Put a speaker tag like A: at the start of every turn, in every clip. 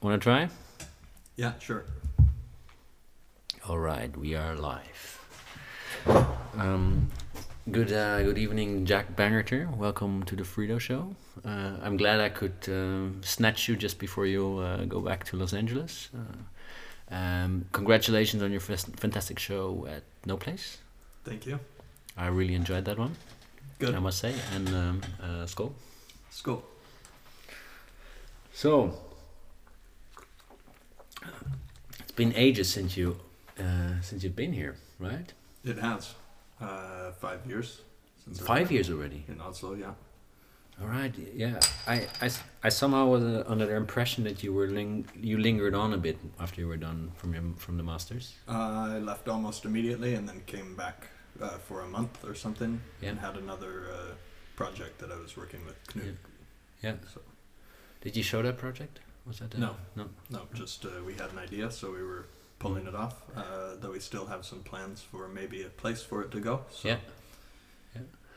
A: Want to try?
B: Yeah, sure.
A: All right, we are live. Um, good, uh, good evening, Jack Bangerter. Welcome to the Fredo Show. Uh, I'm glad I could um snatch you just before you uh, go back to Los Angeles. Uh, um, congratulations on your fest- fantastic show at No Place.
B: Thank you.
A: I really enjoyed that one.
B: Good.
A: I must say, and um, uh, skull.
B: Let's go.
A: So, it's been ages since you uh, since you've been here, right?
B: It has uh, five years since I
A: Five
B: arrived
A: years already.
B: in Oslo. Yeah.
A: All right. Yeah. I, I, s- I somehow was uh, under the impression that you were ling- you lingered on a bit after you were done from your, from the masters.
B: Uh, I left almost immediately and then came back uh, for a month or something and
A: Yeah.
B: had another uh, project that I was working with Knut.
A: Yeah.
B: So,
A: Did you show that project? Was that uh,
B: No.
A: No.
B: no, just uh, we had an idea, so we were
A: Mm.
B: pulling it off. Uh, though we still have some plans for maybe a place for it to go. So
A: Yeah.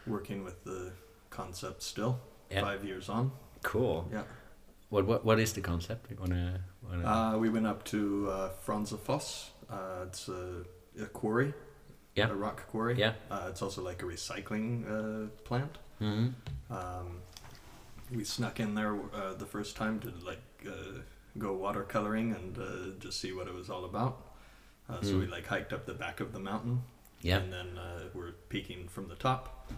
B: working with the concept still.
A: Yeah.
B: Five years on.
A: Cool.
B: Yeah.
A: What what what is the concept? You wanna, wanna
B: Uh, we went up to uh, Franzafoss. Uh, it's a, a quarry,
A: Yeah.
B: a rock quarry.
A: yeah.
B: Uh, it's also like a recycling uh, plant.
A: hmm
B: Um, we snuck in there uh, the first time to like uh, go watercoloring and uh, just see what it was all about. Uh, So
A: Mm.
B: we like hiked up the back of the mountain,
A: Yeah.
B: and then uh, we're peeking from the top.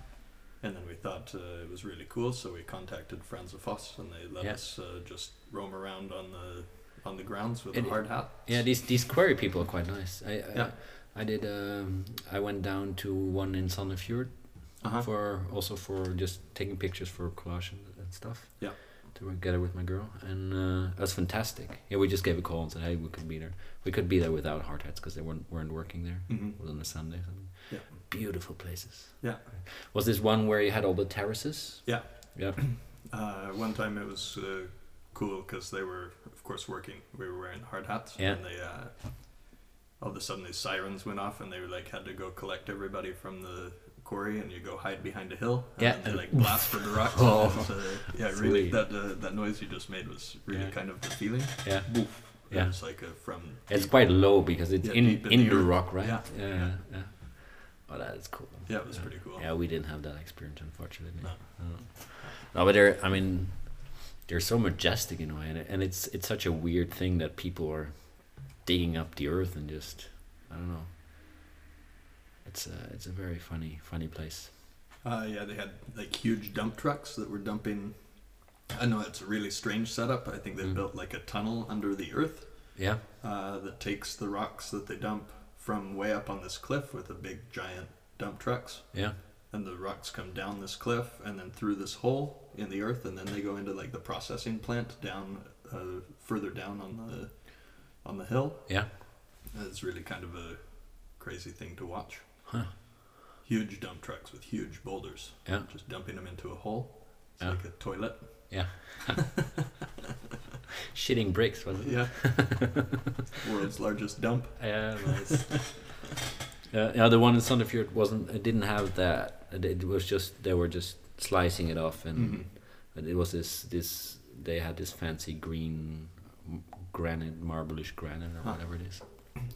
B: And then we thought uh, it was really cool, so we contacted Friends of Foss, and they let
A: Yeah.
B: us uh, just roam around on the on the grounds with
A: It-
B: a hard hat.
A: Yeah, these these query people are quite nice. I
B: Yeah.
A: I, I did. Um, I went down to one in Sandefjord
B: Uh-huh.
A: for also for just taking pictures for collage and, and stuff.
B: Yeah.
A: Together with my girl, and uh, that's fantastic. Yeah, we just gave a call and said, "Hey, we could be there. We could be there without hard hats because they weren't weren't working there.
B: Mhm.
A: It was on a Sunday. or something.
B: Yeah.
A: Beautiful places.
B: Yeah.
A: Was this one where you had all the terraces?
B: Yeah.
A: Yeah.
B: Uh, one time it was uh, cool because they were, of course, working. We were wearing hard hats,
A: Yeah.
B: and they uh, all of a sudden these sirens went off, and they were like had to go collect everybody from the quarry, and you go hide behind a hill. And
A: Yeah.
B: then they like blasted the rocks.
A: Oh.
B: and it was, uh, yeah, really.
A: Sweet.
B: That uh, that noise you just made was really
A: Yeah.
B: kind of the feeling.
A: Yeah.
B: Boof.
A: Yeah.
B: It was like a, from.
A: It's quite low because it's
B: Yeah,
A: in
B: deep in
A: in
B: the
A: the
B: earth.
A: rock, right?
B: Yeah.
A: Yeah. yeah. yeah. Oh, that is cool.
B: Yeah, it was pretty cool.
A: Yeah, we didn't have that experience, unfortunately.
B: No.
A: No. No, but they're. I mean, they're so majestic in a way, and, and it's it's such a weird thing that people are digging up the earth and just I don't know. It's a it's a very funny funny place.
B: Uh, yeah, they had like huge dump trucks that were dumping. I know it's a really strange setup. I think they
A: Mm.
B: built like a tunnel under the earth.
A: Yeah.
B: uh, that takes the rocks that they dump from way up on this cliff with the big giant dump trucks.
A: Yeah.
B: And the rocks come down this cliff and then through this hole in the earth, and then they go into like the processing plant down uh, further down on the on the hill.
A: Yeah.
B: And It's really kind of a crazy thing to watch.
A: Huh.
B: Huge dump trucks with huge boulders,
A: Yeah.
B: just dumping them into a hole. It's
A: Yeah.
B: like a toilet.
A: Yeah. Shitting bricks, wasn't it?
B: Yeah. World's largest dump.
A: Yeah, nice. uh, yeah, the one in Sandefjord wasn't. It didn't have that. It, it was just they were just slicing it off, and
B: Mhm.
A: and it was this this. They had this fancy green m- granite, marbleish granite, or
B: Huh.
A: whatever it is.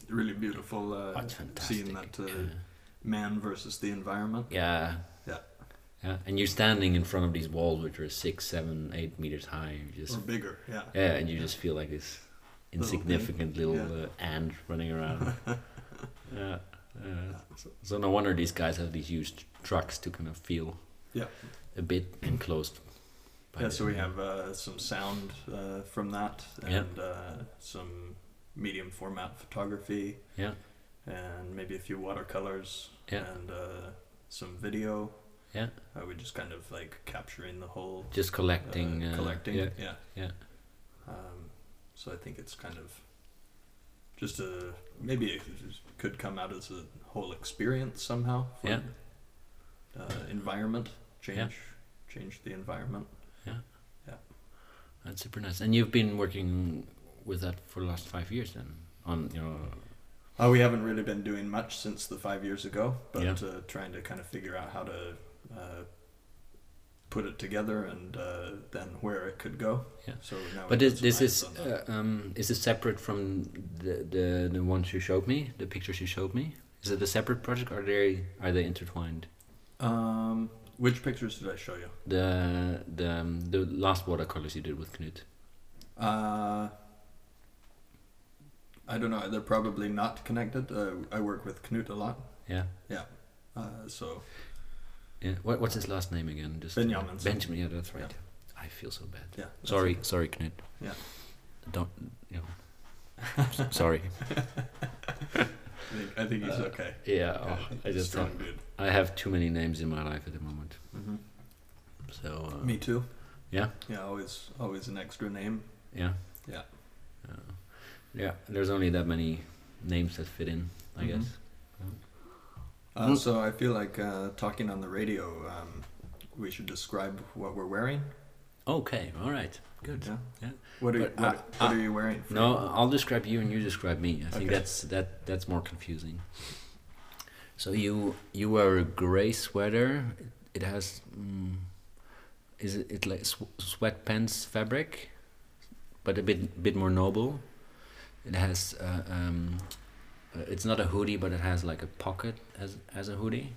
B: Really beautiful uh,
A: That's fantastic.
B: seeing that uh,
A: Yeah.
B: man versus the environment.
A: yeah.
B: Yeah.
A: Yeah, and you're standing in front of these walls, which are six, seven, eight meters high. You
B: Or
A: just
B: bigger, yeah.
A: yeah, and you just feel like this
B: Mm. Little thing.
A: insignificant little,
B: Yeah.
A: uh, ant running around. yeah. Uh, so, so no wonder these guys have these huge trucks to kind of feel
B: Yeah.
A: a bit enclosed. by
B: Yeah,
A: the-
B: so we have uh, some sound uh, from that
A: Yeah.
B: and uh, some medium format photography
A: yeah
B: and maybe a few watercolors
A: Yeah.
B: and uh, some video.
A: yeah
B: Uh, we just kind of like capturing the whole
A: just collecting
B: uh,
A: uh,
B: collecting.
A: yeah
B: yeah.
A: yeah
B: Um, so I think it's kind of just a maybe it could come out as a whole experience somehow. for,
A: Yeah.
B: Uh, environment change, change the environment.
A: that's super nice. And you've been working with that for the last five years then on you know
B: Uh, we haven't really been doing much since the five years ago, but
A: Yeah.
B: uh, trying to kind of figure out how to uh, put it together and uh, then where it could go.
A: Yeah.
B: So now
A: But
B: we
A: this,
B: have
A: this
B: some
A: is
B: eyes Oh, on that.
A: uh, um, is it separate from the, the the ones you showed me, the pictures you showed me? Is it a separate project, or are they are they intertwined?
B: um, which pictures did I show you?
A: The the um, the last watercolors you did with Knut.
B: Uh, I don't know. They're probably not connected. Uh, I work with Knut a lot.
A: Yeah,
B: Yeah. Uh, so
A: yeah. What, what's his last name again? Just
B: Benjamins.
A: Benjamin. Yeah, that's right. I feel so bad.
B: yeah. that's
A: Sorry,
B: it.
A: sorry, Knut.
B: Yeah.
A: Don't you know? sorry.
B: I think, I think he's
A: Uh,
B: okay.
A: Yeah.
B: Yeah,
A: oh,
B: he's
A: I
B: a
A: just
B: strong dude.
A: I have too many names in my life at the moment.
B: hmm
A: So. Uh,
B: Me too.
A: Yeah.
B: Yeah. Always, always an extra name.
A: Yeah.
B: Yeah.
A: Uh, yeah. There's only that many names that fit in, I
B: Mhm.
A: guess.
B: Uh,
A: Mm.
B: So I feel like uh, talking on the radio. Um, we should describe what we're wearing.
A: Okay. All right. Good.
B: Yeah.
A: Yeah.
B: What are
A: But,
B: what,
A: uh,
B: what
A: uh,
B: are you wearing? for-
A: No, I'll describe you and you describe me. I think
B: Okay.
A: that's that that's more confusing. So you you wear a gray sweater. It has mm, is it, it like sw- sweatpants fabric, but a bit bit more noble. It has uh, um, uh, it's not a hoodie, but it has like a pocket as as a hoodie,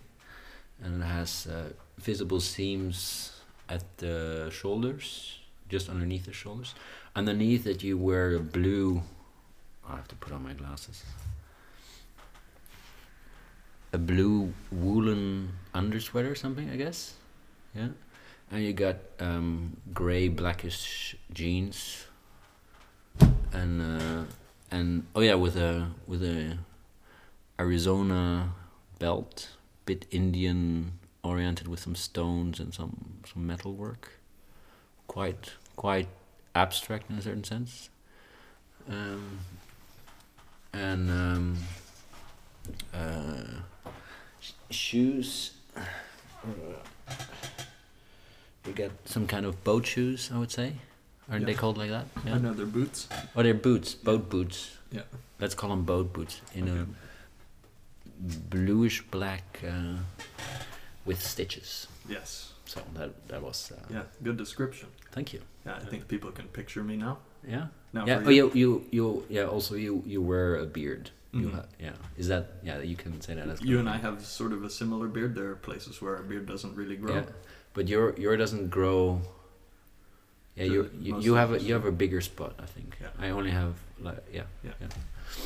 A: and it has uh, visible seams at the shoulders, just underneath the shoulders underneath it you wear a blue i have to put on my glasses a blue woolen undersweater or something i guess yeah and you got um, gray blackish jeans and uh, and oh yeah with a with a arizona belt bit indian oriented with some stones and some some metal work quite quite abstract in a certain sense. Um, and um, uh, sh- shoes. You get some kind of boat shoes, I would say. Aren't they
B: Yeah.
A: called like that? Yeah.
B: Another boots.
A: Oh, they're boots, boat boots.
B: Yeah.
A: Let's call them boat boots in
B: Okay.
A: a bluish black uh, with stitches.
B: Yes.
A: So that that was. Uh,
B: Yeah. Good description.
A: Thank you.
B: Yeah. I think people can picture me now.
A: Yeah.
B: Now
A: yeah.
B: for
A: Oh, you you you yeah. Also, you you wear a beard. You
B: Mhm.
A: ha- yeah. Is that yeah? You can say that as
B: You and I have sort of a similar beard. There are places where our beard doesn't really grow.
A: Yeah, but your your doesn't grow. Yeah,
B: To
A: you
B: the
A: you,
B: most
A: you have a
B: surface,
A: you have a bigger spot. I think.
B: Yeah.
A: I only have like yeah.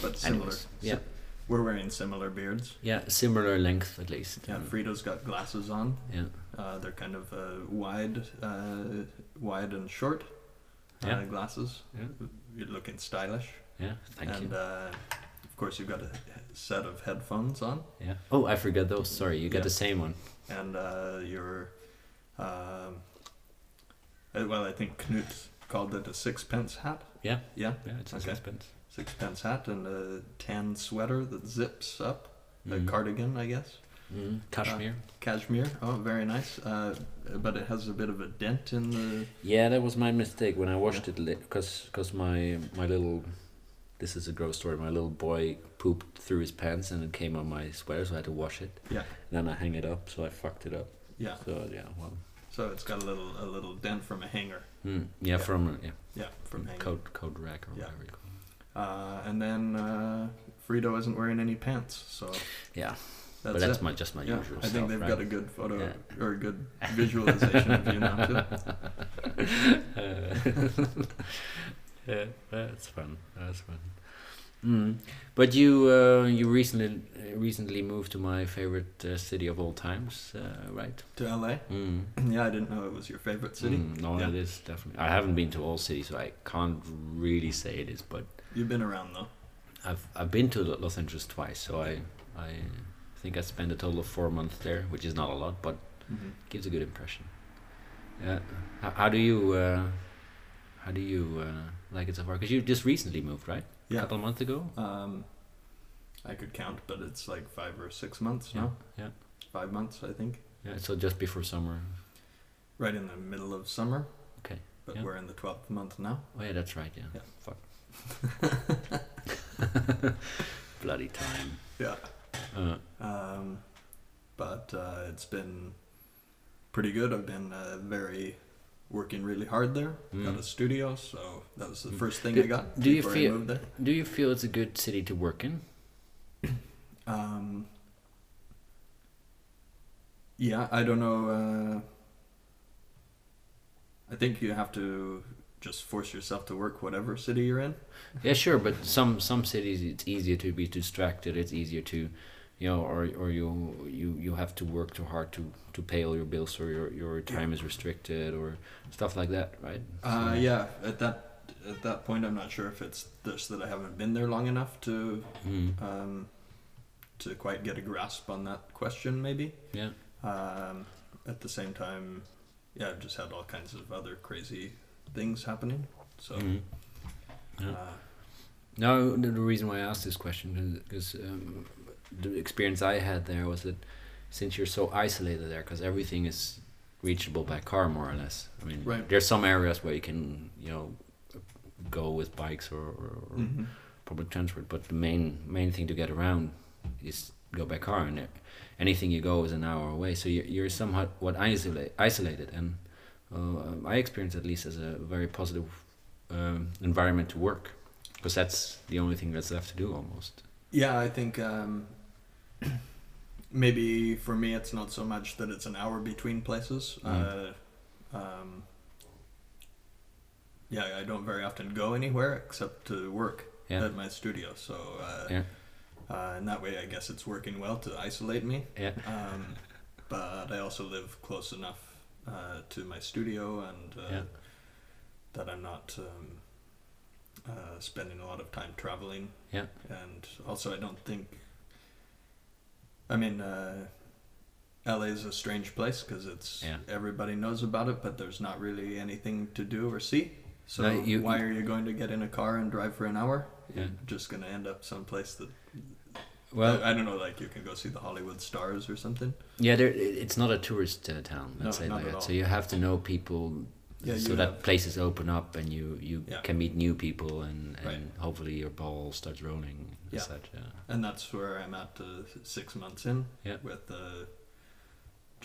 B: But similar.
A: Anyways, yeah,
B: Si- We're wearing similar beards.
A: yeah, similar length at least.
B: Yeah,
A: Um,
B: Frito's got glasses on.
A: yeah.
B: Uh, they're kind of uh, wide, uh, wide and short uh,
A: Yeah.
B: glasses.
A: Yeah.
B: You're looking stylish.
A: Yeah. Thank
B: and
A: you.
B: Uh, of course, you've got a set of headphones on,
A: Yeah. Oh, I forgot those. Sorry, you got
B: Yeah.
A: the same one.
B: and uh, you're. Um, uh, well, I think Knut called it a sixpence hat.
A: Yeah.
B: Yeah,
A: Yeah, it's
B: a
A: a
B: Okay. sixpence hat and a tan sweater that zips up.
A: Mm-hmm.
B: A cardigan, I guess.
A: mm Kashmir.
B: Cashmere. Oh, very nice. Uh, but it has a bit of a dent in the.
A: Yeah, that was my mistake when I washed it it because cause my my little this is a gross story. My little boy pooped through his pants and it came on my sweater, so I had to wash it.
B: Yeah.
A: then I hung it up, so I fucked it up.
B: Yeah.
A: So yeah, well,
B: So it's got a little a little dent from a hanger.
A: hmm, yeah,
B: Yeah.
A: from yeah
B: Yeah, from
A: from
B: hanger.
A: Mm, coat coat rack or
B: Yeah.
A: whatever you call it.
B: Uh, and then uh, Frito isn't wearing any pants, so that's
A: Yeah, but that's
B: it.
A: my just my
B: yeah,
A: usual.
B: I think
A: stuff,
B: they've
A: right?
B: got a good photo or a good visualization of you now too.
A: yeah, that's fun. That's fun. Mm. But you uh, you recently recently moved to my favorite uh, city of all times, uh, right?
B: To LA.
A: Mm.
B: Yeah, I didn't know it was your favorite city.
A: Mm, no,
B: Yeah.
A: it is definitely. I haven't been to all cities, so I can't really say it is. But
B: You've been around though.
A: I've I've been to Lo- Los Angeles twice, so I I think I spent a total of four months there, which is not a lot, but
B: hmm
A: gives a good impression. Yeah. How, how do you uh, how do you uh, like it so far? Because you just recently moved, right? A
B: Yeah.
A: couple of months ago.
B: Um, I could count, but it's like five or six months
A: Yeah.
B: now.
A: Yeah.
B: Five months, I think.
A: Yeah. So just before summer.
B: Right in the middle of summer.
A: Okay,
B: But
A: yeah.
B: we're in the twelfth month now.
A: Oh yeah, that's right. Yeah.
B: Yeah.
A: Fuck. Bloody time.
B: Yeah.
A: Uh,
B: Um, but uh, it's been pretty good. I've been uh, very working really hard there. Got a studio, so that was the first thing I got
A: Mm. do you
B: before I
A: feel-
B: moved there.
A: Do you feel it's a good city to work in?
B: Um, yeah, I don't know. Uh, I think you have to just force yourself to work whatever city you're in.
A: Yeah, sure, but some some cities it's easier to be distracted. It's easier to, you know, or or you you you have to work too hard to to pay all your bills, or your your time is restricted, or stuff like that, right? So-
B: Uh, yeah, at that at that point, I'm not sure if it's just that I haven't been there long enough to
A: Mm,
B: um, to quite get a grasp on that question, maybe.
A: yeah.
B: Um, at the same time, yeah, I've just had all kinds of other crazy things happening. So,
A: Mhm. Yeah.
B: uh,
A: No, the, the reason why I asked this question because um, the experience I had there was that since you're so isolated there, because everything is reachable by car more or less. I mean,
B: Right.
A: there's some areas where you can, you know, go with bikes or, or, or
B: mhm.
A: public transport, but the main main thing to get around is go by car, and there- anything you go is an hour away. So you're, you're somewhat what isolate, isolated, and uh, I experience at least as a very positive um, environment to work, because that's the only thing that's left to do almost.
B: Yeah, I think um, maybe for me it's not so much that it's an hour between places.
A: Mm.
B: Uh, um, yeah, I don't very often go anywhere except to work
A: Yeah.
B: at my studio. So, uh,
A: Yeah.
B: uh, in that way, I guess it's working well to isolate me.
A: Yeah.
B: Um, but I also live close enough uh, to my studio and uh,
A: Yeah.
B: that I'm not um, uh, spending a lot of time traveling.
A: Yeah.
B: And also, I don't think. I mean, uh, LA is a strange place because it's
A: Yeah.
B: everybody knows about it, but there's not really anything to do or see. So
A: No, you-
B: why are you going to get in a car and drive for an hour?
A: Yeah.
B: You're just going to end up someplace that
A: Well,
B: I, I don't know, like you can go see the Hollywood stars or something.
A: yeah, there, it- it's not a tourist uh, town. Let's
B: No,
A: say
B: not
A: like
B: at
A: that.
B: all.
A: So you have to know people.
B: Yeah,
A: so
B: you
A: that
B: have-
A: places open up and you, you
B: Yeah.
A: can meet new people and, and
B: Right.
A: hopefully your ball starts rolling and
B: Yeah.
A: such, yeah.
B: And that's where I'm at uh, six months in
A: Yeah.
B: with uh,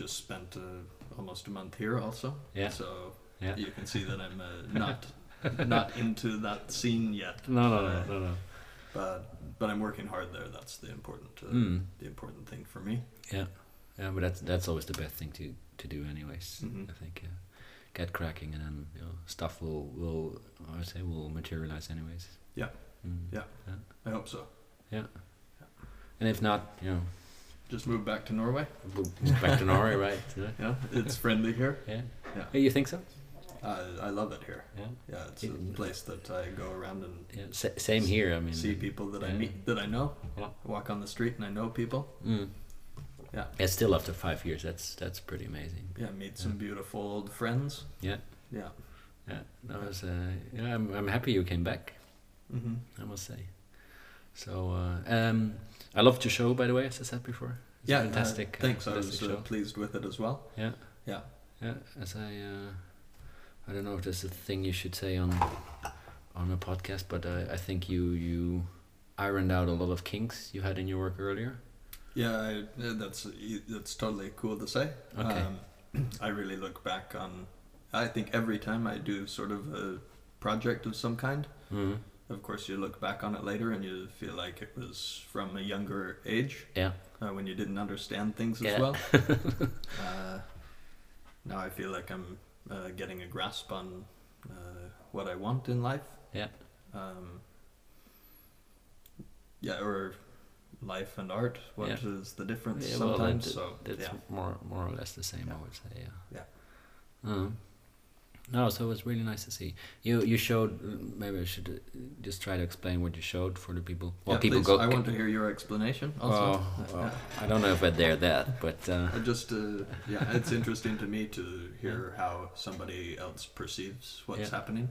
B: just spent uh, almost a month here also.
A: Yeah.
B: So
A: Yeah.
B: you can see that I'm uh, not not into that scene yet.
A: No,
B: Uh,
A: no, no, no, no.
B: But but I'm working hard there. That's the important uh,
A: Mm.
B: the important thing for me.
A: Yeah, yeah, but that's that's always the best thing to to do, anyways.
B: Mhm.
A: I think. Yeah. Get cracking, and then you know, stuff will will I would say will materialize, anyways.
B: Yeah.
A: Mm.
B: Yeah. I hope so.
A: And if not, you know,
B: Just move back to Norway.
A: we'll go back to Norway, right? Yeah.
B: Yeah, it's friendly here.
A: Yeah.
B: Yeah.
A: Hey, You think so?
B: Uh, I love it here.
A: Yeah.
B: Yeah, it's a place that I go around and
A: Yeah. Sa- same here. I mean.
B: see people that I
A: yeah.
B: meet that I know.
A: Yeah.
B: Walk on the street and I know people.
A: Mm.
B: Yeah.
A: Yeah. Still after five years, that's that's pretty amazing.
B: Yeah, meet some beautiful old friends.
A: Yeah.
B: Yeah.
A: Yeah. That was. Uh, yeah. I'm I'm happy you came back.
B: hmm
A: I must say. So uh, um, I loved your show, by the way, as I said before. It's a
B: Yeah. uh,
A: fantastic. uh,
B: thanks. I
A: fantastic
B: was uh, pleased with it as well.
A: Yeah.
B: Yeah.
A: Yeah, as I, uh, I don't know if there's a thing you should say on, on a podcast, but I, I think you you, ironed out a lot of kinks you had in your work earlier.
B: Yeah, I, uh, that's that's totally cool to say. Um,
A: Okay.
B: I really look back on. I think every time I do sort of a project of some kind,
A: Mm-hmm.
B: of course you look back on it later and you feel like it was from a younger age
A: Yeah.
B: uh, when you didn't understand things as
A: Yeah.
B: well. uh, now I feel like I'm uh, getting a grasp on uh, what I want in life.
A: Yeah.
B: Um, yeah, or life and art. What is the difference
A: Yeah, well,
B: sometimes?
A: that-
B: so
A: That's
B: yeah,
A: more more or less the same,
B: Yeah.
A: I would say. Yeah.
B: Yeah.
A: Mm. No, so it was really nice to see you. You showed maybe I should uh, just try to explain what you showed for the people. Well,
B: Yeah,
A: people
B: please,
A: go.
B: I want to hear your explanation. Also, Uh,
A: Oh, well, I don't know if I dare that, but uh,
B: I just uh, yeah, it's interesting to me to hear how somebody else perceives what's
A: Yeah.
B: happening.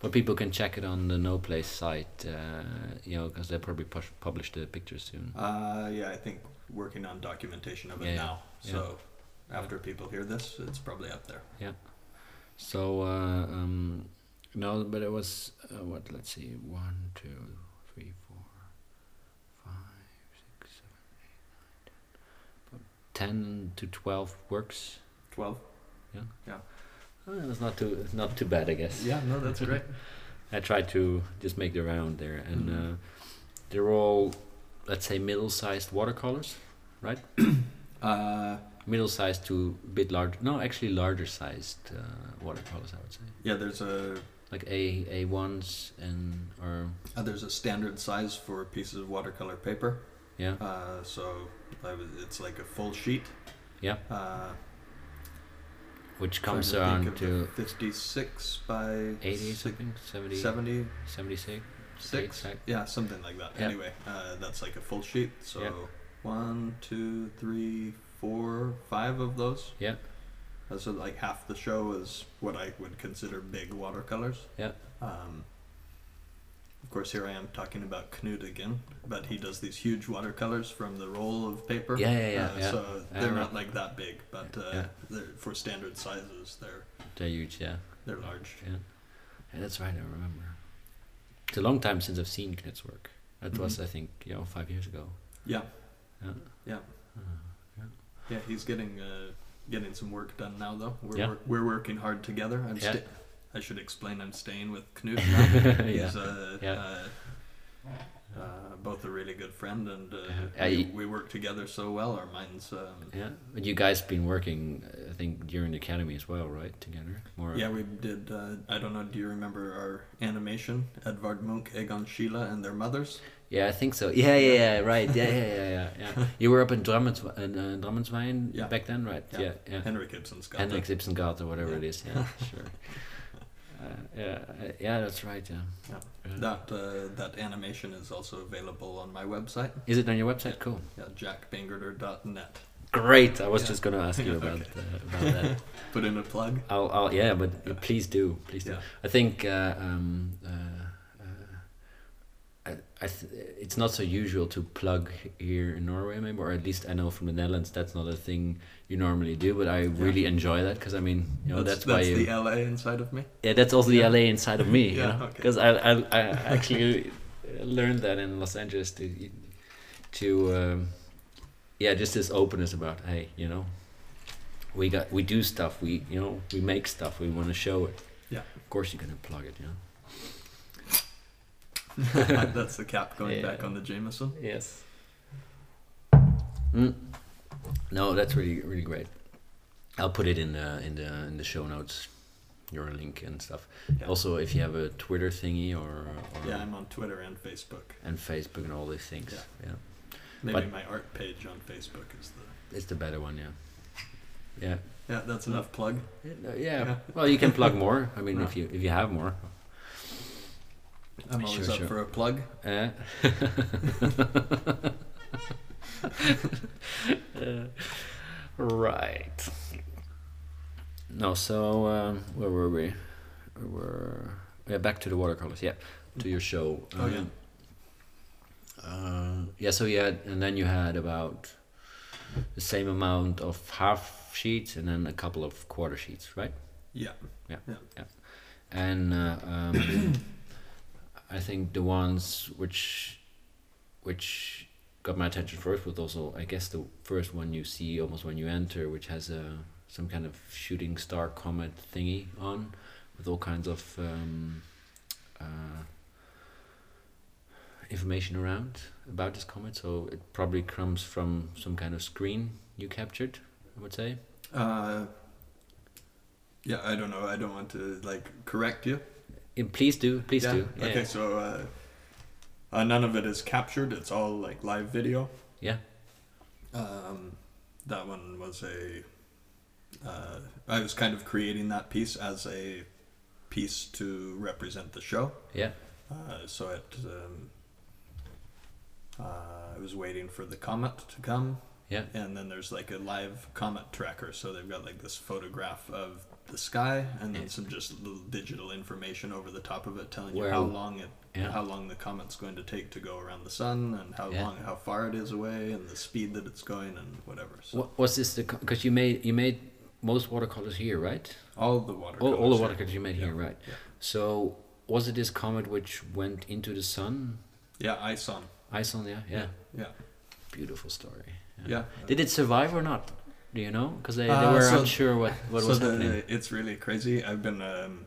A: But people can check it on the No Place site, uh, you know, because they'll probably push, publish the pictures soon.
B: Uh, yeah, I think working on documentation of it
A: Yeah,
B: now.
A: yeah.
B: So after people hear this, it's probably up there.
A: So, uh, um, no, but it was, uh, what, let's see, one, two, three, four, five, six, seven, eight, nine, ten, about 10 to 12 works
B: Twelve.
A: Oh, that's not too that's not too bad, I guess.
B: Yeah, no, that's great.
A: I tried to just make the round there, and
B: Mhm.
A: uh, they're all, let's say, middle-sized watercolors,
B: Uh,
A: middle-sized to bit large. No, actually, larger-sized uh, watercolors, I would say,
B: yeah, there's a
A: like A A ones and or
B: uh, there's a standard size for pieces of watercolor paper.
A: yeah.
B: Uh, so I was, it's like a full sheet.
A: Yeah.
B: Uh,
A: which comes
B: trying to
A: around
B: think of
A: to
B: the 56 by
A: 80
B: six-
A: something, 70,
B: 76.
A: 76. Exact.
B: Yeah, something like that.
A: Yeah.
B: Anyway, uh, that's like a full sheet. So
A: Yeah.
B: one, two, three, four, five of those.
A: Yeah.
B: Uh, so like half the show is what I would consider big watercolors.
A: Yeah.
B: Um, of course, here I am talking about Knut again, but he does these huge watercolors from the roll of paper.
A: Yeah, yeah, yeah,
B: Uh,
A: yeah.
B: So
A: I
B: they're not
A: remember.
B: like that big, but uh,
A: Yeah.
B: they're, for standard sizes, they're
A: They're huge, yeah.
B: they're large.
A: Yeah. yeah, that's right. I remember. It's a long time since I've seen Knut's work. That
B: Mm-hmm.
A: was, I think, you know, five years ago.
B: Yeah,
A: Yeah.
B: Yeah. yeah. He's getting uh, getting some work done now, though. We're
A: Yeah.
B: work, we're working hard together. I'm
A: Yeah.
B: sta- I should explain. I'm staying with Knut. Now.
A: Yeah.
B: He's uh,
A: Yeah.
B: Uh, uh, both a really good friend, and uh,
A: Yeah.
B: we,
A: I-
B: we work together so well. Our minds, um,
A: yeah. But you guys been working, uh, I think, during the academy as well, right? Together, more.
B: Yeah, we did. Uh, I don't know. Do you remember our animation? Edvard Munch, Egon Schiele, and their mothers.
A: Yeah, I think so. Yeah, yeah, yeah. Right. Yeah, yeah, yeah, yeah. yeah. you were up in Drammenswein, in, uh, Drammenswein
B: Yeah.
A: back then, right?
B: Yeah.
A: Yeah, yeah.
B: Henrik Ibsen's got
A: Henrik Ibsengard or whatever
B: Yeah.
A: it is. Yeah, sure. Uh, yeah, uh, yeah, that's right. Yeah.
B: Yeah.
A: Yeah.
B: that. That, uh, that animation is also available on my website.
A: Is it on your website? Cool.
B: Yeah, jackbangerter.net.
A: Great. I was
B: Yeah.
A: just gonna ask you about uh, about that.
B: Put in a plug.
A: I'll, I'll yeah, but uh, please do, please do.
B: Yeah.
A: I think uh, um, uh, uh, I, I th- it's not so usual to plug here in Norway, maybe, or at least I know from the Netherlands that's not a thing you normally do. But I really enjoy that because I mean, you know, that's, why
B: that's
A: you,
B: the LA inside of me.
A: yeah, that's also
B: Yeah.
A: the LA inside of me,
B: Yeah,
A: you know,
B: okay.
A: because I, I, I actually learned that in Los Angeles to, to, um, yeah, just this openness about, hey, you know, we got, we do stuff, we, you know, we make stuff, we want to show it.
B: Yeah.
A: Of course, you're gonna plug it, you know.
B: that's the cap going
A: Yeah.
B: back on the Jameson.
A: Yes. Mm. No, that's really, really great. I'll put it in the in the in the show notes, your link and stuff.
B: Yeah.
A: Also, if you have a Twitter thingy or, or
B: Yeah, I'm on Twitter and Facebook.
A: and Facebook and all these things. Yeah,
B: Maybe
A: But-
B: my art page on Facebook is the.
A: it's the better one. Yeah, yeah,
B: Yeah, that's enough plug.
A: yeah. no, yeah.
B: Yeah.
A: Well, you can plug more. I mean,
B: Yeah.
A: if you if you have more.
B: I'm always
A: Sure,
B: up
A: sure.
B: for a plug.
A: Uh, Uh, right. No, so um, where were we? We were yeah, back to the watercolors. Yeah, to your show.
B: Oh, yeah.
A: Um, Uh, yeah. So you had, and then you had about the same amount of half sheets, and then a couple of quarter sheets, right?
B: Yeah.
A: and uh, um, I think the ones which which got my attention first was also I guess the first one you see almost when you enter, which has a some kind of shooting star comet thingy on with all kinds of um, uh, information around about this comet. So it probably comes from some kind of screen you captured, I would say.
B: Uh, yeah, I don't know. I don't want to like correct you.
A: Yeah, please do, please
B: yeah?
A: do. Yeah,
B: Okay, so uh, uh, none of it is captured. It's all like live video.
A: yeah,
B: Um, that one was a. Uh, I was kind of creating that piece as a piece to represent the show.
A: yeah.
B: Uh, so it. Um, uh, I was waiting for the comet to come.
A: Yeah.
B: And then there's like a live comet tracker, so they've got like this photograph of the sky, and then some just little digital information over the top of it telling you
A: Where-
B: how long it,
A: Yeah.
B: how long the comet's going to take to go around the sun, and how
A: Yeah.
B: long, how far it is away, and the speed that it's going, and whatever. So
A: What was this? The because you made you made most watercolors here, right?
B: all the water.
A: All, all the
B: colours are-
A: watercolors you made here, right?
B: yeah.
A: So was it this comet which went into the sun?
B: Yeah, Ison.
A: Iceland, yeah, yeah.
B: Yeah.
A: Beautiful story.
B: Yeah.
A: Did it survive or not? Do you know? Because they, they
B: Uh,
A: were
B: so-
A: unsure what, what
B: so
A: was
B: the- uh,
A: happening.
B: It's really crazy. I've been um,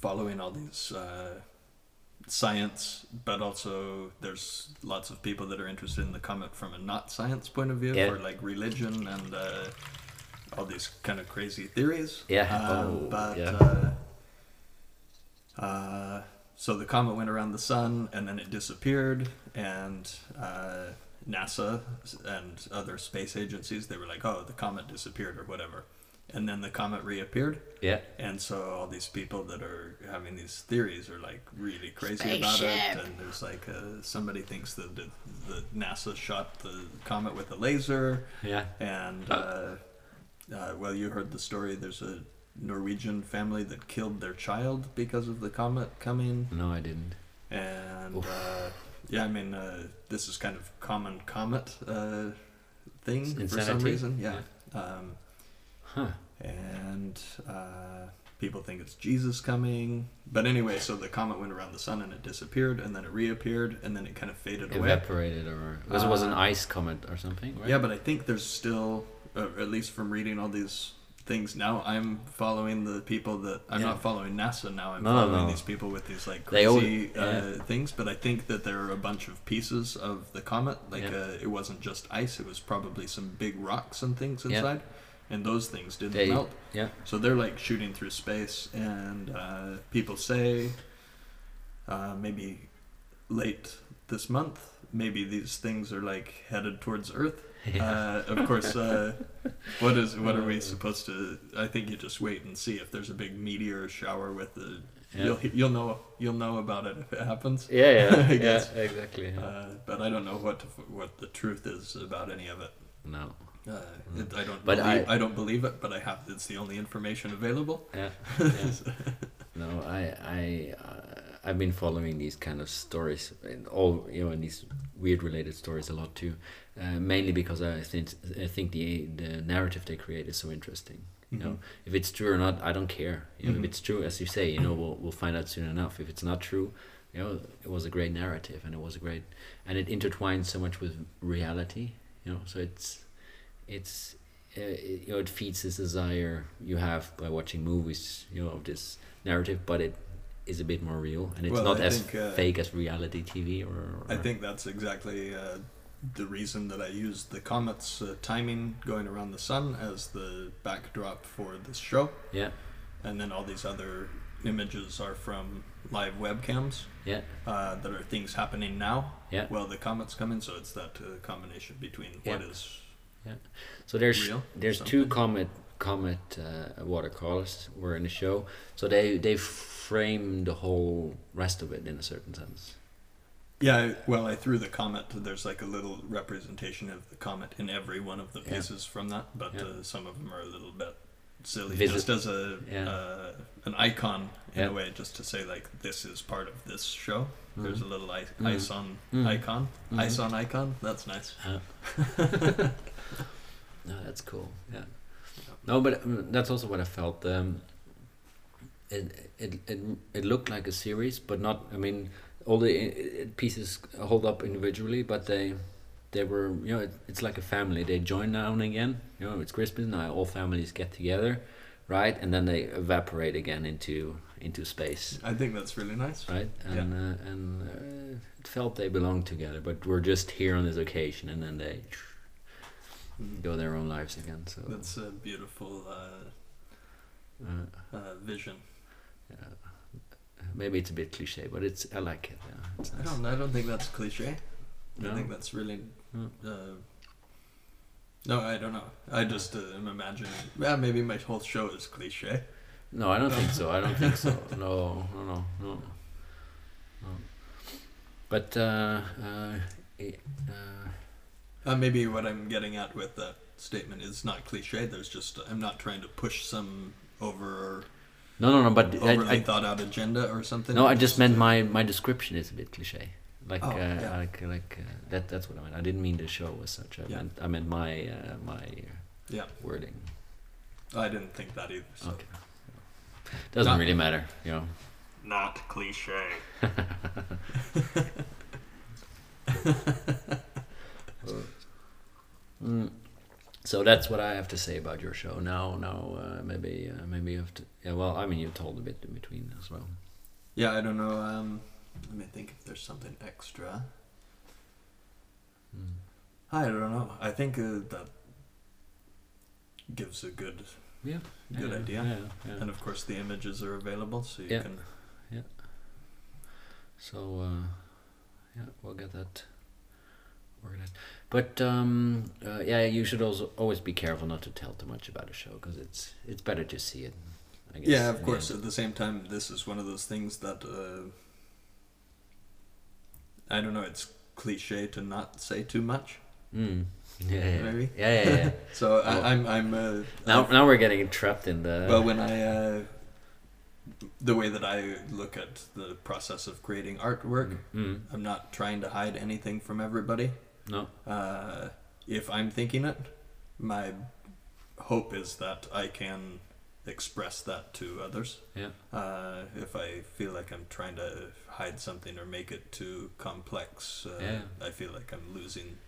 B: following all these uh, science, but also there's lots of people that are interested in the comet from a not science point of view,
A: Yeah.
B: or like religion and uh, all these kind of crazy theories.
A: Yeah.
B: Um,
A: Oh,
B: but
A: yeah.
B: uh, uh, so the comet went around the sun and then it disappeared, and uh, NASA and other space agencies they were like, "Oh, the comet disappeared" or whatever, and then the comet reappeared.
A: Yeah.
B: And so all these people that are having these theories are like really crazy about it. And there's like uh somebody thinks that the, the NASA shot the comet with a laser.
A: Yeah.
B: And
A: Oh.
B: uh, uh, well, you heard the story. There's a Norwegian family that killed their child because of the comet coming.
A: No, I didn't.
B: And uh, yeah, I mean, uh, this is kind of common comet uh, thing
A: It's
B: for some
A: insanity.
B: reason. Yeah. Um,
A: Huh.
B: and uh, people think it's Jesus coming. But anyway, so the comet went around the sun and it disappeared, and then it reappeared, and then it kind of faded away.
A: Evaporated or because it was an
B: Uh,
A: ice comet or something, right?
B: Yeah, but I think there's still, uh, at least from reading all these things now, I'm following the people that I'm
A: Yeah.
B: not following NASA now. I'm
A: No, no,
B: following
A: no.
B: these people with these like
A: They all-
B: crazy uh,
A: yeah.
B: things. But I think that there are a bunch of pieces of the comet. Like
A: Yeah.
B: uh, it wasn't just ice; it was probably some big rocks and things
A: Yeah.
B: inside, and those things didn't
A: They-
B: melt.
A: yeah.
B: So they're like shooting through space, and uh, people say uh, maybe late this month, maybe these things are like headed towards Earth. Uh, of course, uh, what is what are we
A: Uh,
B: supposed to? I think you just wait and see if there's a big meteor shower with the.
A: Yeah.
B: You'll you'll know you'll know about it if it happens.
A: Yeah,
B: I
A: yeah,
B: guess.
A: yeah, exactly. yeah.
B: Uh, but I don't know what to, what the truth is about any of it.
A: no,
B: Uh, it I don't
A: Mm. But
B: believe,
A: I-
B: I, don't believe it, but I have it's the only information available.
A: yeah, yeah. no. I, I, uh, I've been following these kind of stories and all you know, and these weird related stories a lot too, uh, mainly because I think I think the the narrative they create is so interesting. You know, if it's true or not, I don't care. You know,
B: Mhm.
A: if it's true, as you say, you know, we'll we'll find out soon enough. If it's not true, you know, it was a great narrative and it was a great, and it intertwines so much with reality. You know, so it's it's uh, it, you know it feeds this desire you have by watching movies you know of this narrative but it is a bit more real and it's
B: Well,
A: not
B: I
A: as
B: think, uh,
A: fake as reality tv or,
B: I
A: or-
B: think that's exactly uh, the reason that I used the comet's uh, timing going around the sun as the backdrop for this show,
A: yeah
B: and then all these other images are from live webcams
A: yeah
B: uh, that are things happening now.
A: Yeah.
B: Well, the comet's coming, so it's that uh, combination between what
A: Yeah.
B: is
A: so there's
B: Real,
A: there's two
B: something.
A: comet comet uh, watercolors were in the show so they they frame the whole rest of it in a certain sense
B: Yeah, I- well, I threw the comet. There's like a little representation of the comet in every one of the
A: Yeah.
B: pieces from that, but
A: Yeah.
B: uh, some of them are a little bit silly.
A: Visi-
B: just as a
A: Yeah.
B: uh, an icon in
A: Yeah. Mm-hmm.
B: a way, just to say like this is part of this show. There's a little I-
A: Mhm.
B: ice on
A: Mhm.
B: icon,
A: Mhm.
B: ice on icon. That's nice.
A: Uh, no, that's cool. Yeah. No, but um, that's also what I felt. Um, it, it it it looked like a series, but not. I mean, all the i- i- pieces hold up individually, but they they were you know it, it's like a family. They join now and again. You know, it's Christmas now. All families get together, right? And then they evaporate again into into space
B: I think that's really nice.
A: right?
B: Yeah.
A: And uh, and uh, it felt they belonged together, but we're just here on this occasion, and then they
B: Mhm.
A: go their own lives again. So
B: That's a beautiful uh,
A: uh,
B: uh, vision.
A: yeah. maybe it's a bit cliche, but it's I like it. Yeah, it's
B: I
A: nice.
B: don't. I don't think that's cliche. I
A: No? Hmm.
B: think that's really.
A: Yeah.
B: Uh, no, I don't know.
A: Hmm.
B: I just uh, am imagining. Yeah, maybe my whole show is cliche.
A: No, I don't think so. I don't think so. No, no, no, no. no. But uh, uh, i- uh,
B: Uh, maybe what I'm getting at with that statement is not cliche. There's just I'm not trying to push some over
A: no, no, no. But I,
B: overly
A: I,
B: thought out agenda or something.
A: No, I just meant my my description is a bit cliche. Like,
B: Oh,
A: uh,
B: yeah.
A: like, like uh, that. That's what I meant. I didn't mean the show as such. I
B: Yeah.
A: meant I meant my uh, my uh,
B: Yeah.
A: wording.
B: I didn't think that either. So.
A: Okay. Doesn't
B: Not-
A: really matter, you know.
B: Not cliche.
A: Mm. So that's what I have to say about your show. Now, now uh, maybe uh, maybe you have to. Yeah, well, I mean, you told a bit in between as well.
B: Yeah, I don't know. Um, let me think if there's something extra.
A: Mm.
B: I don't know. I think uh, that gives a good
A: Yeah.
B: good
A: yeah,
B: idea.
A: Yeah, yeah.
B: And of course, the images are available, so you
A: Yeah.
B: can.
A: So uh, yeah, we'll get that organized. But um, uh, yeah, you should also always be careful not to tell too much about a show because it's it's better to see it. I guess,
B: Yeah,
A: in
B: of
A: the
B: course.
A: end.
B: At the same time, this is one of those things that uh, I don't know. It's cliche to not say too much.
A: Mm. Yeah, yeah,
B: Maybe.
A: yeah, yeah. yeah.
B: So
A: Well-
B: I, I'm I'm uh,
A: now,
B: I've-
A: now we're getting trapped in the.
B: well when I. Uh, the way that I look at the process of creating artwork,
A: Mm.
B: I'm not trying to hide anything from everybody.
A: No.
B: uh, if I'm thinking it, my hope is that I can express that to others.
A: Yeah.
B: Uh, if I feel like I'm trying to hide something or make it too complex, uh,
A: Yeah.
B: I feel like I'm losing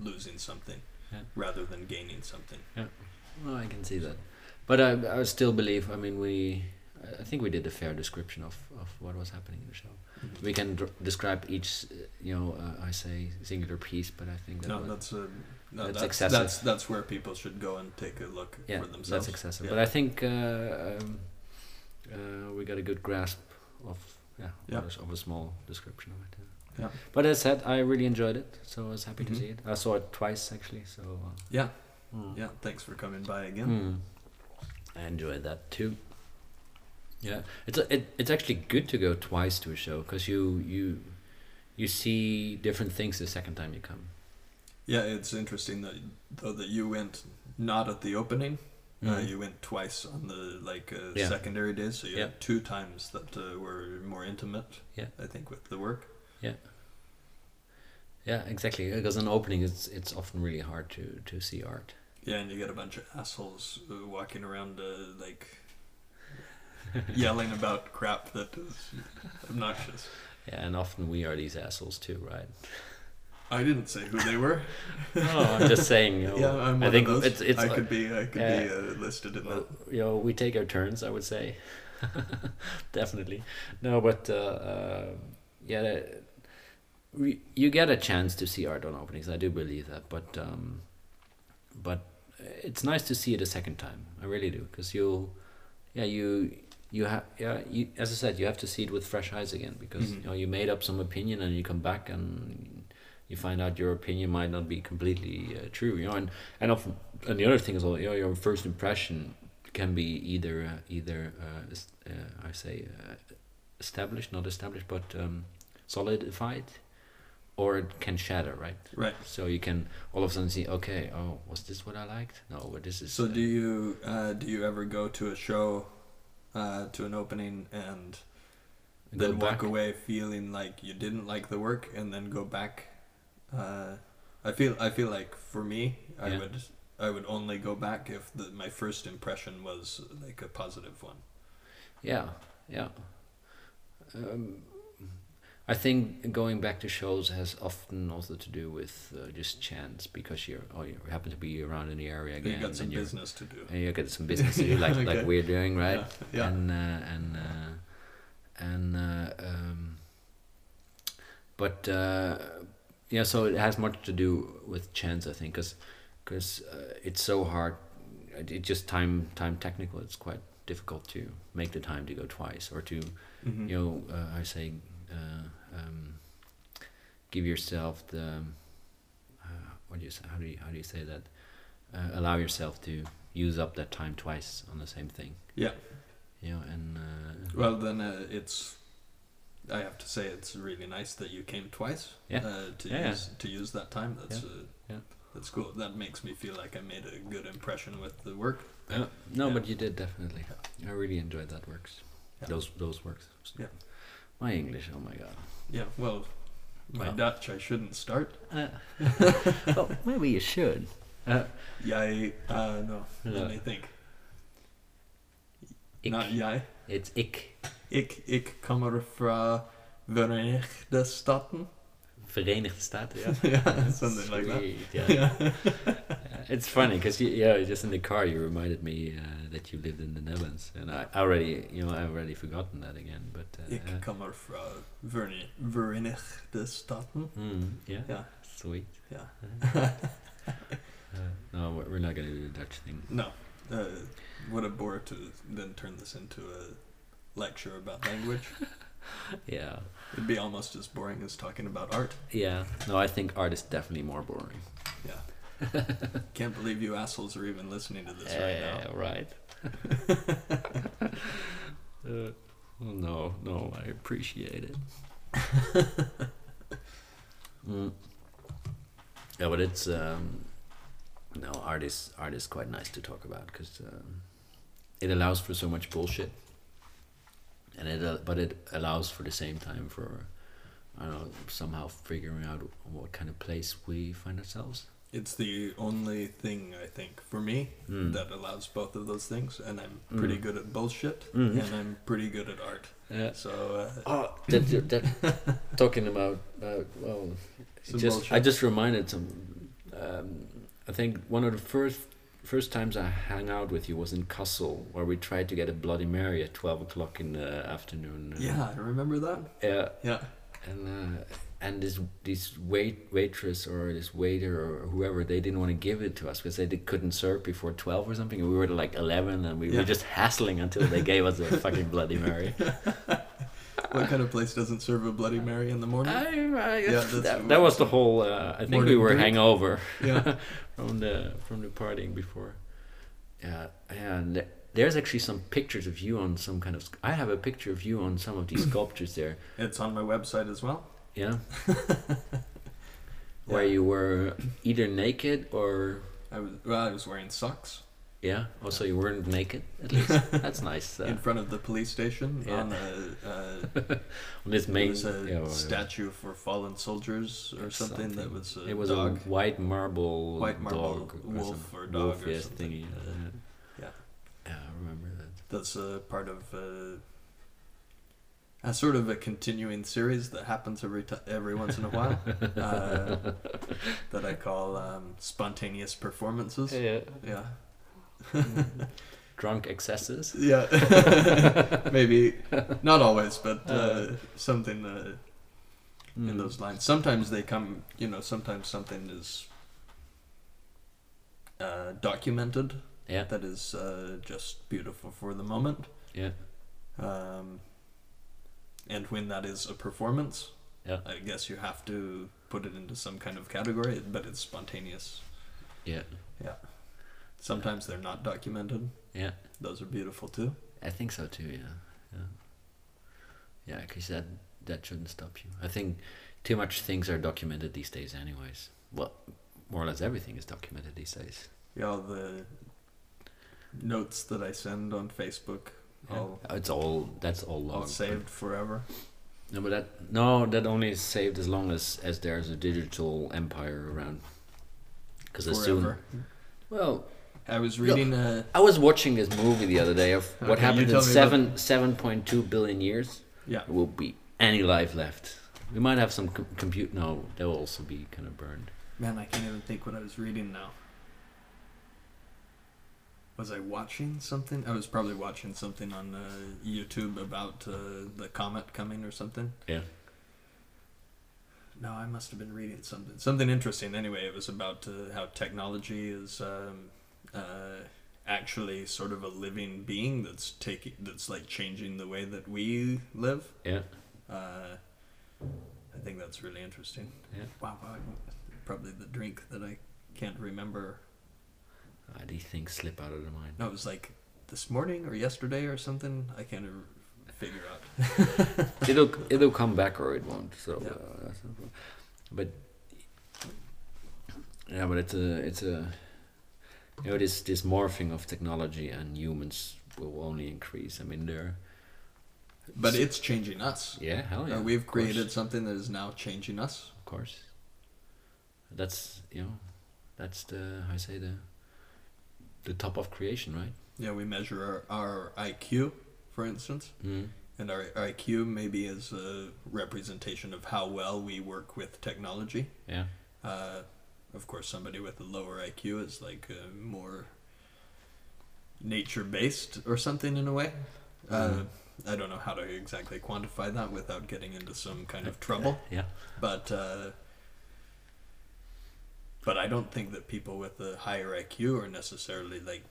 B: losing something
A: Yeah.
B: rather than gaining something.
A: Well, I can see that, but I, I still believe. I mean, we. I think we did a fair description of, of what was happening in the show. We can dr- describe each, uh, you know, uh, I say singular piece, but I think that
B: No,
A: was-
B: that's a
A: That's
B: no, that's
A: excessive.
B: That's that's where people should go and take a look
A: yeah,
B: for themselves.
A: that's excessive.
B: Yeah.
A: But I think uh, um, uh, we got a good grasp of yeah,
B: Yeah.
A: Of, a, of a small description of it. Yeah.
B: Yeah.
A: But as said, I really enjoyed it, so I was happy
B: Mhm.
A: to see it. I saw it twice actually, so. Uh,
B: Yeah.
A: mm.
B: yeah, thanks for coming by again.
A: Mm. I enjoyed that too. Yeah, it's a, it, it's actually good to go twice to a show because you you you see different things the second time you come.
B: Yeah, it's interesting that though that you went not at the opening. Uh, you went twice on the like uh,
A: Mm-hmm. Yeah.
B: secondary days, so you
A: Yeah.
B: had two times that uh, were more intimate.
A: Yeah.
B: I think with the work.
A: Yeah, exactly. Because an opening, it's it's often really hard to to see art.
B: Yeah, and you get a bunch of assholes uh, walking around uh, like yelling about crap that is obnoxious.
A: Yeah, and often we are these assholes too, right?
B: I didn't say who they were.
A: no, I'm just saying. You know,
B: yeah, I'm one
A: I think
B: of those.
A: it's it's.
B: I could be I could
A: yeah.
B: be uh, listed in
A: Well,
B: that.
A: you know, we take our turns, I would say. Definitely. No, but uh, uh, yeah, the- we, you get a chance to see art on openings. I do believe that, but um, but it's nice to see it a second time. I really do, because you, yeah, you you have yeah you as I said, you have to see it with fresh eyes again because
B: Mhm.
A: you know you made up some opinion and you come back and you find out your opinion might not be completely uh, true. You know, and and often and the other thing is well, you know, your first impression can be either uh, either uh, es- uh, I say uh, established, not established, but um, solidified, or it can shatter, right?
B: Right.
A: So you can all of a sudden see, okay, oh, was this what I liked? No, but this is.
B: So
A: uh,
B: do you uh, do you ever go to a show uh, to an opening and
A: go
B: then walk
A: back?
B: away feeling like you didn't like the work and then go back uh, i feel i feel like for me i
A: Yeah.
B: would i would only go back if the, my first impression was like a positive one
A: Yeah, yeah. Um, I think going back to shows has often also to do with uh, just chance because you're oh you happen to be around in the area
B: you
A: again
B: got some
A: and you're
B: business to do
A: and you get some business to do like like
B: Okay.
A: we're doing right
B: yeah
A: and uh, and uh, and uh, um, but uh, yeah, so it has much to do with chance, I think, because uh, it's so hard. It it just time time technical. It's quite difficult to make the time to go twice or to
B: yeah, hmm
A: you know uh, I say uh, um, give yourself the um, uh, what do you say, how do you how do you say that uh, allow yourself to use up that time twice on the same thing.
B: Yeah.
A: You know, and uh,
B: well then uh, it's i have to say it's really nice that you came twice
A: Yeah.
B: uh, to
A: Yeah, yeah.
B: use to use that time that's uh,
A: Yeah.
B: that's cool that makes me feel like i made a good impression with the work
A: Yeah. No,
B: Yeah.
A: but you did definitely. I really enjoyed that works.
B: Yeah.
A: Those those works.
B: Yeah.
A: My English, oh my god.
B: yeah well my
A: Well.
B: dutch i shouldn't start
A: Uh, well, maybe you should. Uh,
B: Jij, uh, no, let
A: Yeah.
B: me think.
A: ik.
B: Not jij.
A: It's ik.
B: Ik, ik kommer fra Verenigde er Staten.
A: Verenigde Staten. Yeah.
B: yeah, something like that.
A: Sweet, Yeah. Uh, it's funny because yeah, just in the car you reminded me uh, that you lived in the Netherlands, and I already you know I've already forgotten that again. But uh,
B: Ik
A: yeah.
B: kommer från Verne- Verenigde Staten.
A: Mm, yeah,
B: Yeah.
A: sweet.
B: Yeah.
A: Uh, no, we're we're not gonna do the Dutch thing.
B: No. Uh, what a bore to then turn this into a lecture about language.
A: Yeah,
B: It'd be almost as boring as talking about art.
A: yeah. No, I think art is definitely more boring.
B: Yeah. Can't believe you assholes are even listening to this right now.
A: Yeah, right. Uh, no, no, I appreciate it. Mm. Yeah, but it's um, no art is art is quite nice to talk about because um, it allows for so much bullshit, and it uh, but it allows for the same time for I don't know somehow figuring out what kind of place we find ourselves.
B: It's the only thing I think for me
A: Mm.
B: that allows both of those things, and I'm pretty
A: Mm.
B: good at bullshit,
A: Mm.
B: and I'm pretty good at art.
A: Yeah.
B: So uh,
A: Oh, that, that talking about uh, well,
B: Some
A: just
B: bullshit.
A: I just reminded some. Um, I think one of the first first times I hung out with you was in Kassel, where we tried to get a Bloody Mary at twelve o'clock in the afternoon. Uh,
B: yeah, I remember that.
A: Yeah,
B: Yeah,
A: and uh, and this this wait waitress or this waiter or whoever they didn't want to give it to us because they did, couldn't serve before twelve or something. And we were at like eleven, and we
B: Yeah.
A: were just hassling until they gave us a fucking Bloody Mary.
B: what kind of place doesn't serve a Bloody Mary in the morning?
A: I, I,
B: Yeah, that's-
A: Oh, that, that was the whole. Uh, I think we
B: Morning
A: were
B: drink.
A: hangover
B: Yeah,
A: from the from the partying before. Yeah, and th- there's actually some pictures of you on some kind of. sc- I have a picture of you on some of these sculptures there.
B: it's on my website as well.
A: Yeah. Where you were either naked or
B: I was well, I was wearing socks
A: yeah. Also, you weren't naked at least. That's nice. Uh,
B: in front of the police station
A: Yeah.
B: on a, uh,
A: on this
B: it
A: main
B: was a
A: yeah, well,
B: statue for fallen soldiers or something, that was a
A: it was
B: dog.
A: a white marble
B: White marble
A: dog or
B: wolf
A: some-
B: or dog
A: wolf,
B: or
A: yes,
B: something.
A: thingy.
B: Uh, yeah.
A: yeah, I remember that.
B: That's a part of uh, a sort of a continuing series that happens every ti every once in a while uh, that I call um, spontaneous performances.
A: Yeah.
B: Yeah,
A: Drunk excesses.
B: yeah, maybe not always, but uh, something uh, in
A: Mm.
B: those lines. Sometimes they come, you know. Sometimes something is uh, documented
A: Yeah,
B: that is uh, just beautiful for the moment.
A: yeah,
B: Um, and when that is a performance,
A: Yeah.
B: I guess you have to put it into some kind of category, but it's spontaneous.
A: yeah,
B: Sometimes they're not documented.
A: yeah.
B: Those are beautiful too.
A: I think so too. Yeah, yeah, yeah. Because that that shouldn't stop you. I think too much things are documented these days, anyways. Well, more or less everything is documented these days.
B: Yeah, all the notes that I send on Facebook, all,
A: It's all that's all
B: Oh. all
A: logged.
B: saved forever.
A: No, but that no, that only is saved as long as as there's a digital empire around. Because as soon
B: Forever.
A: well,
B: I was
A: Yeah.
B: reading uh, a.
A: I was watching this movie the other day of
B: Okay, you
A: what happened
B: tell
A: in
B: me
A: seven seven point two billion years.
B: Yeah.
A: There will be any life left. We might have some com- compute. No, they will also be kind of burned.
B: Man, I can't even think what I was reading now. Was I watching something? I was probably watching something on uh, YouTube about uh, the comet coming or something.
A: Yeah.
B: No, I must have been reading something. Something interesting. Anyway, it was about uh, how technology is um, uh, actually sort of a living being that's taking that's like changing the way that we live.
A: Yeah.
B: Uh, I think that's really interesting.
A: Yeah.
B: Wow, wow, probably the drink that I can't remember.
A: Ah, these things slip out of the mind.
B: No, it was like this morning or yesterday or something. I can't ever figure out.
A: it'll it'll come back or it won't. So,
B: Yeah.
A: uh, that's not pro- but yeah, but it's a it's a you know this this morphing of technology and humans will only increase. I mean, they're
B: But it's changing us.
A: yeah, hell yeah.
B: Uh, we've
A: of course.
B: created something that is now changing us.
A: of course. That's you know, that's the how I say the the top of creation, right?
B: Yeah, we measure our, our IQ, for instance,
A: Mm.
B: And our, our IQ maybe is a representation of how well we work with technology.
A: Yeah.
B: Uh, of course, somebody with a lower IQ is like uh, more nature based or something in a way.
A: Mm-hmm.
B: Uh, I don't know how to exactly quantify that without getting into some kind of trouble
A: Yeah.
B: but uh, but I don't think that people with a higher IQ are necessarily like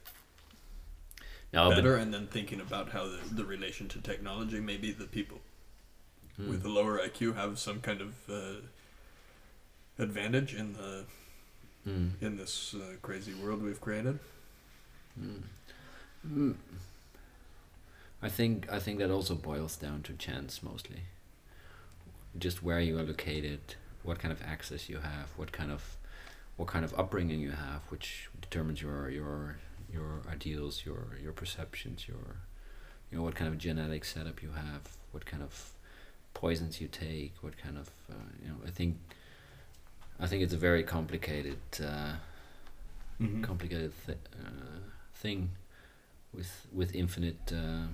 A: No,
B: better. And then thinking about how the, the relation to technology, maybe the people
A: but
B: with a lower IQ have some kind of uh, advantage in the
A: Mm.
B: in this uh, crazy world we've created.
A: Mm. Mm. I think I think that also boils down to chance mostly. Just where you are located, what kind of access you have, what kind of what kind of upbringing you have, which determines your your your ideals, your your perceptions, your you know what kind of genetic setup you have, what kind of poisons you take, what kind of uh, you know. I think I think it's a very complicated. Uh,
B: Mm-hmm.
A: complicated th- uh, thing with with infinite uh,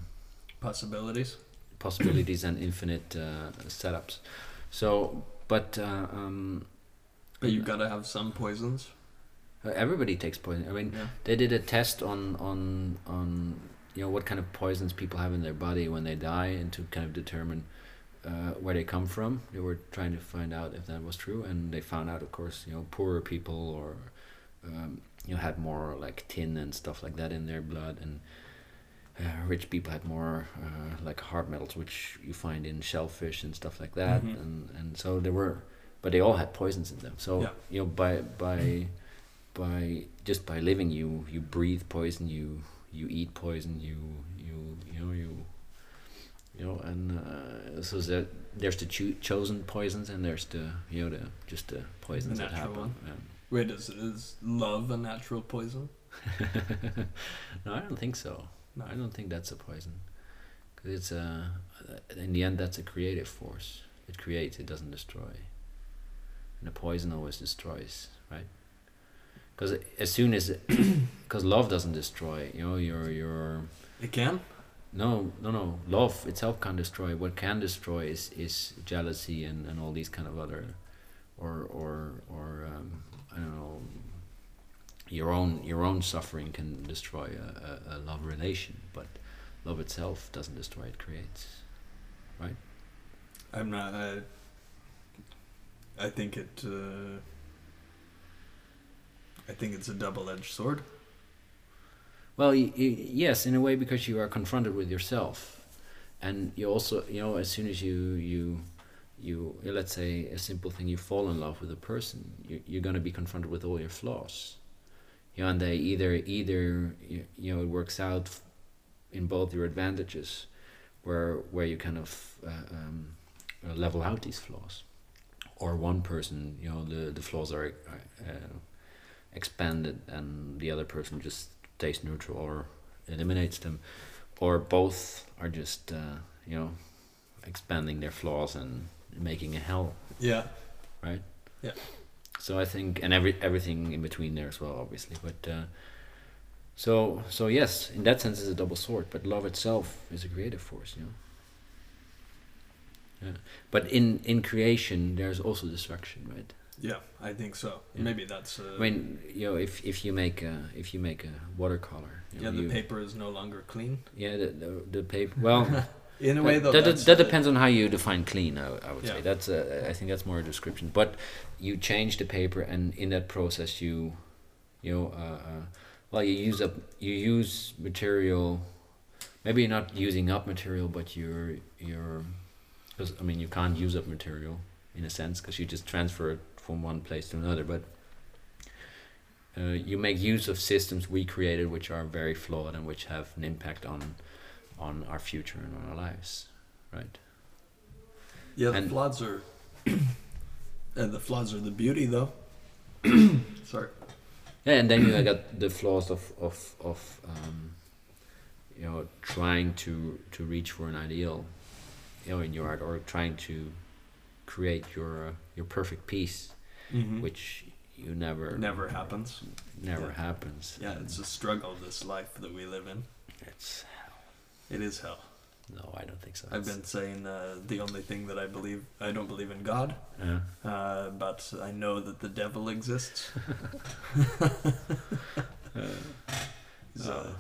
B: Possibilities.
A: possibilities and infinite uh, setups. So, but uh, um,
B: But you've got to have some poisons.
A: everybody takes poison. I mean,
B: Yeah.
A: they did a test on on on you know what kind of poisons people have in their body when they die, and to kind of determine. Uh, where they come from, they were trying to find out if that was true, and they found out, of course, you know, poorer people or um, you know, had more like tin and stuff like that in their blood, and uh, rich people had more uh, like hard metals, which you find in shellfish and stuff like that,
B: Mhm.
A: and and so they were, but they all had poisons in them. So
B: Yeah.
A: you know, by by by just by living, you you breathe poison, you you eat poison, you you you know you. You know, and uh, so there, there's the cho- chosen poisons, and there's the you know the just the poisons that
B: natural
A: happen. Um,
B: one.
A: Yeah.
B: Wait, is, is love a natural poison?
A: no, I don't think so.
B: No.
A: I don't think that's a poison. 'Cause it's a, in the end, that's a creative force. It creates, it doesn't destroy. And a poison always destroys, right? Because as soon as, because love doesn't destroy, you know, your your
B: It can.
A: no no no love itself can't destroy. What can destroy is is jealousy and and all these kind of other, or or or um, I don't know. Your own your own suffering can destroy a, a, a love relation, but love itself doesn't destroy; it creates.
B: I'm not. I, I think it. Uh, I think it's a double-edged sword.
A: Well, y y yes, in a way, because you are confronted with yourself, and you also, you know, as soon as you you you let's say a simple thing, you fall in love with a person, you, you're going to be confronted with all your flaws, you know, and they either either you, you know it works out f- in both your advantages, where where you kind of uh, um, uh, level out these flaws, or one person, you know, the the flaws are. Uh, expanded and the other person just stays neutral or eliminates them, or both are just uh, you know expanding their flaws and making a hell.
B: Yeah.
A: So I think and every everything in between there as well, obviously. But uh, so so yes, in that sense, it's a double sword. But love itself is a creative force, you know. Yeah. But in, in creation, there's also destruction, right?
B: Yeah, I think so.
A: Yeah.
B: Maybe that's. Uh,
A: I mean, you know, if, if you make a if you make a watercolor, you
B: yeah,
A: know,
B: the
A: you-
B: paper is no longer clean.
A: Yeah, the, the, the paper. Well,
B: In a way,
A: that,
B: though,
A: that,
B: that's
A: that
B: the-
A: depends on how you define clean. I, I would say
B: Yeah.
A: that's a, I think that's more a description. But you change the paper, and in that process, you, you know, uh, uh, well, you use up you use material. Maybe you're not using up material, but you're you're, because I mean you can't use up material in a sense because you just transfer it from one place to another. But uh, you make use of systems we created, which are very flawed and which have an impact on on our future and on our lives, right?
B: Yeah, the
A: and-
B: flaws are. and the flaws are the beauty, though. Sorry.
A: Yeah, and then you got the flaws of of of um, you know trying to to reach for an ideal, you know, in your art or trying to create your uh, your perfect piece,
B: Mhm.
A: which you never
B: never happens.
A: never
B: Yeah.
A: happens.
B: Yeah,
A: and
B: it's a struggle. This life that we live in.
A: it's
B: It is hell.
A: No, I don't think so.
B: I've
A: It's-
B: been saying uh, the only thing that I believe I don't believe in God,
A: Uh,
B: uh, but I know that the devil exists. he's, uh,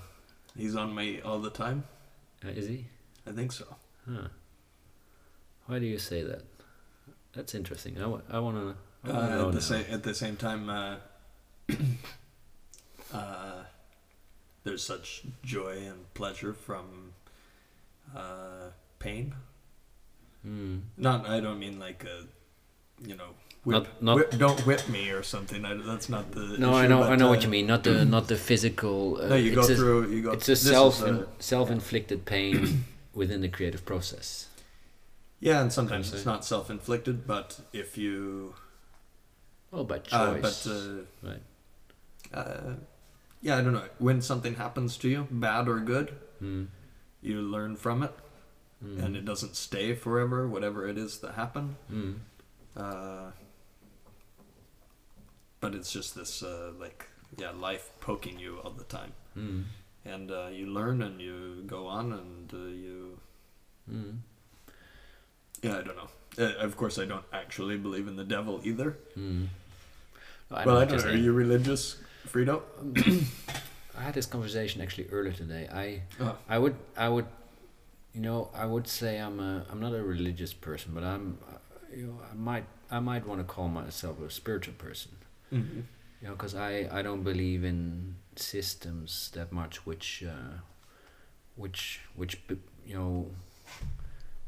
B: he's on me all the time.
A: uh, is he?
B: I think so.
A: Huh. Why do you say that? That's interesting. I, w- I want to
B: Uh,
A: know
B: at,
A: now.
B: the sa- at the same time, uh, uh, there's such joy and pleasure from uh, pain.
A: Hmm.
B: Not, I don't mean like a, you know, whip,
A: Not- not-
B: whip- don't whip me or something. I, that's not the.
A: No, I
B: issue,
A: know,
B: but,
A: I know
B: uh,
A: what you mean. Not the not the physical. Uh,
B: no, you go
A: it's a,
B: through. You go.
A: It's a
B: this is uh,
A: self self inflicted pain within the creative process.
B: yeah, and sometimes
A: I'd
B: it's
A: say.
B: not self-inflicted, but if you,
A: Oh, by choice.
B: uh, but uh,
A: right.
B: uh, yeah, I don't know. When something happens to you, bad or good,
A: Hmm.
B: you learn from it,
A: Hmm.
B: and it doesn't stay forever. Whatever it is that happened,
A: Hmm.
B: uh, but it's just this uh, like yeah, life poking you all the time.
A: Hmm.
B: and uh, you learn and you go on and uh, you
A: Hmm.
B: yeah i don't know uh, of course i don't actually believe in the devil either
A: Hmm.
B: well i
A: what you're
B: don't know are
A: saying.
B: you religious Frito?
A: I had this conversation actually earlier today. I
B: Oh.
A: I would I would you know I would say I'm a I'm not a religious person, but I'm uh, you know I might I might want to call myself a spiritual person.
B: Mm-hmm.
A: You know, because I I don't believe in systems that much, which uh, which which b- you know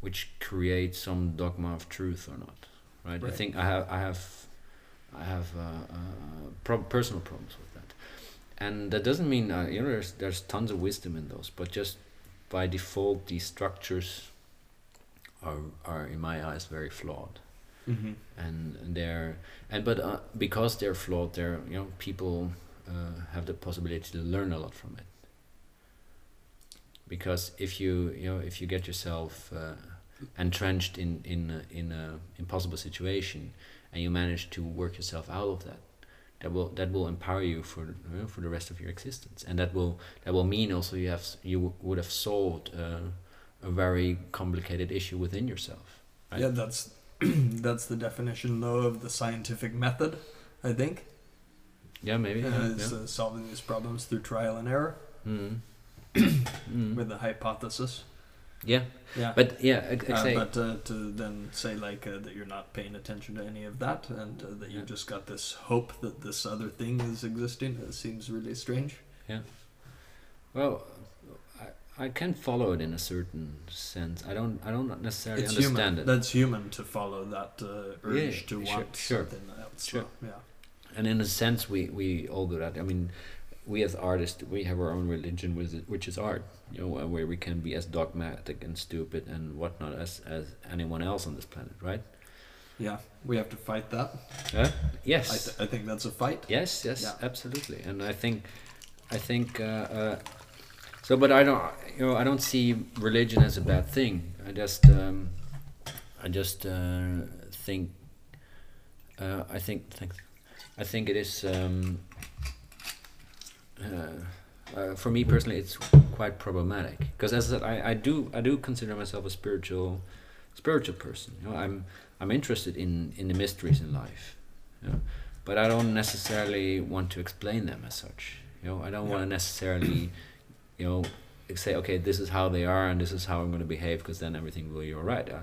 A: which create some dogma of truth or not, right?
B: Right.
A: I think I have I have I have uh, uh, prob- personal problems with that, and that doesn't mean uh, you know there's there's tons of wisdom in those, but just by default these structures are are in my eyes very flawed
B: Mm-hmm.
A: and they're and but uh, because they're flawed they're you know people uh, have the possibility to learn a lot from it because if you you know if you get yourself uh, entrenched in in a, in a impossible situation and you manage to work yourself out of that that will that will empower you for you know, for the rest of your existence and that will that will mean also you have s- you w- would have solved uh, a very complicated issue within yourself right?
B: yeah that's that's the definition though of the scientific method i think
A: yeah maybe
B: uh,
A: yeah,
B: is
A: yeah.
B: uh, solving these problems through trial and error
A: Mm.
B: with a hypothesis
A: Yeah,
B: yeah
A: Mm-hmm. but yeah, I- I'd
B: Uh,
A: say
B: but uh, to then say like uh, that you're not paying attention to any of that, and uh, that you
A: Yeah.
B: just got this hope that this other thing is existing, it seems really strange.
A: well, I, I can follow it in a certain sense. I don't I don't necessarily
B: it's
A: understand
B: human.
A: it,
B: That's human to follow that uh, urge
A: Yeah,
B: to
A: sure,
B: want
A: sure.
B: something else.
A: Sure.
B: Yeah.
A: and in a sense, we we all do that. I mean, we as artists, we have our own religion, which is, which is art, you know, uh, where we can be as dogmatic and stupid and whatnot as as anyone else on this planet, right?
B: Yeah, we have to fight that.
A: Yeah. Yes.
B: I, th- I think that's a fight.
A: Yes, yes,
B: Yeah.
A: absolutely. And I think, I think, uh, uh, so. But I don't, you know, I don't see religion as a bad thing. I just, um, I just uh, think, uh, I think, think, I think it is. Um, uh, uh, for me personally, it's quite problematic because, as I said, I, I do, I do consider myself a spiritual, spiritual person. You know, I'm, I'm interested in in the mysteries in life. You know? but I don't necessarily want to explain them as such. You know, I don't want
B: Yeah.
A: to necessarily, you know, say okay, this is how they are and this is how I'm going to behave because then everything will be all right. I,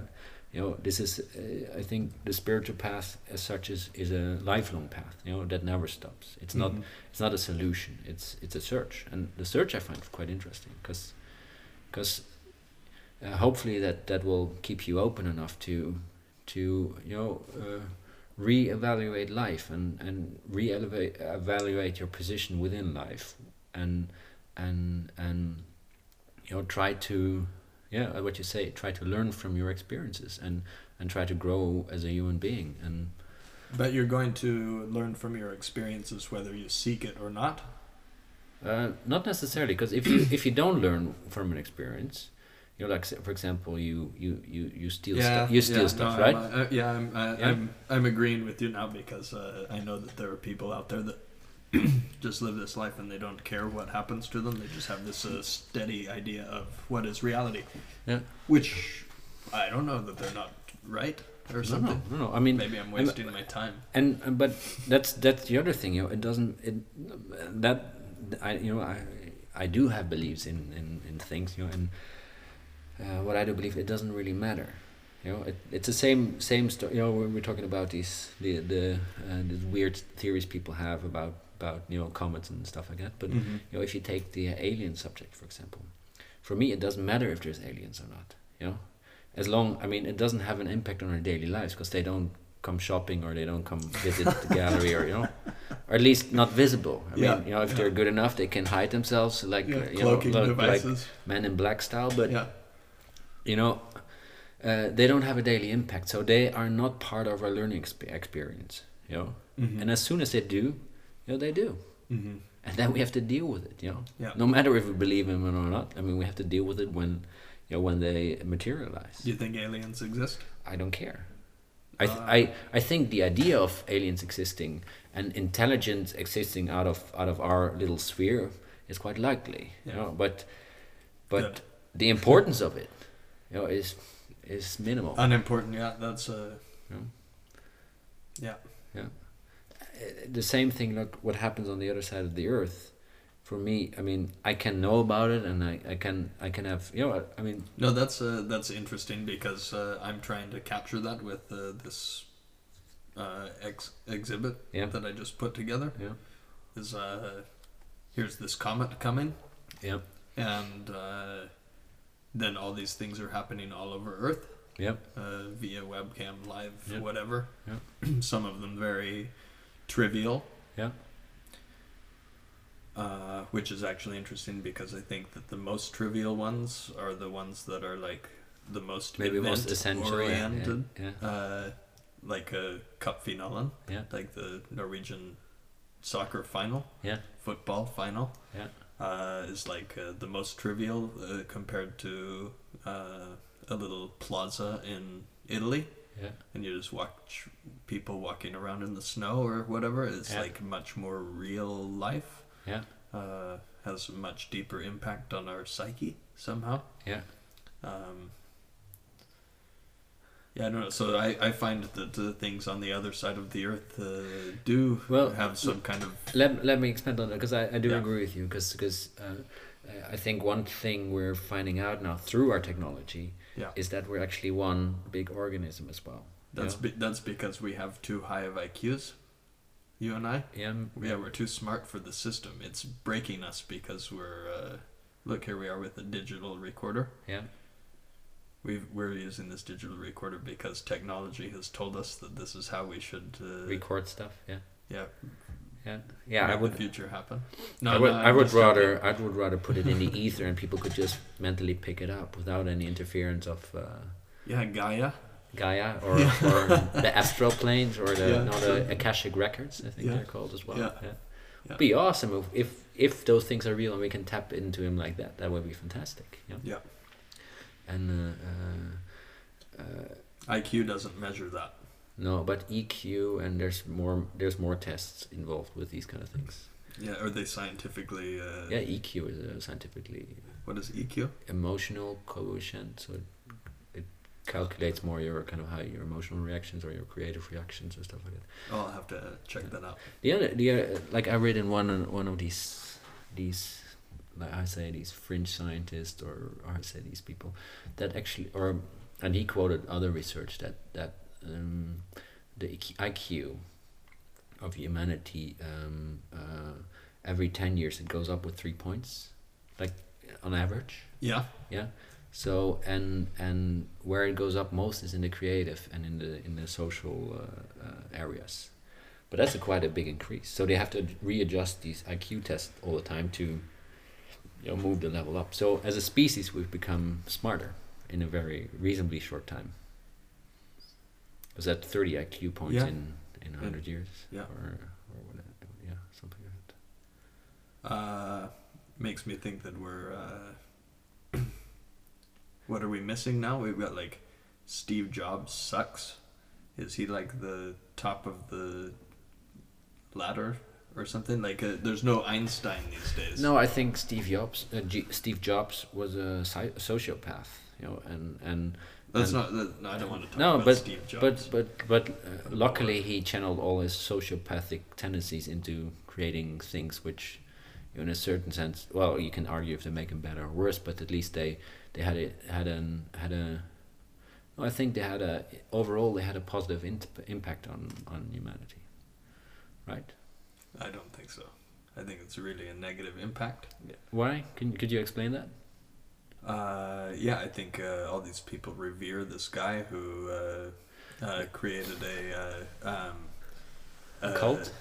A: you know, this is uh, I think the spiritual path as such is is a lifelong path. You know, that never stops. It's not
B: Mhm.
A: it's not a solution. It's it's a search, and the search I find quite interesting because because uh, hopefully that that will keep you open enough to to you know uh, reevaluate life and and reevaluate evaluate your position within life and and and you know try to yeah what you say try to learn from your experiences and and try to grow as a human being and
B: But you're going to learn from your experiences whether you seek it or not.
A: Uh, not necessarily, because if you if you don't learn from an experience, you know, like s- for example, you you you you steal stuff, you steal
B: yeah,
A: stuff,
B: no,
A: right?
B: I'm, uh, yeah, I'm, I,
A: Yeah.
B: I'm, I'm agreeing with you now because uh, I know that there are people out there that just live this life and they don't care what happens to them. They just have this uh, steady idea of what is reality.
A: Yeah.
B: Which I don't know that they're not right or
A: No,
B: something.
A: no, no, no. I mean,
B: Maybe I'm wasting my time.
A: and but that's that's the other thing you know it doesn't it that i you know i i do have beliefs in in, in things you know and uh, what i do believe it doesn't really matter you know it, it's the same same story you know when we're talking about these the the uh, these weird theories people have about about you know comets and stuff like that but
B: Mhm.
A: you know if you take the alien subject for example for me it doesn't matter if there's aliens or not you know as long i mean it doesn't have an impact on our daily lives because they don't come shopping or they don't come visit the gallery or you know or at least not visible i
B: Yeah,
A: mean you know if
B: yeah.
A: they're good enough they can hide themselves like
B: yeah,
A: uh, you know
B: cloaking
A: like, like
B: devices.
A: man in black style but
B: yeah.
A: you know uh, they don't have a daily impact so they are not part of our learning exp- experience you know
B: Mhm.
A: and as soon as they do you know they do
B: Mhm.
A: and then we have to deal with it you know
B: Yeah.
A: no matter if we believe in them or not i mean we have to deal with it when you know when they materialize
B: Do you think aliens exist?
A: I don't care. I, th-
B: Ah.
A: I I think the idea of aliens existing and intelligence existing out of out of our little sphere is quite likely.
B: Yeah.
A: You know, but but
B: Good.
A: the importance of it, you know, is is minimal. Uh,
B: Unimportant. Yeah, that's uh,
A: you know?
B: yeah.
A: Uh, The same thing like what happens on the other side of the earth. For me, I mean, I can know about it, and I, I can I can have you know I mean
B: No, that's uh, that's interesting because uh, I'm trying to capture that with uh, this uh, ex- exhibit
A: Yeah.
B: that I just put together.
A: yeah
B: Is uh, here's this comet coming,
A: yeah
B: and uh, then all these things are happening all over Earth
A: yeah
B: uh, via webcam, live,
A: Yeah.
B: whatever.
A: Yeah.
B: Some of them very trivial,
A: yeah
B: uh, which is actually interesting because I think that the most trivial ones are the ones that are like the most
A: maybe most essential yeah, yeah,
B: oriented.
A: yeah
B: uh, like a cup finalen,
A: yeah
B: like the Norwegian soccer final,
A: yeah
B: football final,
A: yeah
B: uh, is like uh, the most trivial uh, compared to uh, a little plaza in Italy,
A: yeah
B: and you just watch people walking around in the snow or whatever. It's
A: Yeah.
B: like much more real life.
A: yeah
B: Uh, has a much deeper impact on our psyche somehow.
A: yeah.
B: Um, yeah, I don't know. So I, I find that the things on the other side of the earth uh, do
A: Well,
B: have some kind of
A: let, let me expand on that because I, I do
B: Yeah.
A: agree with you because because uh, I think one thing we're finding out now through our technology
B: yeah.
A: is that we're actually one big organism as well. you
B: That's
A: know?
B: be, that's because we have too high of IQs, you and I.
A: yeah, m-
B: Yeah, we're too smart for the system. It's breaking us because we're uh, look here we are with a digital recorder.
A: yeah,
B: We've, we're using this digital recorder because technology has told us that this is how we should uh,
A: record stuff. Yeah,
B: yeah
A: yeah, yeah. I
B: make
A: would.
B: the future happen.
A: I would, I
B: I'm
A: would
B: just joking.
A: rather I would rather put it in the ether and people could just mentally pick it up without any interference of uh,
B: yeah Gaia.
A: Gaia or, or the astral planes or the,
B: Yeah,
A: no,
B: sure.
A: the Akashic records I think
B: Yeah.
A: they're called as well.
B: Yeah. Yeah.
A: It'd be awesome if, if if those things are real and we can tap into him like that. That would be fantastic. Yeah.
B: Yeah.
A: And uh, uh, uh,
B: IQ doesn't measure that.
A: no, but EQ and there's more there's more tests involved with these kind of things.
B: Yeah, are they scientifically? Uh,
A: Yeah, EQ is uh, scientifically
B: What is E EQ?
A: emotional quotient, so it, it calculates more your kind of how your emotional reactions or your creative reactions or stuff like that.
B: Oh, I'll have to check that out.
A: The other, the other, like I read in one one of these these like I say these fringe scientists or, or I say these people that actually or and he quoted other research that that um, the IQ IQ of humanity um, uh, every ten years it goes up with three points, like on average.
B: Yeah.
A: Yeah. So and and where it goes up most is in the creative and in the in the social uh, uh, areas, but that's a quite a big increase. So they have to readjust these IQ tests all the time to, you know, move the level up. So as a species, we've become smarter in a very reasonably short time. Was that thirty IQ points
B: Yeah.
A: in in hundred years?
B: Yeah.
A: Or or what? Yeah, something like that.
B: Uh, makes me think that we're. Uh, what are we missing now? We've got like Steve Jobs sucks. Is he like the top of the ladder or something like uh there's no Einstein these days.
A: No, I think Steve Jobs, uh, G- Steve Jobs was a sci- sociopath, you know, and and
B: that's
A: and-
B: not. That, no, I don't want to talk
A: No,
B: about
A: but-
B: Steve Jobs.
A: But but but uh, luckily he channeled all his sociopathic tendencies into creating things which, in a certain sense, well, you can argue if they make them better or worse, but at least they they had a had an had a. no, I think they had a overall they had a positive int- impact on on humanity, right?
B: I don't think so. I think it's really a negative impact.
A: Why? Can could you explain that?
B: Uh, yeah, I think uh, all these people revere this guy who uh, uh, created a, uh, um,
A: A
B: uh,
A: cult?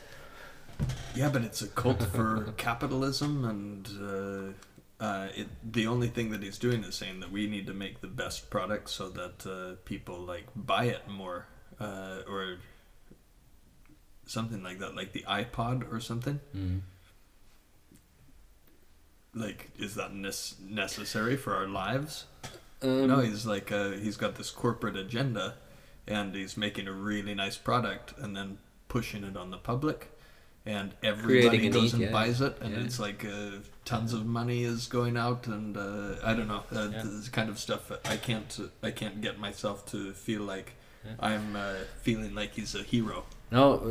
B: Yeah, but it's a cult for capitalism, and uh, uh, it, the only thing that he's doing is saying that we need to make the best product so that uh, people like buy it more, uh, or something like that, like the iPod or something.
A: Mm.
B: Like, is that nes- necessary for our lives?
A: Um,
B: no, he's like uh, he's got this corporate agenda, and he's making a really nice product and then pushing it on the public, and everybody
A: a need,
B: goes and
A: yeah.
B: buys it, and
A: Yeah.
B: it's like uh, tons of money is going out, and uh, I don't know, uh,
A: Yeah.
B: this kind of stuff. that I can't I can't get myself to feel like
A: Yeah.
B: I'm uh, feeling like he's a hero.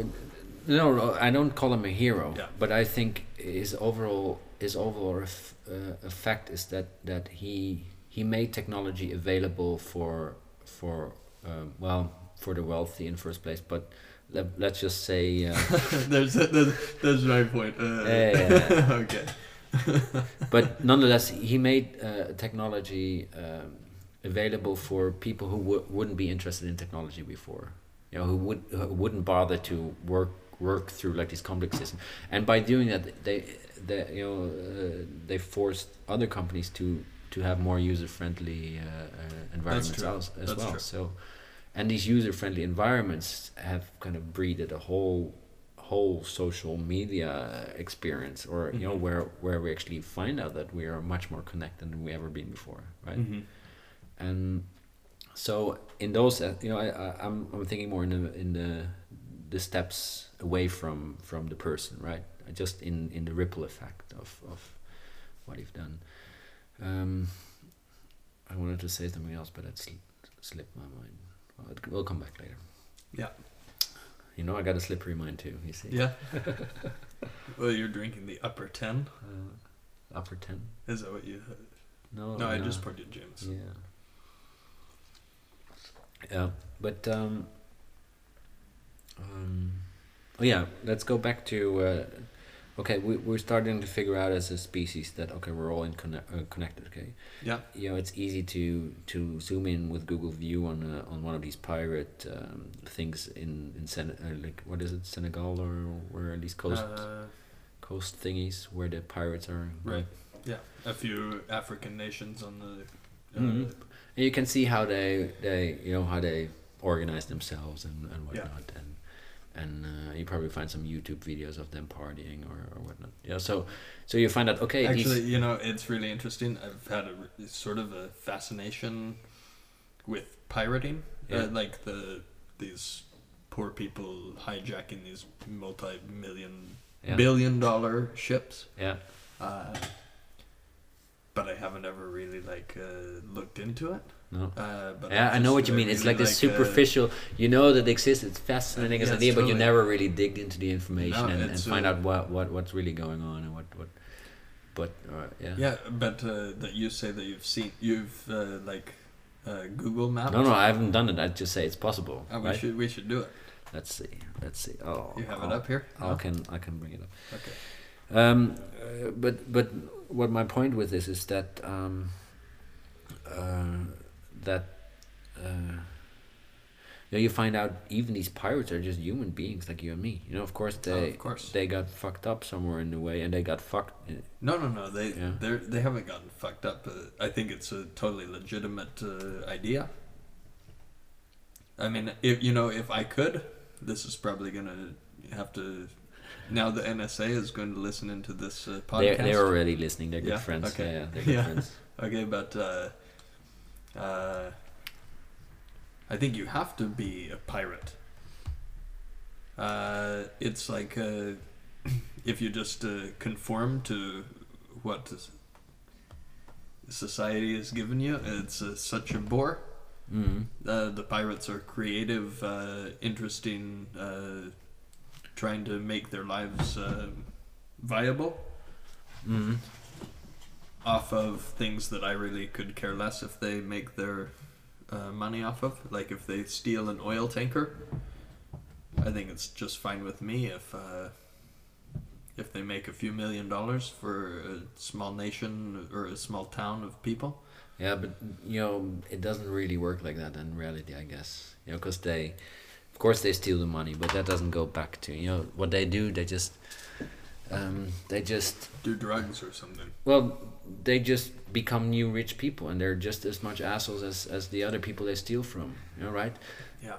A: No, no, I don't call him a hero,
B: Yeah.
A: but I think his overall his overall eff- uh, effect is that that he he made technology available for for um, well for the wealthy in first place, but let, let's just say uh,
B: there's, there's there's my point. Uh,
A: Yeah, yeah, yeah.
B: okay.
A: but nonetheless, he made uh, technology um, available for people who w- wouldn't be interested in technology before. You know, who would who wouldn't bother to work work through like these complex systems. And by doing that, they they you know uh, they forced other companies to to have more user friendly uh, uh, environments
B: true.
A: as, as
B: That's
A: well.
B: true.
A: So, and these user friendly environments have kind of breeded a whole whole social media experience or you know
B: Mhm.
A: where where we actually find out that we are much more connected than we ever been before right
B: Mhm.
A: and so in those uh, you know I, I I'm I'm thinking more in the in the the steps away from from the person right Uh, just in in the ripple effect of of what you've done um I wanted to say something else but it slipped, slipped my mind well, it will come back later
B: Yeah.
A: you know I got a slippery mind too you see
B: Yeah. well, you're drinking the upper ten.
A: uh, upper 10
B: Is that what you?
A: no
B: No, I just poured you James.
A: Oh, Yeah. Mm, Yeah, but um, um, oh yeah, let's go back to. Uh, okay, we we're starting to figure out as a species that okay we're all in connect, uh, connected. Okay.
B: Yeah.
A: You know it's easy to to zoom in with Google View on uh, on one of these pirate um, things in in Sen- uh, like what is it Senegal or where these coast
B: Uh,
A: coast thingies where the pirates are
B: Right. yeah, a few African nations on the. Uh,
A: Mhm. And you can see how they they you know how they organize themselves and and
B: Yeah.
A: whatnot and and uh, you probably find some YouTube videos of them partying or, or whatnot. Yeah, so so you find out okay these-
B: Actually, you know, it's really interesting. I've had a re- sort of a fascination with pirating,
A: Yeah.
B: uh, like the these poor people hijacking these multi-million,
A: yeah,
B: billion-dollar ships.
A: yeah
B: Uh, but I haven't ever really like uh, looked into it.
A: no.
B: Uh, but
A: Yeah, I know
B: just-
A: what you mean. It's
B: really
A: like this
B: uh,
A: superficial. you know that it exists. It's fascinating as
B: Yeah,
A: an idea, but you
B: totally.
A: never really dig into the information
B: No,
A: and, and
B: it's,
A: find
B: uh,
A: out what, what what's really going on and what what. But uh, yeah.
B: Yeah, but uh, that you say that you've seen you've uh, like uh, Google Maps.
A: No, no, I haven't done it. I just say it's possible.
B: Uh, we
A: right?
B: should we should do it.
A: Let's see. Let's see. Oh,
B: You have
A: oh.
B: it up here.
A: I can I can bring it up.
B: Okay.
A: Um, uh, but but what my point with this is that um, uh, that uh, you, know, you find out even these pirates are just human beings like you and me. You know, of course
B: Oh,
A: they
B: of course.
A: they got fucked up somewhere in the way, and they got fucked. uh,
B: No, no, no. They
A: Yeah.
B: they're- they haven't gotten fucked up. Uh, I think it's a totally legitimate uh, idea. I mean, if you know, if I could, this is probably gonna have to. Now the NSA is going to listen into this uh,
A: They're,
B: podcast.
A: they're already listening. They're good
B: Yeah,
A: friends.
B: okay.
A: Yeah, yeah, they're good
B: Yeah.
A: friends.
B: Okay, but uh, uh, I think you have to be a pirate. Uh, it's like uh if you just uh, conform to what s- society has given you, it's uh, such a bore.
A: Mm.
B: Uh, the pirates are creative, uh, interesting, uh, trying to make their lives uh, viable
A: Mm.
B: off of things that I really could care less if they make their uh, money off of. Like if they steal an oil tanker, I think it's just fine with me if uh, if they make a few million dollars for a small nation or a small town of people.
A: Yeah, but you know, it doesn't really work like that in reality, I guess. You know, because they, of course, they steal the money, but that doesn't go back to you know what they do. They just, um, they just,
B: Do drugs or something.
A: well, they just become new rich people, and they're just as much assholes as as the other people they steal from. You know, right?
B: Yeah.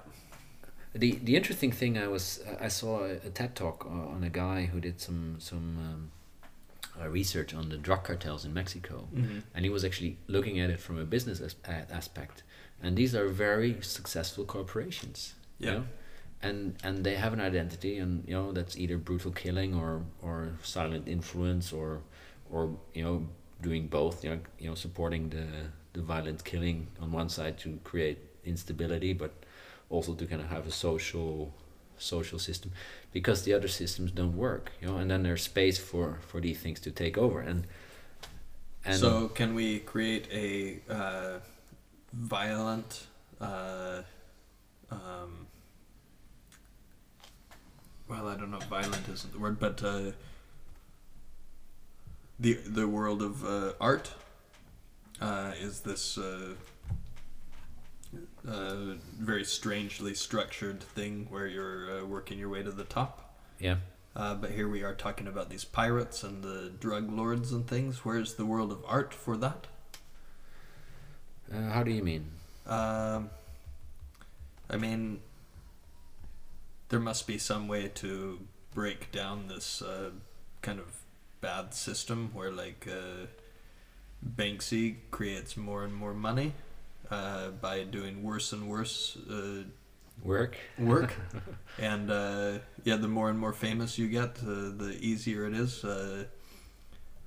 A: The the interesting thing I was I saw a, a TED talk o- on a guy who did some some um, uh, research on the drug cartels in Mexico,
B: Mm-hmm.
A: and he was actually looking at it from a business as- a- aspect and these are very successful corporations you
B: Yeah.
A: know? and and they have an identity and you know that's either brutal killing or or silent influence or or you know doing both you know you know supporting the the violent killing on one side to create instability but also to kind of have a social social system because the other systems don't work you know and then there's space for for these things to take over and and
B: so can we create a uh, violent uh, um, well i don't know if violent isn't the word but uh, the the world of uh, art uh, is this uh, uh, very strangely structured thing where you're uh, working your way to the top
A: yeah
B: uh, but here we are talking about these pirates and the drug lords and things. Where's the world of art for that?
A: Uh, how do you mean?
B: Um, I mean, there must be some way to break down this uh, kind of bad system where, like, uh, Banksy creates more and more money uh, by doing worse and worse uh,
A: Work?
B: work. and uh, yeah, the more and more famous you get, uh, the easier it is. Uh,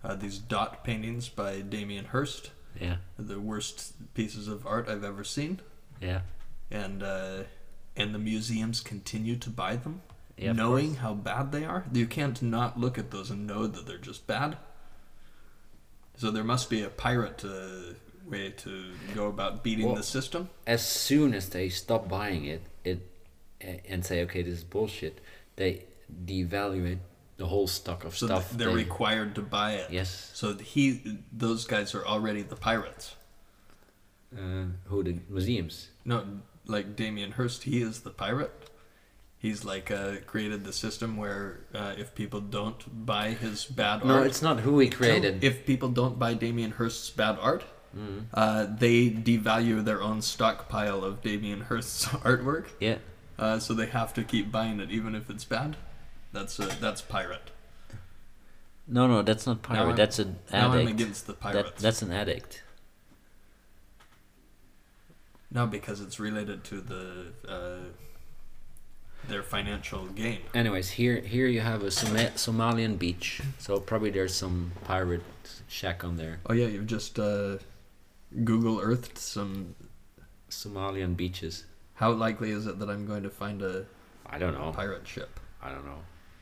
B: uh, these dot paintings by Damien Hirst,
A: Yeah,
B: the worst pieces of art I've ever seen,
A: yeah,
B: and uh, and the museums continue to buy them,
A: yeah. of
B: knowing how bad they are. You can't not look at those and know that they're just bad. So there must be a pirate uh, way to go about beating
A: Well-
B: the system.
A: course. As soon as they stop buying it, it a- and say, okay, this is bullshit. They devaluate the whole stock of
B: So th-
A: stuff.
B: they're
A: they-
B: required to buy it.
A: yes.
B: So he, those guys are already the pirates.
A: Uh, who the museums?
B: No, like Damien Hirst, he is the pirate. He's like uh, created the system where uh, if people don't buy his bad
A: No,
B: art,
A: it's not who we created. Mm-hmm.
B: No, if people don't buy Damien Hirst's bad art, uh, they devalue their own stockpile of Damien Hirst's artwork.
A: yeah.
B: Uh, so they have to keep buying it even if it's bad. That's uh, that's pirate.
A: No, no, that's not pirate.
B: I'm-
A: that's an
B: Now I'm
A: addict.
B: against the
A: That,
B: pirates.
A: that's an addict.
B: No, because it's related to the uh, their financial gain.
A: Anyways, here here you have a Soma- Somalian beach. So probably there's some pirate shack on there.
B: Oh yeah, you've just uh, Google Earthed some.
A: Somalian beaches.
B: How likely is it that I'm going to find a
A: I don't know.
B: pirate ship,
A: I don't know.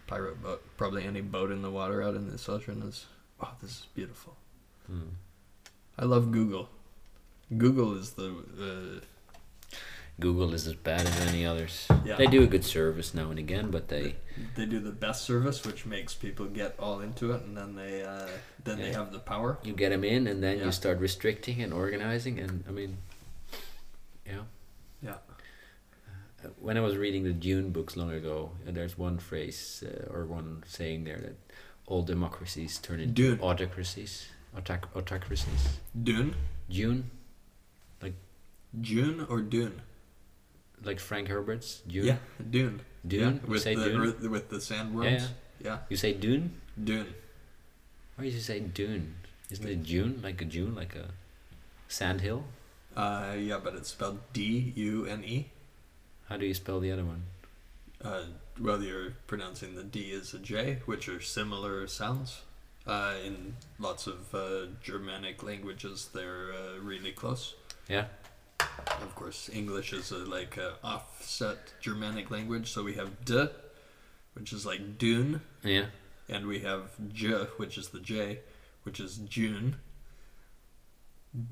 B: pirate boat? Probably any boat in the water out in this ocean is. Oh, this is beautiful.
A: Hmm.
B: I love Google. Google is the. uh,
A: Google is as bad as any others.
B: Yeah.
A: They do a good service now and again, but they
B: Uh, they do the best service, which makes people get all into it, and then they uh, then they
A: Yeah.
B: have the power.
A: you get them in and then
B: Yeah.
A: you start restricting and organizing and I mean, yeah.
B: Yeah.
A: Uh, When I was reading the Dune books long ago, and there's one phrase uh, or one saying there that all democracies turn into
B: Dune.
A: autocracies, autoc- autocracies.
B: Dune,
A: Dune,
B: June or Dune?
A: like Frank Herbert's Dune.
B: Yeah, Dune.
A: Dune.
B: Yeah,
A: you
B: with
A: say
B: the
A: Dune.
B: earth- with the sandworms.
A: Yeah,
B: yeah.
A: You say Dune.
B: Dune.
A: Why did you say Dune? Isn't it June? Like a June, like a sand hill?
B: Uh, yeah, but it's spelled D U N E.
A: How do you spell the other one?
B: Uh, whether you're pronouncing the D as a J, which are similar sounds. Uh, in lots of uh, Germanic languages, they're uh, really close.
A: Yeah.
B: Of course, English is a, like a offset Germanic language, so we have D, which is like dune,
A: Yeah.
B: and we have J, which is the J, which is June,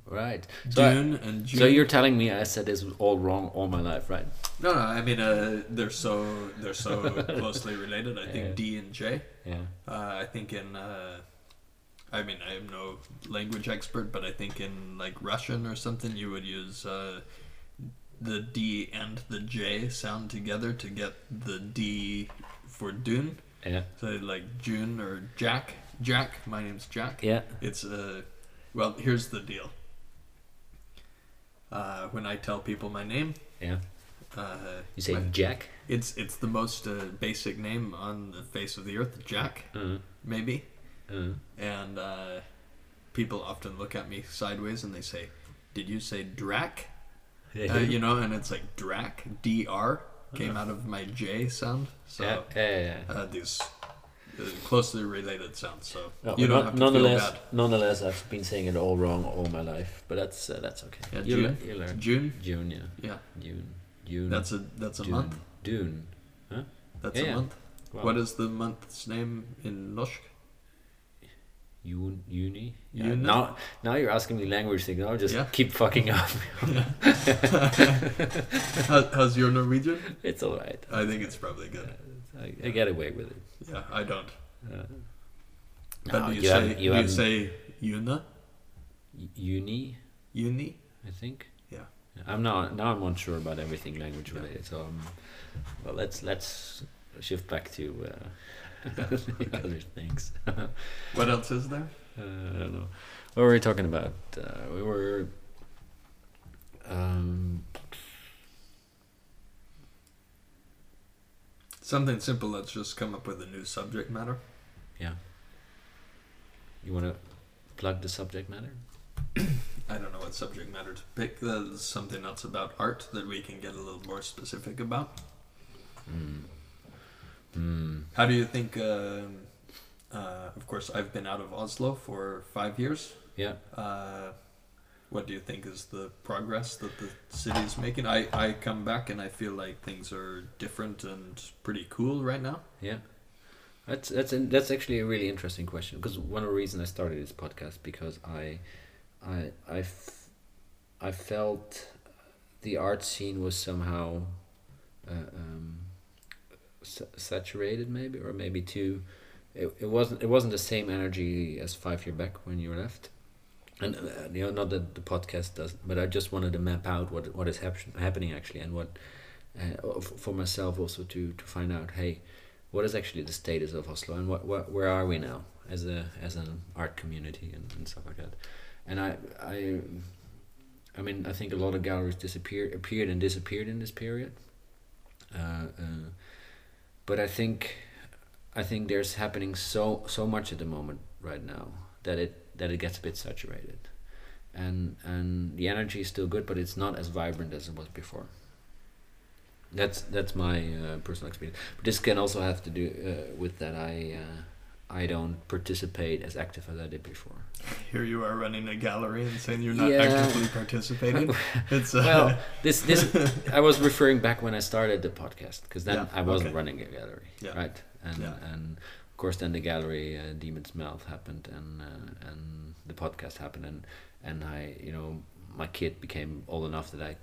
A: Right. So, I-
B: Dune, and June.
A: so you're telling me I said this was all wrong all my life, right?
B: No, no. I mean, uh, they're so they're so closely related. I think
A: Yeah.
B: D and J.
A: Yeah.
B: Uh, I think in, uh, I mean, I am no language expert, but I think in like Russian or something, you would use uh, the D and the J sound together to get the D for Dune.
A: Yeah.
B: So like June or Jack. Jack. My name's Jack.
A: Yeah.
B: It's uh, well, here's the deal. Uh, when I tell people my name,
A: Yeah.
B: uh,
A: You say
B: my-
A: Jack?
B: it's it's the most uh, basic name on the face of the earth, Jack,
A: Uh,
B: maybe.
A: uh.
B: And uh, people often look at me sideways and they say, "Did you say Drac?" Uh, you know, and it's like Drac, D R, came out of my J sound. So
A: yeah. Yeah. yeah, yeah.
B: uh, these uh, closely related sounds. So
A: No,
B: you
A: Oh, no-
B: don't have to feel
A: nonetheless,
B: bad.
A: nonetheless, I've been saying it all wrong all my life, but that's uh, that's okay.
B: Yeah,
A: you,
B: June.
A: learn, you learn.
B: June.
A: June, yeah,
B: Yeah,
A: June, June.
B: that's a that's a
A: Dune.
B: month.
A: Dune.
B: That's
A: Yeah,
B: a
A: yeah.
B: month.
A: Wow.
B: What is the month's name in Norsk?
A: June, uni. Yeah,
B: Juni?
A: Now, now you're asking me language things. I'll just
B: Yeah.
A: keep fucking up.
B: How, how's your Norwegian?
A: it's all right.
B: I think it's probably good.
A: Uh, I, I get away with it.
B: Yeah, I don't.
A: Uh,
B: But do you, say
A: haven't-
B: you, do you
A: haven't-
B: say Una?
A: uni,
B: Uni?
A: I think.
B: Yeah.
A: I'm now now I'm unsure about everything language related. So, um, well, let's let's shift back to uh, the other things.
B: What else is there?
A: Uh, I don't know. What were we talking about? Uh, we were. Um,
B: Something simple. Let's just come up with a new subject matter.
A: yeah. You want to plug the subject matter?
B: I don't know what subject matter to pick. There's something else about art that we can get a little more specific about.
A: Mm. Mm.
B: How do you think? um uh, of course, I've been out of Oslo for five years.
A: Yeah.
B: Uh, what do you think is the progress that the city's making? I, I come back and I feel like things are different and pretty cool right now.
A: Yeah. That's that's an, that's actually a really interesting question because one of the reasons I started this podcast because I, I I f- I felt the art scene was somehow uh, um, sa- saturated maybe or maybe too it, it wasn't it wasn't the same energy as five year back when you left and uh, you know not that the podcast does but I just wanted to map out what what is happen- happening actually and what uh, f- for myself also to to find out hey what is actually the status of Oslo and what, what where are we now as a as an art community and, and stuff like that and I I I mean I think a lot of galleries disappeared appeared and disappeared in this period uh, uh, but I think I think there's happening so so much at the moment right now that it that it gets a bit saturated and and the energy is still good but it's not as vibrant as it was before that's that's my uh, personal experience. But this can also have to do uh, with that I uh, I don't participate as active as I did before.
B: Here you are running a gallery and saying you're not
A: Yeah.
B: actively participating. It's uh,
A: Well, this this I was referring back when I started the podcast because then
B: Yeah,
A: I wasn't
B: okay.
A: running a gallery,
B: Yeah.
A: right? And
B: Yeah.
A: and of course then the gallery uh, Demon's Mouth happened and uh, and the podcast happened and and I you know my kid became old enough that I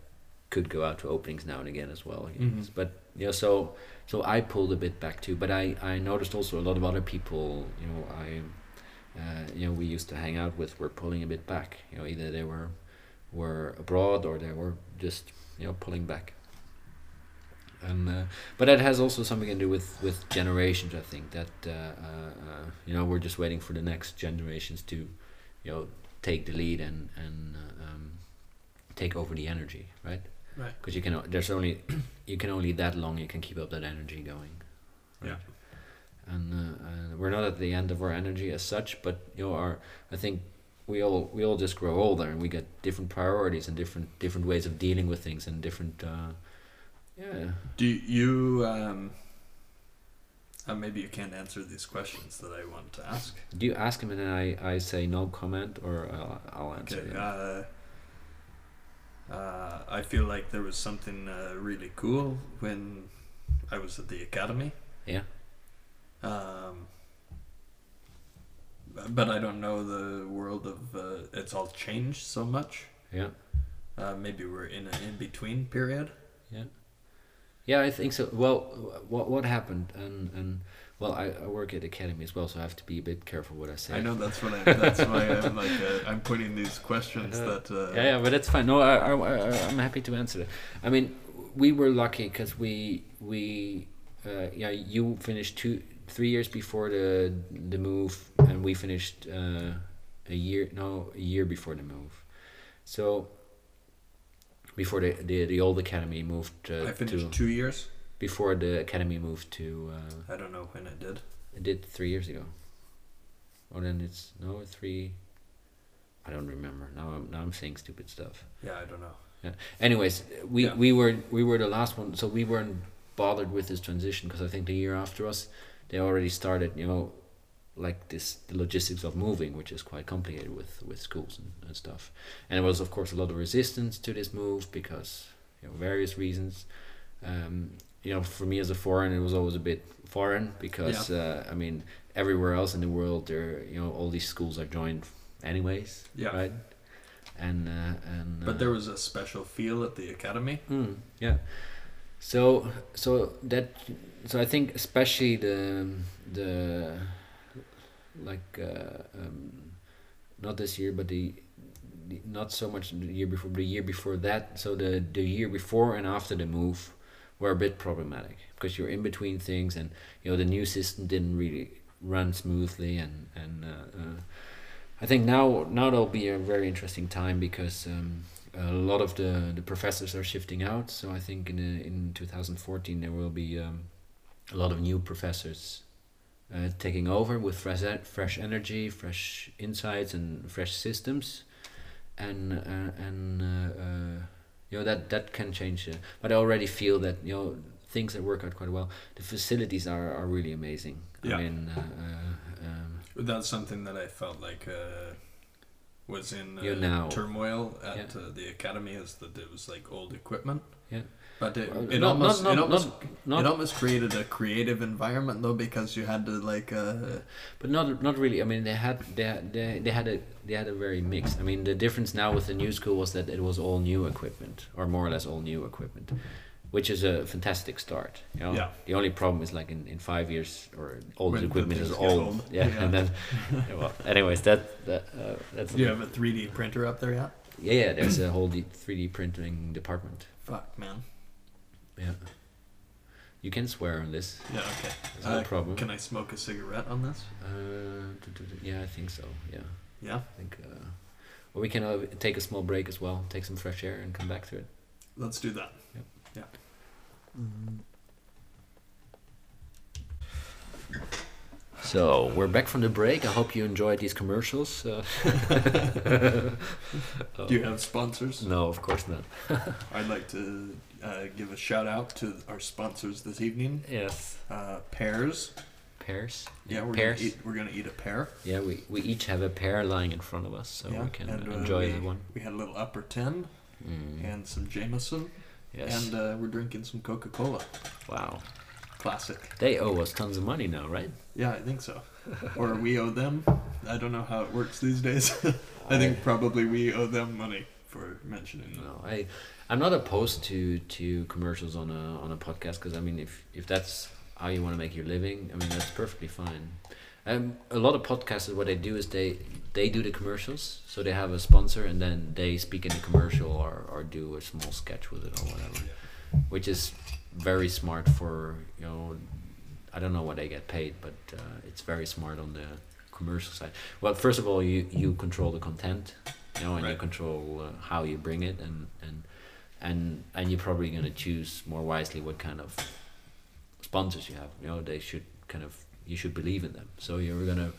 A: could go out to openings now and again as well. you know.
B: Mhm.
A: But you know so so I pulled a bit back too. But I I noticed also a lot of other people you know I. Uh, you know, we used to hang out with were pulling a bit back. You know, either they were were abroad or they were just you know pulling back and uh, but that has also something to do with with generations i think that uh, uh, uh, you know we're just waiting for the next generations to you know take the lead and and uh, um, take over the energy right
B: Right.
A: because you can o- there's only you can only that long you can keep up that energy going
B: Yeah.
A: and uh, uh, we're not at the end of our energy as such but you know our i think we all we all just grow older and we get different priorities and different different ways of dealing with things and different uh, yeah
B: do you um, Uh, maybe you can't answer these questions that I want to ask.
A: Do you ask him and then I, I say no comment or I'll, I'll answer
B: Okay.
A: you?
B: Uh, uh, I feel like there was something uh, really cool when I was at the academy.
A: Yeah.
B: Um, bu- but I don't know the world of uh, it's all changed so much.
A: yeah.
B: Uh, maybe we're in an in between period.
A: Yeah. Yeah, I think so. Well, wh- what what happened? And and well, I, I work at academy as well, so I have to be a bit careful what I say.
B: I know that's what I, that's why I'm like uh, I'm putting these questions
A: Uh,
B: that uh,
A: yeah, yeah, but that's fine. No, I, I, I, I'm happy to answer that. I mean, we were lucky because we we uh, yeah you finished two three years before the the move, and we finished uh, a year no a year before the move, so before the the, the old academy moved uh,
B: I
A: to
B: finished two years.
A: before the academy moved to uh,
B: I don't know when I did.
A: I did three years ago. Oh, then it's no three. I don't remember now. I'm now I'm saying stupid stuff.
B: Yeah, I don't know.
A: Yeah. Anyways, we
B: Yeah.
A: we were we were the last one, so we weren't bothered with this transition because I think the year after us, they already started. You know, like this the logistics of moving, which is quite complicated with with schools and, and stuff. And there was of course a lot of resistance to this move because you know various reasons. Um, you know, for me as a foreign, it was always a bit foreign because uh, I mean, everywhere else in the world, there you know all these schools are joined anyways,
B: Yeah.
A: right? And uh, and uh,
B: But there was a special feel at the academy.
A: Mm, yeah. So so that so I think especially the the like uh, um, not this year but the, the not so much the year before the year before that so the the year before and after the move were a bit problematic because you're in between things and you know the new system didn't really run smoothly and and uh, uh, I think now now there'll be a very interesting time because um, a lot of the, the professors are shifting out. So I think in uh, in 2014 there will be um, a lot of new professors uh, taking over with fresh en- fresh energy, fresh insights, and fresh systems, and uh, and uh, uh, you know that that can change. Uh, but I already feel that you know things that work out quite well. The facilities are, are really amazing.
B: Yeah.
A: I mean, uh, uh, um,
B: That's something that I felt like uh, was in uh,
A: You know.
B: turmoil at uh, the academy, is that it was like old equipment.
A: Yeah.
B: But it,
A: Well,
B: it,
A: not-
B: almost,
A: not-
B: it
A: not-
B: almost
A: not
B: it almost created a creative environment though because you had to like uh,
A: But not not really. I mean, they had they had- they they had a they had a very mix. I mean, the difference now with the new school was that it was all new equipment, or more or less all new equipment, which is a fantastic start. You know?
B: Yeah.
A: The only problem is like in, in five years or all the
B: When the
A: equipment is
B: things
A: old.
B: get old.
A: Yeah,
B: Yeah.
A: and then yeah, well, anyways, that that uh, that's
B: do you have a 3D printer up there yet?
A: yeah yeah. There's a whole three D printing department.
B: Fuck man.
A: Yeah. You can swear on this.
B: Yeah okay.
A: There's no
B: Uh,
A: problem.
B: Can I smoke a cigarette on this?
A: Uh, do- do- do- yeah, I think so. Yeah.
B: Yeah.
A: I think, uh, or we can uh, take a small break as well, take some fresh air, and come back to it.
B: Let's do that.
A: So we're back from the break. I hope you enjoyed these commercials. Uh, Oh.
B: Do you have sponsors?
A: no, of course not.
B: I'd like to uh, give a shout out to our sponsors this evening.
A: Yes.
B: Uh, pears.
A: Pears.
B: Yeah, we're
A: pears.
B: gonna eat. We're gonna eat a pear.
A: Yeah, we, we each have a pear lying in front of us, so
B: yeah,
A: we can
B: and, uh,
A: enjoy
B: we,
A: the one.
B: We had a little upper ten
A: Mm.
B: and some Jameson,
A: Yes.
B: and uh, we're drinking some Coca Cola.
A: wow.
B: Classic.
A: They owe us tons of money now, right?
B: Yeah, I think so. or we owe them. I don't know how it works these days. I think probably we owe them money for mentioning them.
A: No, I, I'm not opposed to to commercials on a on a podcast because I mean, if if that's how you want to make your living, I mean, that's perfectly fine. Um, a lot of podcasters, what they do is they they do the commercials, so they have a sponsor and then they speak in the commercial or or do a small sketch with it or whatever, which is very smart for you know. I don't know what they get paid, but uh, it's very smart on the commercial side. Well, first of all, you you control the content, you know, and you
B: Right.
A: control uh, how you bring it, and and and and you're probably going to choose more wisely what kind of sponsors you have. You know, they should kind of you should believe in them. So you're gonna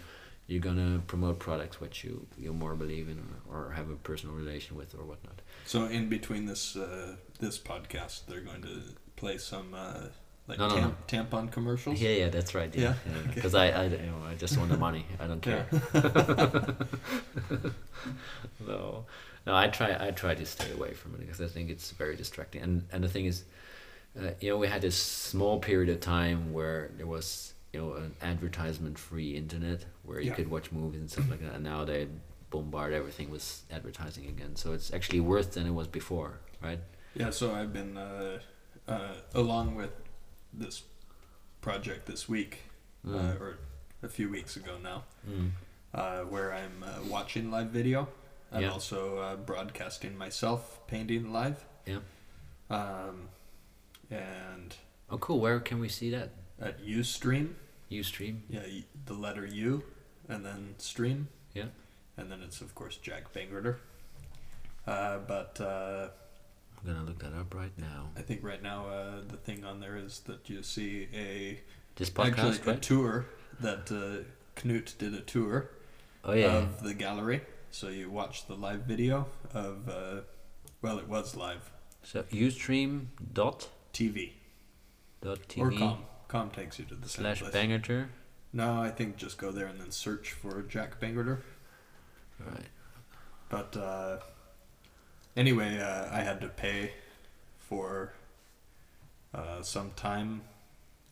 A: you're gonna promote products which you you more believe in or, or have a personal relation with or whatnot.
B: So in between this uh, this podcast, they're going to play some uh, like
A: No, no,
B: tam- tampon commercials.
A: Yeah, yeah, that's right. Yeah, because I, I, you know, I just want the money. I don't care. no, no, I try, I try to stay away from it because I think it's very distracting. And and the thing is, uh, you know, we had this small period of time where there was, you know, an advertisement-free internet where you
B: Yeah.
A: could watch movies and stuff like that. And now they bombard everything with advertising again. So it's actually worse than it was before, right?
B: Yeah, so I've been uh, uh, along with this project this week,
A: Mm.
B: uh, or a few weeks ago now,
A: Mm.
B: uh, where I'm uh, watching live video. I'm
A: Yeah.
B: also uh, broadcasting myself, painting live.
A: Yeah.
B: Um, and
A: Oh, cool. Where can we see that?
B: at UStream,
A: UStream.
B: yeah, y- the letter U, and then stream.
A: Yeah.
B: And then it's of course Jack Bangerter. Uh, but uh,
A: I'm gonna look that up right now.
B: I think right now uh, the thing on there is that you see a
A: This podcast,
B: actually a
A: right?
B: tour that uh, Knut did a tour
A: Oh yeah.
B: of the gallery. So you watch the live video of, uh, well, it was live
A: So Ustream dot
B: TV,
A: dot
B: or
A: TV
B: com. Com takes you to the same
A: slash
B: place.
A: bangerter.
B: No, I think just go there and then search for Jack Bangerter.
A: Right.
B: But uh, anyway, uh, I had to pay for uh, some time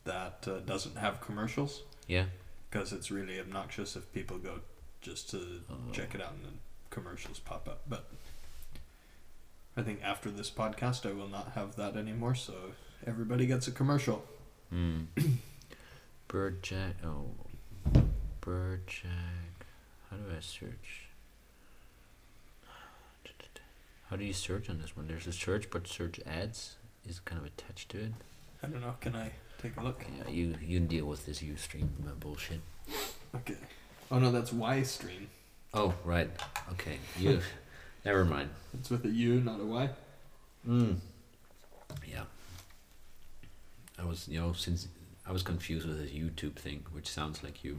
B: that uh, doesn't have commercials
A: Yeah.
B: because it's really obnoxious if people go just to
A: Oh.
B: check it out and then commercials pop up. But I think after this podcast, I will not have that anymore. So everybody gets a commercial.
A: Hmm. Birdjack. Oh. Birdjack. How do I search? How do you search on this one? There's a search, but search ads is kind of attached to it.
B: I don't know. Can I take a look?
A: Yeah, you you deal with this Ustream uh, bullshit.
B: Okay. Oh no, that's Y stream.
A: Oh right. Okay. You. never mind.
B: It's with a U, not a Y.
A: Mm. Yeah. I was, you know, since I was confused with this YouTube thing, which sounds like you.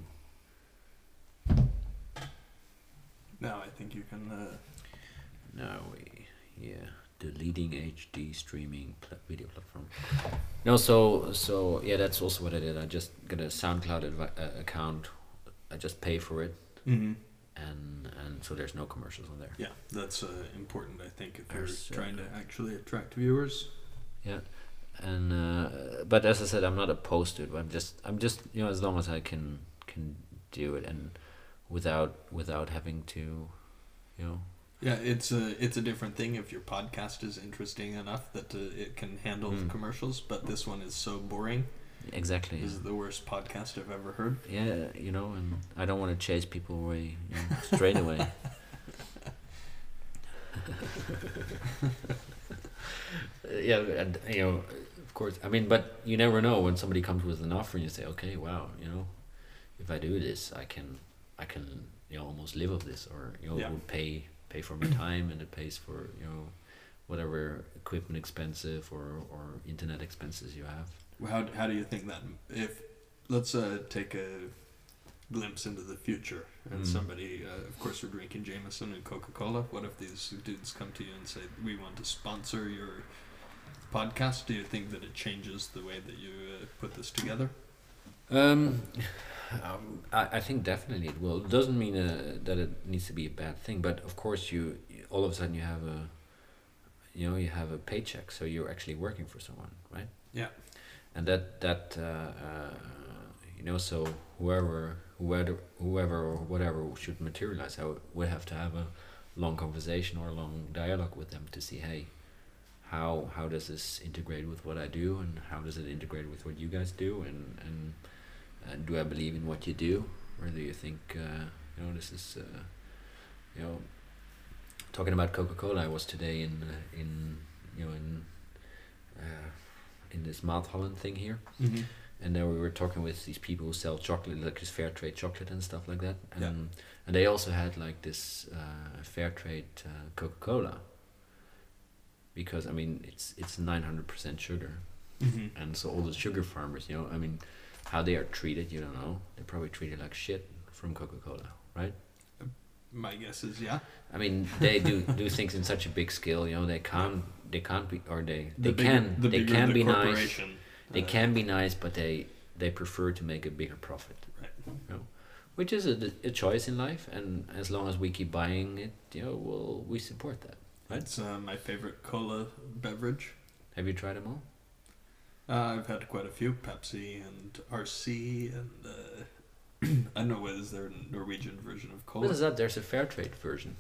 B: No, I think you can. Uh,
A: No way. Yeah, the leading HD streaming pla- video platform. No, so so yeah, that's also what I did. I just got a SoundCloud advi- uh, account. I just pay for it,
B: mm-hmm.
A: and and so there's no commercials on there.
B: Yeah, that's uh, important. I think if
A: There's, uh,
B: you're trying to actually attract viewers.
A: Yeah, and uh, but as I said, I'm not opposed to it. I'm just I'm just you know as long as I can can do it and without without having to, you know.
B: Yeah, it's a it's a different thing if your podcast is interesting enough that uh, it can handle
A: Mm.
B: commercials. But this one is so boring.
A: Exactly.
B: This is the worst podcast I've ever heard.
A: Yeah, you know, and I don't want to chase people away you know, straight away. yeah, and, you know, of course. I mean, but you never know when somebody comes with an offer and you say, "Okay, wow, you know, if I do this, I can, I can, you know, almost live off this, or you know,
B: Yeah.
A: it would pay pay for my time and it pays for you know, whatever equipment expensive or or internet expenses you have."
B: Well, How how do you think that if let's uh, take a glimpse into the future and
A: Mm.
B: somebody uh, of course we're drinking Jameson and Coca Cola. What if these dudes come to you and say we want to sponsor your podcast? Do you think that it changes the way that you uh, put this together?
A: Um, um, I, I think definitely it will. It doesn't mean uh, that it needs to be a bad thing, but of course you you- all of a sudden you have a, you know, you have a paycheck, so you're actually working for someone, right?
B: Yeah.
A: And that that uh, uh, you know, so whoever whoever whoever or whatever should materialize, I would- would have to have a long conversation or a long dialogue with them to see, hey, how how does this integrate with what I do, and how does it integrate with what you guys do, and and and Uh, do I believe in what you do, or do you think uh, you know this is uh, you know talking about Coca Cola? I was today in uh, in you know in uh, in this Mouth Holland thing here,
B: Mm-hmm.
A: and then we were talking with these people who sell chocolate, like this fair trade chocolate and stuff like that, and
B: Yeah.
A: and they also had like this uh, fair trade uh, Coca Cola. Because I mean, it's it's nine hundred percent sugar,
B: Mm-hmm.
A: and so all the sugar farmers, you know, I mean, how they are treated, you don't know. They're probably treated like shit from Coca Cola, right?
B: My guess is yeah.
A: I mean, they do do things in such a big scale, you know. They can't, they can't be, or they they
B: big-
A: can,
B: the
A: they
B: bigger
A: can
B: the
A: be nice.
B: corporation,
A: They
B: Uh,
A: can be nice, but they they prefer to make a bigger profit.
B: Right.
A: You know? Which is a, a choice in life, and as long as we keep buying it, you know, well, we support that.
B: That's uh, my favorite cola beverage.
A: Have you tried them all?
B: Uh, I've had quite a few Pepsi and RC and uh, I don't know what is there a Norwegian version of
A: What
B: cola.
A: is that? There's a fair trade version.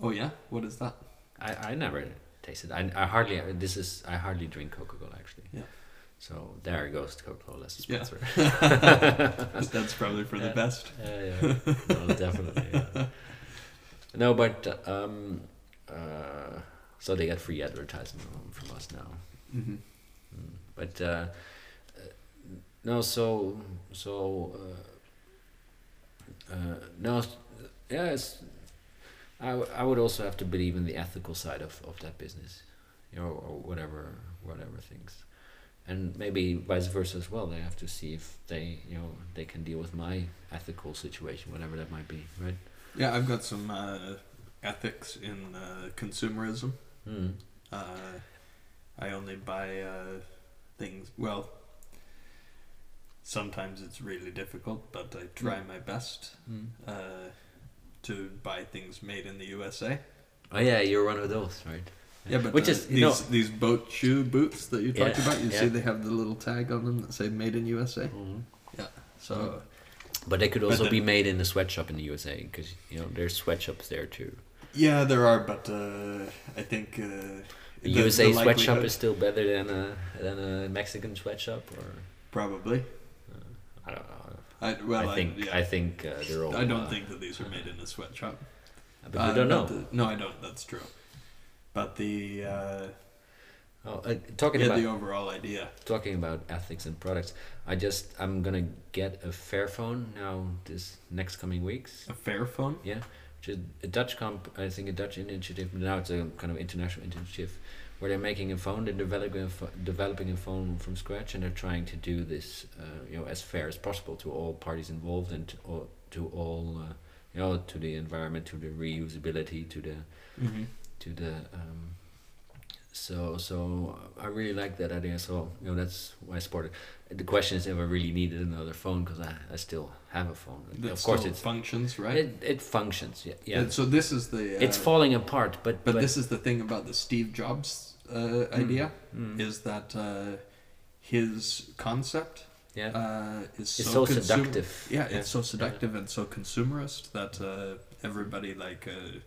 B: Oh yeah, what is that?
A: I, I never tasted. I, I hardly. This is. I hardly drink Coca Cola actually.
B: Yeah.
A: So there goes Coca Cola as a
B: Yeah.
A: sponsor.
B: That's probably for the
A: Yeah.
B: best.
A: Yeah, yeah. No, definitely. yeah. No, but um, uh, so they get free advertisement from- from us now.
B: hmm
A: Mm. But uh, uh, no, so so uh, uh, no, s- yeah, it's, I w- I would also have to believe in the ethical side of, of that business, you know, or whatever whatever things, and maybe vice versa as well. They have to see if they you know they can deal with my ethical situation, whatever that might be, right?
B: Yeah, I've got some uh, ethics in uh, consumerism.
A: Mm.
B: Uh, I only buy uh, things. Well, sometimes it's really difficult, but I try my best
A: Mm.
B: uh, to buy things made in the USA.
A: Oh yeah, you're one of those, right?
B: Yeah, but
A: Which
B: the-
A: is,
B: these
A: you know-
B: these boat shoe boots that you talked
A: uh, Yeah,
B: about. You
A: yeah.
B: see, they have the little tag on them that say "Made in USA."
A: Mm.
B: So
A: But they could
B: But
A: also
B: then-
A: be made in a sweatshop in the USA because you know there's sweatshops there too.
B: yeah, there are, but uh, I think uh,
A: The, USA sweatshop
B: likelihood-
A: is still better than a than a Mexican sweatshop, or
B: probably.
A: I don't know.
B: I, well,
A: I think I,
B: yeah.
A: think uh, they're all.
B: I don't
A: uh,
B: think that these are made in a sweatshop.
A: but
B: Uh,
A: we don't know.
B: the- no, I don't. That's true. But the uh,
A: oh, uh, talking
B: yeah,
A: about
B: the overall idea.
A: talking about ethics and products, I just I'm gonna get a Fairphone now this next coming weeks.
B: A Fairphone.
A: Yeah, which is a Dutch comp. I think a Dutch initiative. but Now it's a kind of international initiative where they're making a phone. They're developing a pho- developing a phone from scratch, and they're trying to do this, uh, you know, as fair as possible to all parties involved and to all, to all uh, you know, to the environment, to the reusability, to the
B: Mm-hmm.
A: to the um, so so uh, I really like that idea. So you know that's why I supported. The question is if I really needed another phone because I, I still have a phone. of course, it's
B: functions, right?
A: it, it functions. Yeah, yeah.
B: And so this is the. Uh,
A: It's falling apart, but,
B: But, this is the thing about the Steve Jobs uh, idea
A: Mm.
B: is that uh, his concept
A: yeah,
B: uh, is
A: it's
B: so,
A: so,
B: consum-
A: seductive.
B: Yeah, it's so seductive and so consumerist that uh, everybody like uh,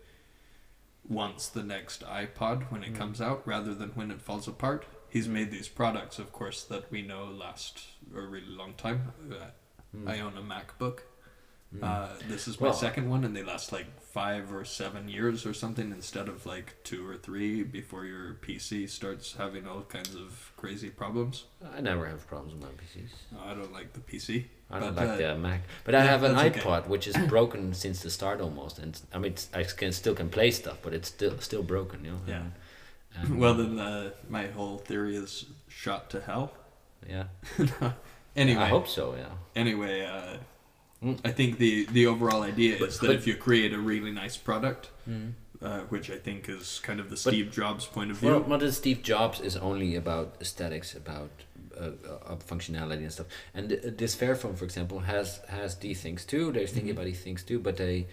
B: wants the next iPod when it
A: Mm.
B: comes out rather than when it falls apart. He's made these products, of course, that we know last a really long time. Uh,
A: Mm.
B: I own a MacBook.
A: Mm.
B: Uh, this is my
A: Well-
B: second one, and they last like five or seven years or something instead of like two or three before your PC starts having all kinds of crazy problems.
A: I never have problems with my PCs.
B: No, I don't like the PC.
A: I don't
B: But,
A: like
B: uh,
A: the Mac, but I
B: yeah,
A: have an
B: that's okay.
A: iPod which is broken since the start almost, and I mean it's, I can still can play stuff, but it's still still broken, you know.
B: Yeah.
A: And- and-
B: Well, then uh, my whole theory is shot to hell.
A: yeah.
B: Anyway,
A: I hope so. Yeah.
B: anyway, uh,
A: Mm.
B: I think the the overall idea
A: But-
B: is that
A: but-
B: if you create a really nice product,
A: Mm.
B: uh, which I think is kind of the Steve Jobs point of view.
A: Well, modern Steve Jobs is only about aesthetics, about uh, uh, functionality and stuff. And th- this Fairphone, for example, has has these things too. They're thinking
B: Mhm.
A: about these things too, but they.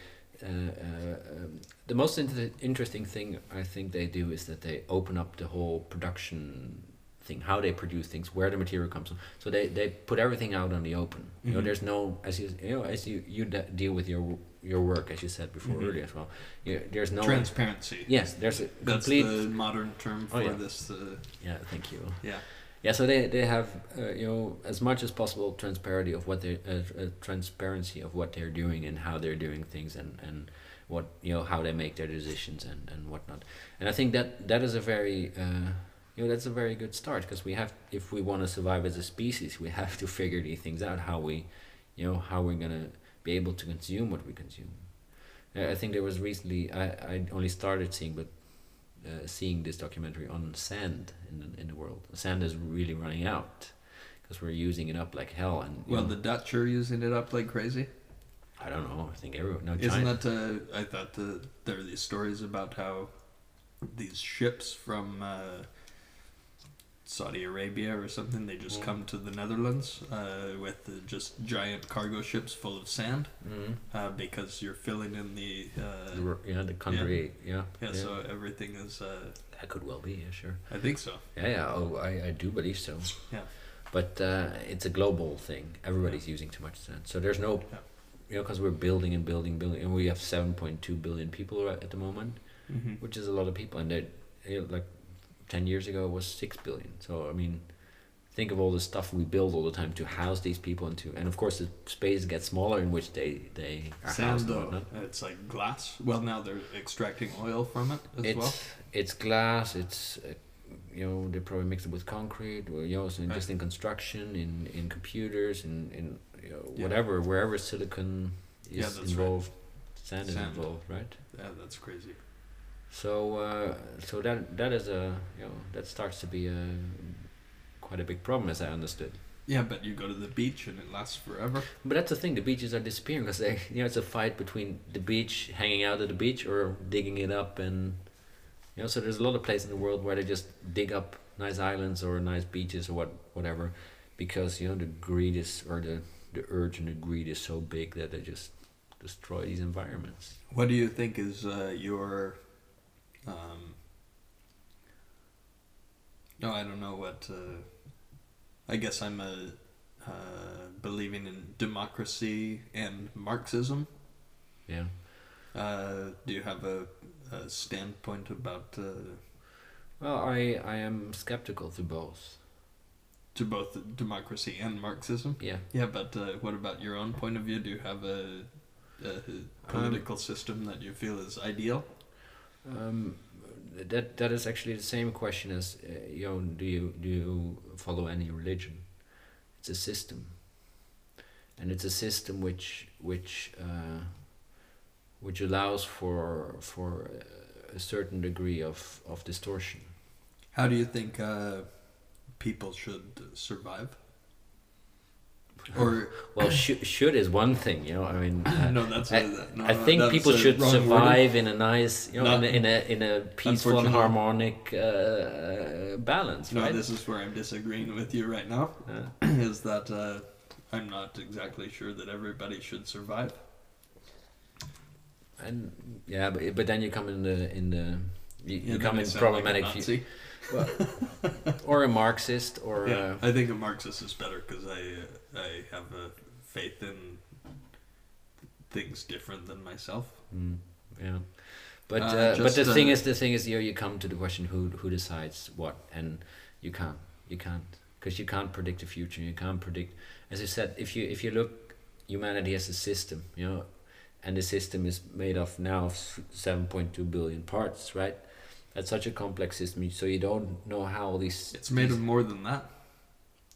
A: Uh, uh, um, the most inter- interesting thing I think they do is that they open up the whole production thing, how they produce things, where the material comes from. So they, they put everything out on the open. You know,
B: Mhm.
A: there's no as you you know as you you de- deal with your w- your work as you said before
B: Mhm.
A: earlier as well. You, there's no
B: Transparency.
A: yes, there's a
B: That's
A: complete
B: the modern term for
A: Oh, yeah.
B: this. Uh,
A: yeah. Thank you.
B: yeah.
A: Yeah, so they, they have uh, you know as much as possible transparency of what they uh, uh, transparency of what they're doing and how they're doing things and, and what you know how they make their decisions and, and whatnot. And I think that that is a very uh, you know that's a very good start because we have if we want to survive as a species we have to figure these things out how we you know how we're gonna be able to consume what we consume. Uh, I think there was recently I, I only started seeing but uh, seeing this documentary on sand in the, in the world. Sand is really running out because we're using it up like hell. And you
B: Well,
A: know,
B: the Dutch are using it up like crazy.
A: I don't know. I think everyone. No,
B: Isn't
A: China.
B: that? Uh, I thought the, there are these stories about how these ships from uh, Saudi Arabia or something. They just
A: Mm.
B: come to the Netherlands uh, with uh, just giant cargo ships full of sand
A: Mm.
B: uh, because you're filling in the. Uh,
A: The r- yeah, the country. Yeah.
B: yeah, so everything is. Uh,
A: that could well be. Yeah, sure.
B: I think so.
A: Yeah, yeah. Oh, I, I do believe so.
B: Yeah.
A: But uh, it's a global thing. Everybody's using too much sand. So there's no,
B: Yeah.
A: you know, because we're building and building, building, and we have 7.2 billion people right at the moment,
B: Mm-hmm.
A: which is a lot of people. And that, you know, like, 10 years ago it was 6 billion. So I mean, think of all the stuff we build all the time to house these people and to, and of course the space gets smaller in which they they are
B: Sand
A: housed. and
B: though,
A: whatnot.
B: it's like glass. Well, now they're extracting oil from it as
A: it's
B: well.
A: it's glass. It's uh, you know they probably mix it with concrete. Or, you know, so in-
B: Right.
A: just in construction, in in computers, in in you know,
B: Yeah.
A: whatever wherever silicon
B: Yeah,
A: is
B: that's right.
A: involved, sand, is
B: Sand.
A: involved, right?
B: Yeah, that's crazy.
A: So uh, so that that is a you know that starts to be a quite a big problem as I understood.
B: Yeah, but you go to the beach and it lasts forever.
A: But that's the thing, the beaches are disappearing because they you know it's a fight between the beach, hanging out at the beach, or digging it up, and you know so there's a lot of places in the world where they just dig up nice islands or nice beaches or what whatever, because you know the greed is or the the urge and the greed is so big that they just destroy these environments.
B: What do you think is uh, your? Um, no, I don't know what. Uh, I guess I'm a uh, believing in democracy and Marxism.
A: Yeah.
B: Uh, do you have a, a standpoint about uh,
A: Well, I I am skeptical to both.
B: to both democracy and Marxism?
A: Yeah.
B: Yeah, but uh, what about your own point of view? Do you have a, a political system that you feel is ideal?
A: Um, that that is actually the same question as uh, you know, do you do you follow any religion? It's a system, and it's a system which which uh, which allows for for uh, a certain degree of of distortion.
B: How do you think uh, people should survive? Or
A: Well, sh- should is one thing, you know. I mean, uh,
B: no, that's
A: I-
B: a, no,
A: I
B: no,
A: think
B: that's
A: people
B: a
A: should
B: wrong
A: survive in a nice, you know,
B: Not-
A: in a in a, in a peaceful and
B: Unfortunately.
A: harmonic uh, uh, balance,
B: wording. No,
A: right?
B: this is where I'm disagreeing with you right now.
A: Uh,
B: Is that uh, I'm not exactly sure that everybody should survive.
A: And yeah, but but then you come in the in the you,
B: Yeah,
A: you
B: that
A: come
B: may
A: in
B: sound
A: problematic
B: Like a
A: view,
B: Nazi.
A: well, or a Marxist or
B: yeah,
A: uh,
B: I think a Marxist is better because I uh, I have a faith in things different than myself.
A: mm, yeah. But
B: Uh,
A: uh,
B: just,
A: but the thing
B: uh,
A: is the thing is you know, you come to the question who who decides what and you can't you can't because you can't predict the future you can't predict as you said if you if you look humanity as a system you know and the system is made of now of seven point two billion parts right that's such a complex system so you don't know how all these
B: It's made of more than that.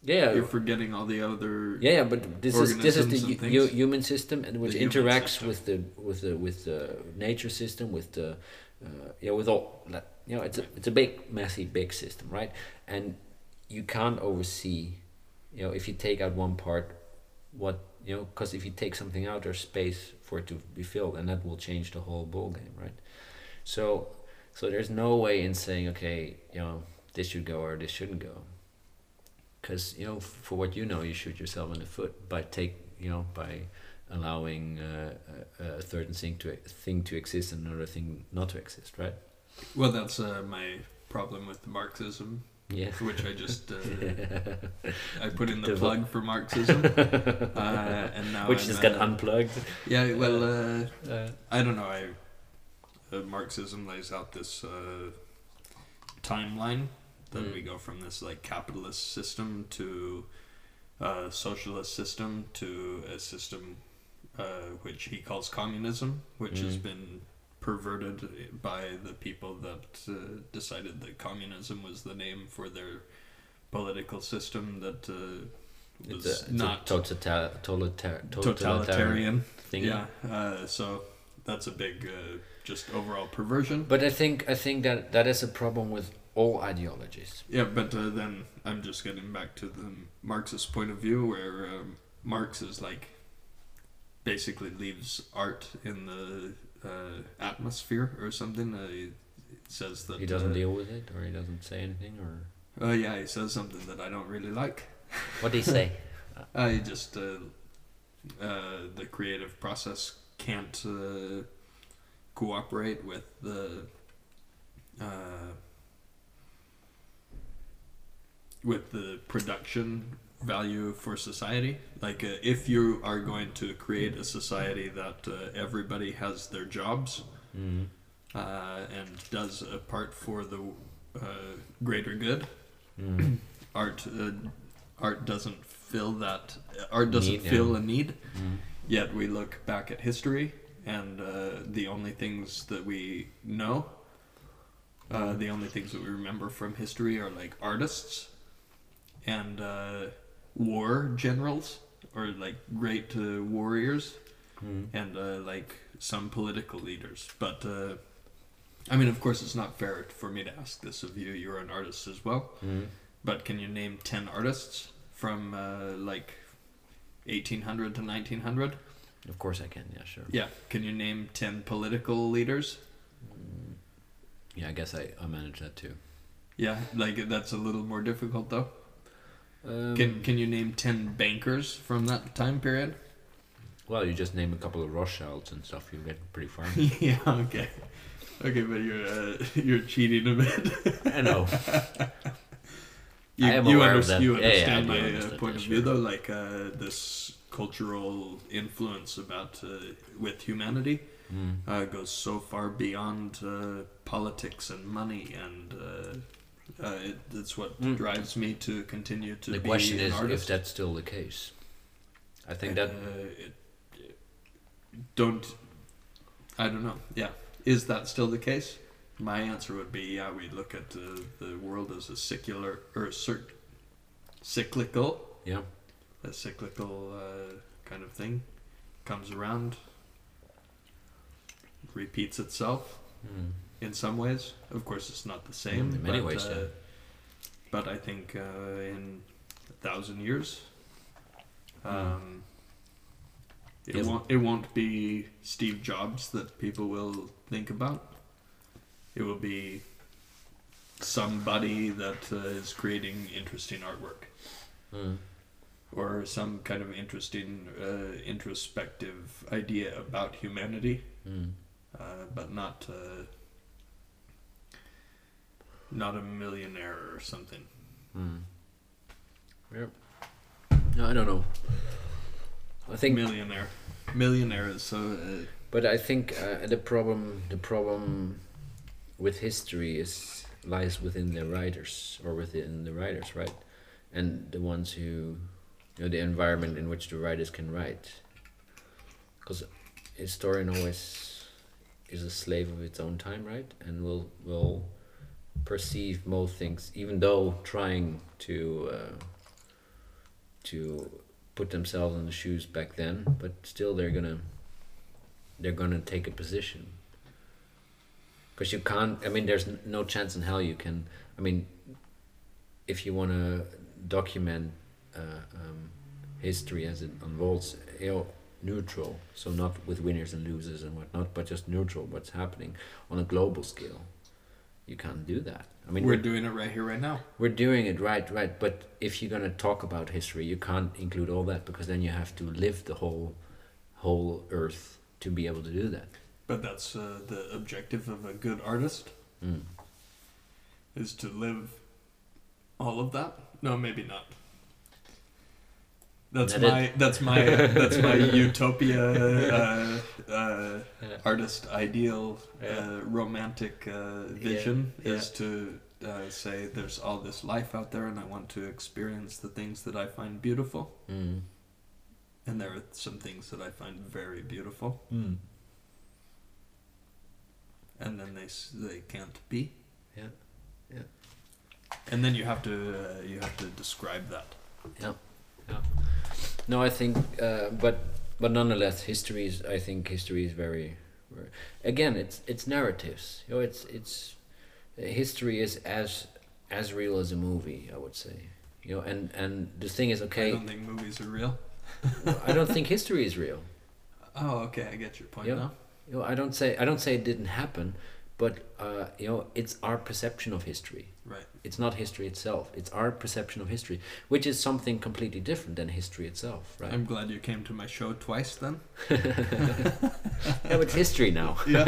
A: yeah
B: You're forgetting all the other.
A: Yeah, yeah, but this is this is the
B: organisms and
A: hu-
B: things.
A: hu- human system, and which
B: The human
A: interacts
B: system.
A: with the with the with the nature system, with the uh, yeah, with all like, you know, it's a it's a big, messy, big system, right? And you can't oversee, you know, if you take out one part, what you know, because if you take something out, there's space for it to be filled, and that will change the whole ball game, right? So, so there's no way in saying, okay, you know, this should go or this shouldn't go because you know f- for what you know you shoot yourself in the foot by take you know by allowing uh, a, a certain thing to thing to exist and another thing not to exist right
B: Well, that's uh, my problem with Marxism,
A: yeah
B: which I just uh, I put in the
A: Devo-
B: plug for Marxism, uh, and now
A: which
B: I'm,
A: just got
B: uh,
A: unplugged
B: yeah. Well, uh,
A: uh,
B: I don't know. I uh, Marxism lays out this uh, timeline that
A: Mm.
B: we go from this like capitalist system to uh, socialist system to a system uh, which he calls communism, which has
A: Mm.
B: been perverted by the people that uh, decided that communism was the name for their political system that uh, was
A: it's a, it's
B: not
A: a total, totalitar- totalitarian
B: totalitarian.
A: thing
B: Yeah, uh, so that's a big uh, just overall perversion.
A: but i think i think that that is a problem with all ideologies
B: Yeah, but uh, then I'm just getting back to the Marxist point of view, where um, Marx is like basically leaves art in the uh, atmosphere or something. Uh, he says that
A: he doesn't
B: uh,
A: deal with it or he doesn't say anything or
B: Oh yeah, he says something that I don't really like.
A: What do you say?
B: I just uh, uh, the creative process can't uh, cooperate with the uh, with the production value for society. Like uh, if you are going to create a society that uh, everybody has their jobs
A: mm.
B: uh, and does a part for the uh, greater good,
A: Mm.
B: art uh, art doesn't fill that art doesn't
A: Need, yeah.
B: fill a need
A: Mm.
B: yet we look back at history and uh, the only things that we know uh, the only things that we remember from history are like artists and uh, war generals or like great uh, warriors
A: Mm.
B: and uh, like some political leaders. But uh, I mean, of course, it's not fair for me to ask this of you. You're an artist as well.
A: Mm.
B: But can you name 10 artists from uh, like 1800 to 1900?
A: Of course I can. Yeah, sure.
B: Yeah. Can you name 10 political leaders?
A: Yeah, I guess I, I managed that too.
B: Yeah, like that's a little more difficult though.
A: Um,
B: Can can you name 10 bankers from that time period?
A: well, you just name a couple of Rothschilds and stuff. You get pretty far.
B: yeah, okay. Okay, but you're uh, you're cheating a bit.
A: I know.
B: You,
A: I am
B: you,
A: aware of
B: underst-
A: that.
B: you
A: Yeah, yeah, I
B: understand
A: do
B: my uh,
A: understand
B: point
A: that,
B: of view,
A: sure.
B: though, like uh, this cultural influence about uh, with humanity
A: Mm.
B: uh, goes so far beyond uh, politics and money, and uh, uh, it, it's what
A: Mm.
B: drives me to continue to
A: The
B: be
A: question
B: an
A: is if
B: artist.
A: that's still the case. I think that
B: Uh, it, don't. I don't know. Yeah, is that still the case? My answer would be yeah. We look at uh, the world as a secular or cir- cyclical,
A: yeah.
B: a cyclical uh, kind of thing, comes around, repeats itself
A: Mm.
B: in some ways. Of course, it's not the
A: Mm,
B: same.
A: in many
B: but,
A: ways,
B: uh,
A: yeah.
B: But I think uh, in a thousand years,
A: Mm.
B: um, it
A: Yes.
B: won't it won't be Steve Jobs that people will think about. It will be somebody that uh, is creating interesting artwork
A: Mm.
B: or some kind of interesting uh, introspective idea about humanity
A: Mm.
B: uh, but not uh, not a millionaire or something.
A: Mm. Yep. No, I don't know. I think
B: millionaire, millionaire is so. uh,
A: But I think uh, the problem the problem with history is lies within the writers or within the writers, right? And the ones who you know the environment in which the writers can write. Cuz historian always is a slave of its own time, right? And will will perceive most things even though trying to uh, to put themselves in the shoes back then, but still they're going to they're going to take a position. Because you can't, I mean, there's n- no chance in hell you can, I mean, if you want to document uh, um, history as it unfolds, you know, neutral, so not with winners and losers and whatnot, but just neutral, what's happening on a global scale. You can't do that. I
B: Uh,
A: mean,
B: we're
A: we're,
B: doing it right here, right now.
A: we're doing it right, right, but if you're going to talk about history, you can't include all that because then you have to live the whole, whole earth to be able to do that.
B: But that's uh, the objective of a good artist
A: Mm.
B: is to live all of that. No, maybe not. That's
A: That
B: my that's my that's my utopia uh, uh,
A: Yeah.
B: artist ideal
A: Yeah.
B: uh, romantic uh, vision is to uh, say there's all this life out there and I want to experience the things that I find beautiful
A: Mm.
B: and there are some things that I find very beautiful
A: Mm.
B: and then they s- they can't be
A: Yeah.
B: and then you have to uh, you have to describe that
A: No, I think, uh, but but nonetheless, history is. I think history is very. ver- Again, it's it's narratives. You know, it's it's history is as as real as a movie. I would say. You know, and and the thing is,
B: I
A: okay,
B: don't think movies are real
A: I don't think history is real.
B: Oh, okay, I get your point
A: Yeah.
B: now.
A: You know, I don't say I don't say it didn't happen, But uh, you know, it's our perception of history.
B: Right.
A: It's not history itself. It's our perception of history, which is something completely different than history itself, right?
B: I'm glad you came to my show twice then.
A: yeah, but it's history now.
B: Yeah.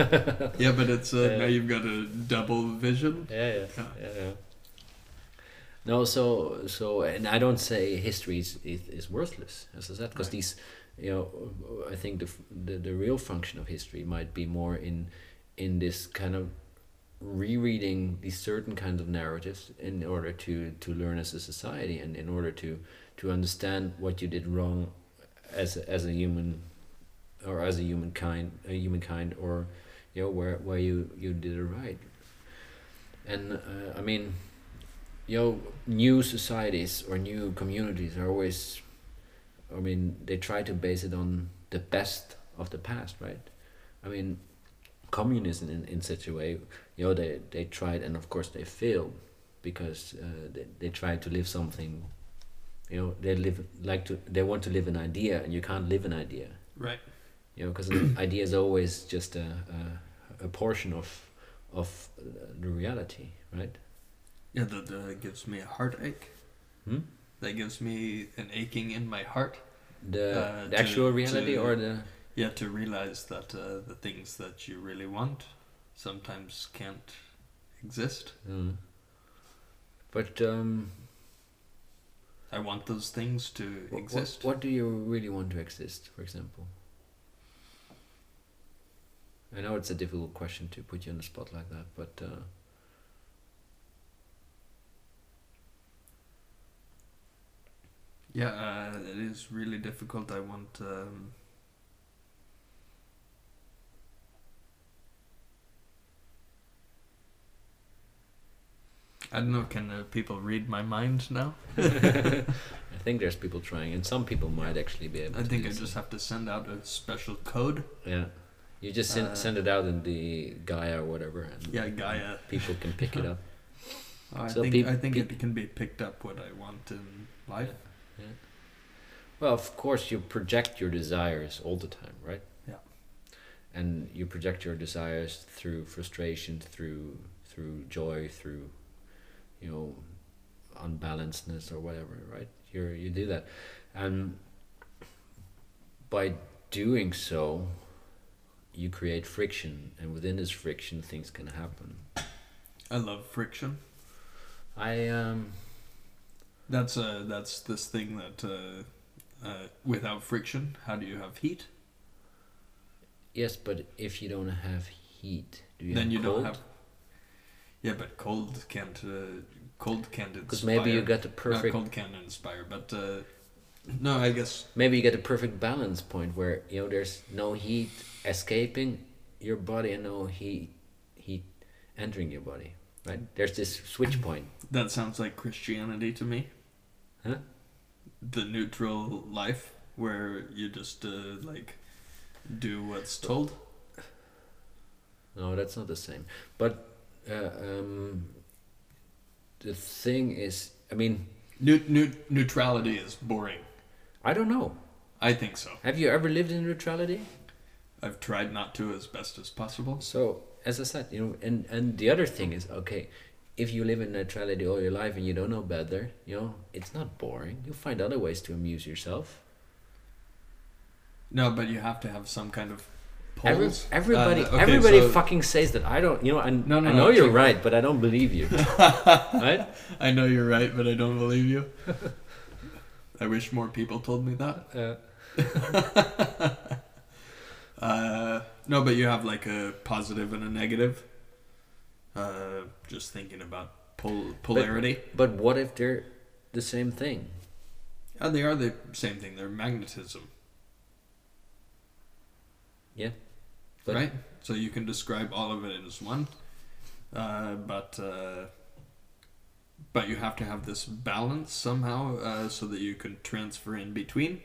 B: yeah, but it's uh,
A: Yeah.
B: now you've got a double vision.
A: yeah, yeah,
B: Yeah.
A: yeah, yeah. No, so so, and I don't say history is is, is worthless as is that because
B: Right.
A: these, you know, I think the, f- the the real function of history might be more in in this kind of rereading these certain kinds of narratives in order to to learn as a society and in order to to understand what you did wrong as a, as a human or as a humankind a humankind or you know where where you you did it right and uh, I mean, you know, new societies or new communities are always, I mean, they try to base it on the best of the past, right? I mean, communism in, in such a way, you know, they, they tried and of course they failed because uh, they, they tried to live something, you know, they live like to, they want to live an idea and you can't live an idea
B: Right.
A: you know because an idea is always just a, a, a portion of of uh, the reality right
B: Yeah, that uh, gives me a heartache.
A: hmm?
B: That gives me an aching in my heart.
A: the,
B: Uh,
A: the
B: to-
A: actual reality
B: to-
A: or the
B: Yeah, to realize that uh, the things that you really want sometimes can't exist.
A: Mm. but um
B: I want those things to
A: wh- wh-
B: exist.
A: What, do you really want to exist for example i know it's a difficult question to put you on the spot like that but uh
B: Yeah, uh, it is really difficult. I want. Um, I don't know. Can uh, people read my mind now?
A: i think there's people trying and some people might actually be able
B: I
A: to
B: think
A: do
B: I
A: so.
B: just have to send out a special code.
A: yeah you just send,
B: Uh,
A: send it out in the gaia or whatever and
B: Yeah, Gaia.
A: people can pick it up
B: I
A: Mm-hmm. So
B: think
A: peop-
B: I think
A: peop-
B: it can be picked up what I want in life.
A: Yeah. Well, of course, you project your desires all the time, right?
B: Yeah.
A: And you project your desires through frustration, through through joy, through you know unbalancedness or whatever, right? You you do that, and by doing so, you create friction, and within this friction, things can happen.
B: I love friction.
A: I um
B: That's uh that's this thing that uh, uh, without friction, how do you have heat?
A: yes, but if you don't have heat, do you
B: then
A: have
B: you
A: cold?
B: don't have. Yeah, but cold can't uh, cold can't inspire.
A: Because maybe you got the
B: Not
A: perfect
B: cold can't inspire, but uh, no, I guess
A: maybe you get a perfect balance point where you know there's no heat escaping your body and no heat heat entering your body right there's this switch point
B: that sounds like Christianity to me.
A: Huh?
B: The neutral life where you just uh, like do what's told.
A: no that's not the same but uh, um, the thing is i mean
B: Neut- neut- neutrality is boring.
A: i don't know
B: I think so.
A: have you ever lived in neutrality
B: I've tried not to as best as possible.
A: So as I said, you know, and and the other thing is okay, if you live in neutrality all your life and you don't know better, you know, it's not boring. You'll find other ways to amuse yourself.
B: No, but you have to have some kind of
A: Every,
B: polls.
A: everybody,
B: Uh, okay,
A: everybody
B: so
A: fucking says that I don't. You know, I,
B: No, no,
A: I
B: no,
A: know you're
B: check-
A: right, but I don't believe you. right?
B: I know you're right, but I don't believe you. I wish more people told me that.
A: Uh,
B: Uh, no, but you have like a positive and a negative. Uh, just thinking about pol- polarity.
A: but what if they're the same thing?
B: Uh, they are the same thing. They're magnetism,
A: Yeah. But-
B: right? So you can describe all of it as one, uh, but uh, but you have to have this balance somehow uh, so that you can transfer in between,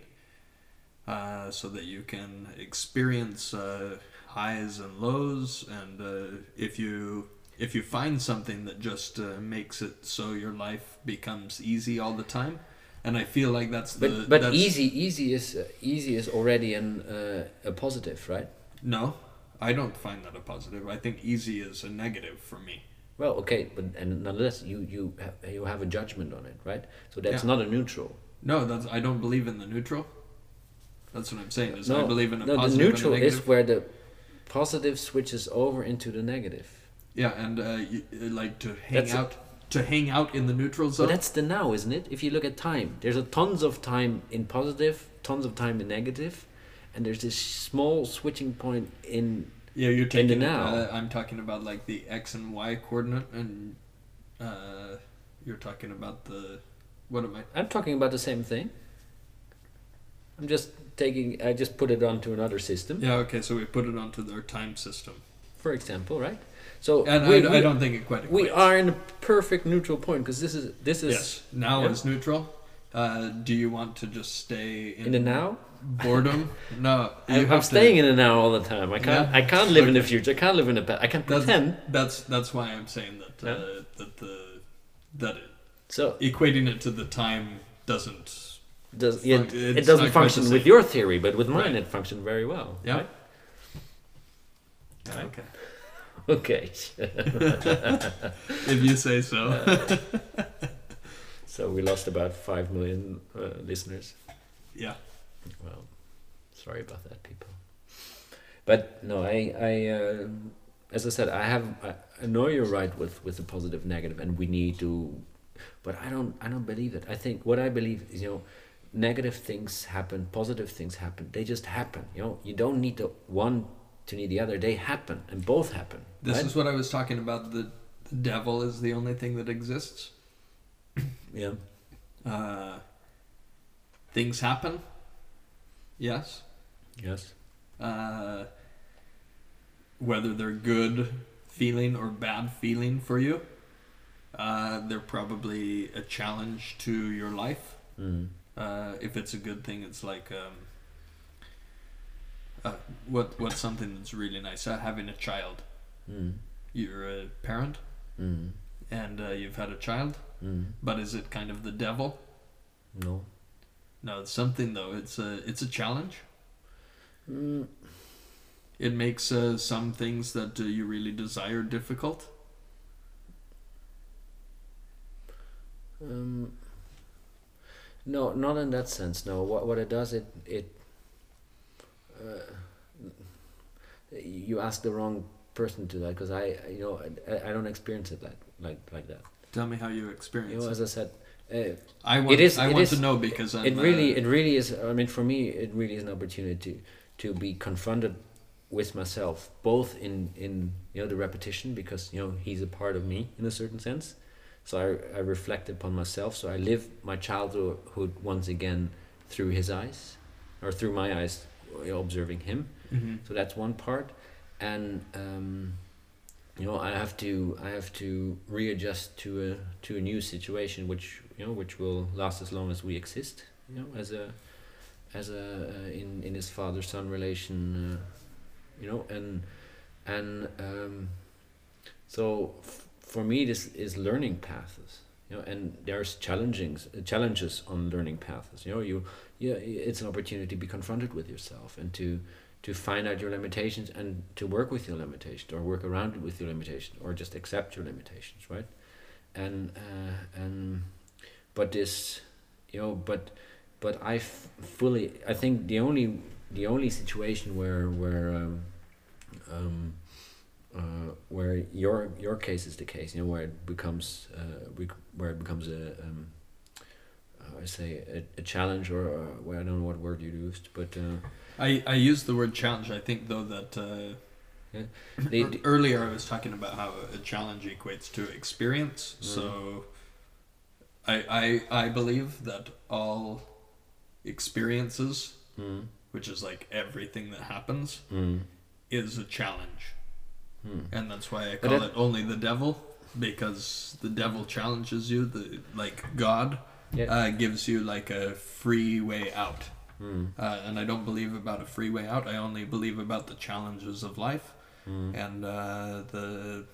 B: uh, so that you can experience uh, highs and lows, and uh, if you if you find something that just uh, makes it so your life becomes easy all the time, and I feel like that's the
A: But but
B: that's,
A: easy, easy is uh, easy is already an uh, a positive, right?
B: No, I don't find that a positive. I think easy is a negative for me.
A: Well, okay, but and nonetheless, you you ha- you have a judgment on it, right? So that's
B: Yeah.
A: not a neutral.
B: No, that's I don't believe in the neutral. That's what I'm saying. Is
A: no,
B: I believe in a
A: no, the
B: positive
A: neutral
B: and a negative.
A: is where the positive switches over into the negative.
B: Yeah, and uh, you, uh, like to hang
A: That's a-
B: out to hang out in the neutral
A: So
B: zone.
A: that's the now, isn't it? If you look at time, there's a tons of time in positive, tons of time in negative, and there's this small switching point in.
B: yeah, you're
A: the
B: taking
A: now.
B: Uh, I'm talking about like the x and y coordinate, and uh, you're talking about the what am I?
A: I'm talking about the same thing. I'm just taking. I just put it onto another system,
B: Yeah, okay. So we put it onto their time system,
A: for example, right? So
B: and
A: we,
B: I,
A: we-
B: I don't think it quite.
A: we
B: equates.
A: are in a perfect neutral point because this is this is
B: yes. Now
A: yeah.
B: is neutral. Uh, do you want to just stay in,
A: in the now.
B: boredom? No, you
A: I'm,
B: have
A: I'm
B: to-
A: staying in the now all the time. I can't.
B: Yeah.
A: I can't live in the future. I can't live in the past. I can
B: That's,
A: pretend.
B: that's that's why I'm saying that uh,
A: Yeah.
B: that the that
A: so
B: equating it to the time doesn't.
A: does, yeah,
B: func-
A: it
B: it's
A: doesn't
B: not quite the
A: function with
B: same.
A: your theory, but with mine
B: Right.
A: it functioned very well.
B: Yeah.
A: right?
B: Okay.
A: Okay.
B: If you say so.
A: so we lost about five million uh, listeners.
B: yeah.
A: Well, sorry about that, people. But no, I, I, uh, as I said, I have. I, I know you're right with with the positive, negative, and we need to. But I don't. I don't believe it. I think what I believe is, you know, negative things happen, positive things happen. They just happen. You know, you don't need the one to need the other. They happen, and both happen.
B: This
A: right?
B: is what I was talking about. The, the devil is the only thing that exists.
A: yeah.
B: Uh, things happen. Yes.
A: Yes.
B: Uh, whether they're good feeling or bad feeling for you, uh, they're probably a challenge to your life.
A: Mm.
B: Uh, if it's a good thing, it's like um, uh, what what's something that's really nice? Uh, having a child.
A: Mm.
B: You're a parent,
A: Mm.
B: and uh, you've had a child.
A: Mm.
B: But is it kind of the devil?
A: No.
B: No, it's something though. It's a it's a challenge.
A: Mm.
B: It makes uh, some things that uh, you really desire difficult.
A: Um, no, not in that sense. No, what what it does, it it. Uh, you ask the wrong person to that because I, I- you know, I, I don't experience it like like like that.
B: Tell me how you
A: You
B: experience
A: know,
B: it.
A: as I said, uh,
B: I want
A: it is-
B: I
A: it
B: want
A: is-
B: to know because I'm,
A: it really
B: uh,
A: it really is. I mean, for me, it really is an opportunity to, to be confronted with myself, both in in you know the repetition because you know he's a part of me in a certain sense. So I, I reflect upon myself. So I live my childhood once again through his eyes, or through my eyes, you know, observing him.
B: mhm.
A: So that's one part, and um, you know I have to I have to readjust to a to a new situation, which you know which will last as long as we exist. You know, as a as a uh, in in his father son relation, uh, you know, and and um, so f- for me this is learning paths. You know, and there's challengings uh, challenges on learning paths. You know, you yeah, it's an opportunity to be confronted with yourself and to to find out your limitations and to work with your limitations or work around with your limitations or just accept your limitations right and uh, and but this you know but but I f- fully i think the only the only situation where where um, um, uh, where your your case is the case you know where it becomes uh, bec- where it becomes a um, how I say a, a challenge or uh well, I don't know what word you used but uh,
B: I I used the word challenge. I think though that uh,
A: they,
B: Ear- earlier I was talking about how a challenge equates to experience.
A: Mm.
B: So I, I I believe that all experiences,
A: Mm.
B: which is like everything that happens,
A: Mm.
B: is a challenge.
A: Mm.
B: And that's why I
A: But it-
B: call it only the devil because the devil challenges you, the like God
A: Yeah.
B: uh, gives you like a free way out.
A: Mm.
B: Uh, and I don't believe about a free way out. I only believe about the challenges of life
A: Mm.
B: and uh, the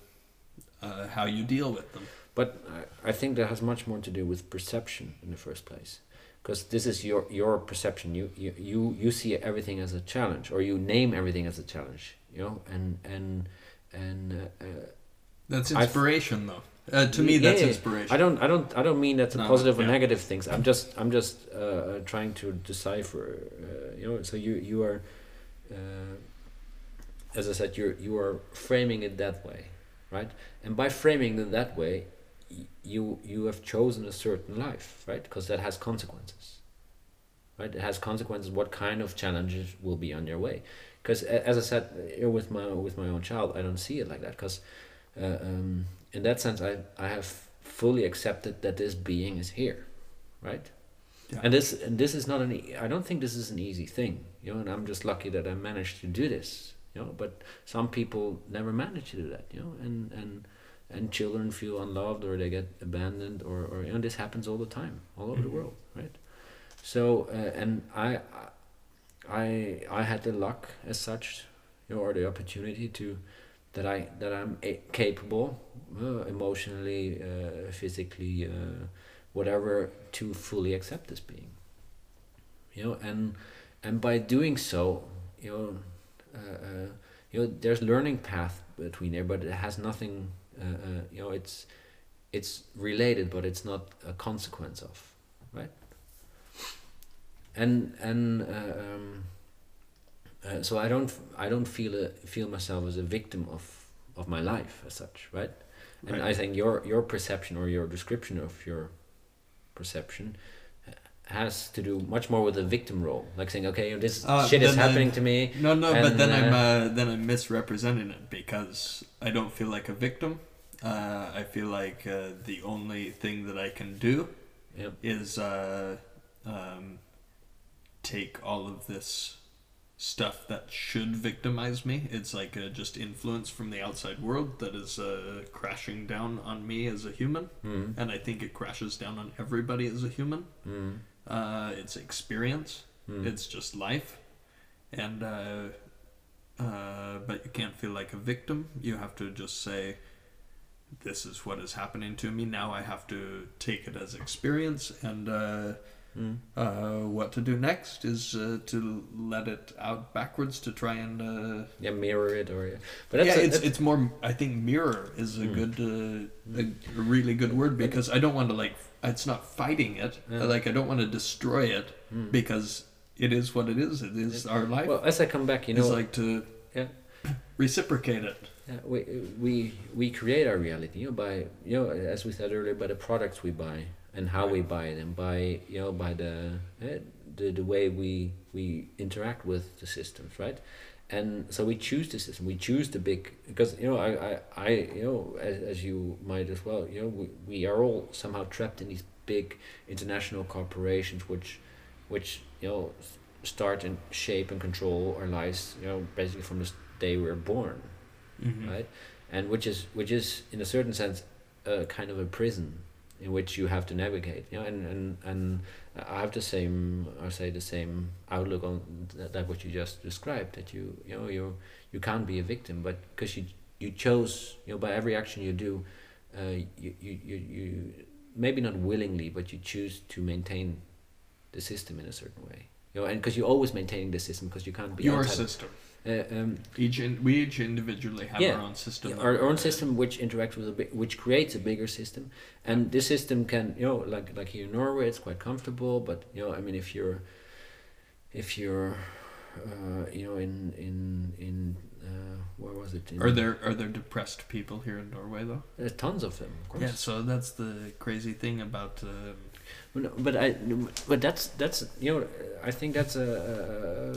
B: uh, how you deal with them.
A: But I- I think that has much more to do with perception in the first place. because this is your your perception you, you you you see everything as a challenge or you name everything as a challenge you know and and and uh, uh,
B: That's
A: I've-
B: inspiration, though. Uh, to
A: Y-
B: me, that's
A: yeah, yeah.
B: inspiration.
A: I don't, I don't, I don't mean that's a
B: No, no,
A: positive or
B: yeah.
A: negative things. I'm just, I'm just uh, uh, trying to decipher. Uh, you know, so you, you are, uh, as I said, you're, you are framing it that way, right? And by framing it that way, y- you, you have chosen a certain life, right? Because that has consequences, right? It has consequences. What kind of challenges will be on your way? Because as I said, you know, with my with my own child, I don't see it like that. Because uh, um, in that sense, I, I have fully accepted that this being is here, right?
B: Yeah.
A: And this and this is not an. e- I don't think this is an easy thing, you know. And I'm just lucky that I managed to do this, you know. But some people never manage to do that, you know. And and and children feel unloved or they get abandoned or or you know this happens all the time, all over the world, right? So uh, and I, I I had the luck as such, you know, or the opportunity to that I that I'm a- capable uh, emotionally, uh, physically, uh, whatever, to fully accept this being. You know, and and by doing so, you know, uh, uh, you know, there's learning path between there, but it has nothing. Uh, uh, you know, it's it's related, but it's not a consequence of, right? And and uh, um, uh, so I don't I don't feel a, feel myself as a victim of of my life as such, right? And
B: Right.
A: I think your your perception or your description of your perception uh, has to do much more with the victim role, like saying, okay, you know, this
B: Ah,
A: shit is
B: then I-
A: happening to me.
B: No, no, but
A: And,
B: then I'm
A: uh,
B: uh, then I'm misrepresenting it because I don't feel like a victim. Uh, I feel like uh, the only thing that I can do
A: Yeah.
B: is uh, um, take all of this stuff that should victimize me. It's like uh, just influence from the outside world that is uh, crashing down on me as a human,
A: Mm,
B: and I think it crashes down on everybody as a human.
A: mm,
B: Uh, it's experience.
A: mm.
B: It's just life, and uh, uh, but you can't feel like a victim. You have to just say, "This is what is happening to me now." I have to take it as experience, and uh,
A: Mm.
B: uh, what to do next is uh, to let it out backwards to try and. Uh,
A: yeah, mirror it or but that's
B: yeah,
A: a-
B: it's
A: that's-
B: it's more. I think mirror is a
A: Hmm.
B: good, uh, a, a really good word because I don't want to like. It's not fighting it.
A: Yeah.
B: Like I don't want to destroy it
A: Mm.
B: because it is what it is. It is our life.
A: well as I come back, you know,
B: it's like to
A: yeah.
B: reciprocate it.
A: Yeah, Uh, we we we create our reality you know, by you know as we said earlier by the products we buy and how we buy them by you know by the eh, the the way we we interact with the systems right and so we choose the system we choose the big because you know I I, I you know as, as you might as well you know we, we are all somehow trapped in these big international corporations which which you know s- start and shape and control our lives you know basically from the s- day we were born Mm-hmm.
B: Mm.
A: right? And which is which is in a certain sense a kind of a prison in which you have to navigate. You know, and and and I have the same, I say the same outlook on that, that what you just described. That you you know you you can't be a victim, but because you you chose you know by every action you do, uh, you, you you you maybe not willingly, but you choose to maintain the system in a certain way. You know, and because you're always maintaining the system, because you can't be
B: Your
A: outside-
B: system.
A: Uh, um,
B: Each in, we each individually have
A: Yeah.
B: our own system.
A: yeah,
B: that
A: our
B: we're
A: own
B: in.
A: system which interacts with a big, which creates a bigger system and this system can you know like like here in norway it's quite comfortable but you know i mean if you're if you're uh, you know in in in uh, where was it in,
B: Are there are there depressed people here in Norway though?
A: there's tons of them of course
B: Yeah. So that's the crazy thing about. Um,
A: but, no- but i but that's that's you know i think that's a,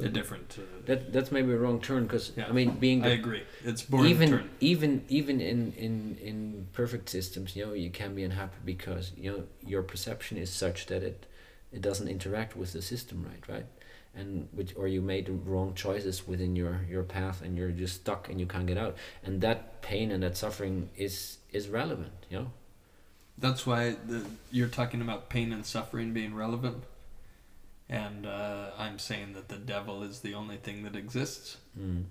B: a different. Uh,
A: that that's maybe a wrong turn because
B: Yeah.
A: i mean being
B: I
A: the
B: agree. It's born
A: even
B: turn.
A: even even in in in perfect systems you know you can be unhappy because you know your perception is such that it it doesn't interact with the system right right and which or you made the wrong choices within your your path and you're just stuck and you can't get out and that pain and that suffering is is relevant you know
B: That's why the, you're talking about pain and suffering being relevant, and uh, I'm saying that the devil is the only thing that exists.
A: mm.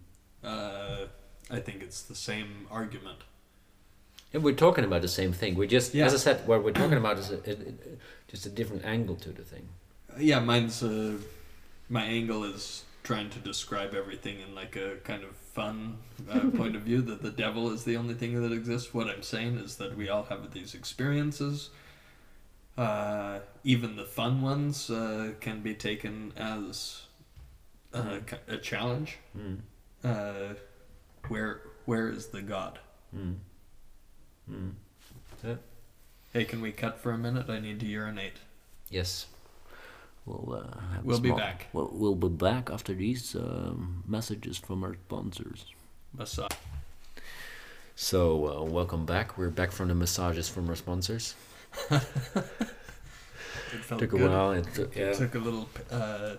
B: Uh, I think it's the same argument.
A: and we're talking about the same thing we're just
B: Yeah.
A: as i said what we're talking about is a, a, a- just a different angle to the thing
B: yeah, mine's uh, my angle is trying to describe everything in like a kind of fun uh, point of view that the devil is the only thing that exists. What I'm saying is that we all have these experiences. Uh, even the fun ones uh, can be taken as uh,
A: Mhm.
B: ki- a challenge.
A: Mm.
B: Uh, where where is the God?
A: Mm. Mm.
B: Hey, can we cut for a minute? I need to urinate.
A: Yes. We'll, uh, have a
B: We'll be
A: small-
B: back.
A: We'll, we'll be back after these um, messages from our sponsors.
B: Massage.
A: So, uh, welcome back. We're back from the messages from our sponsors.
B: It felt
A: Took a
B: Oh, good.
A: while. It took, yeah.
B: It took a little uh,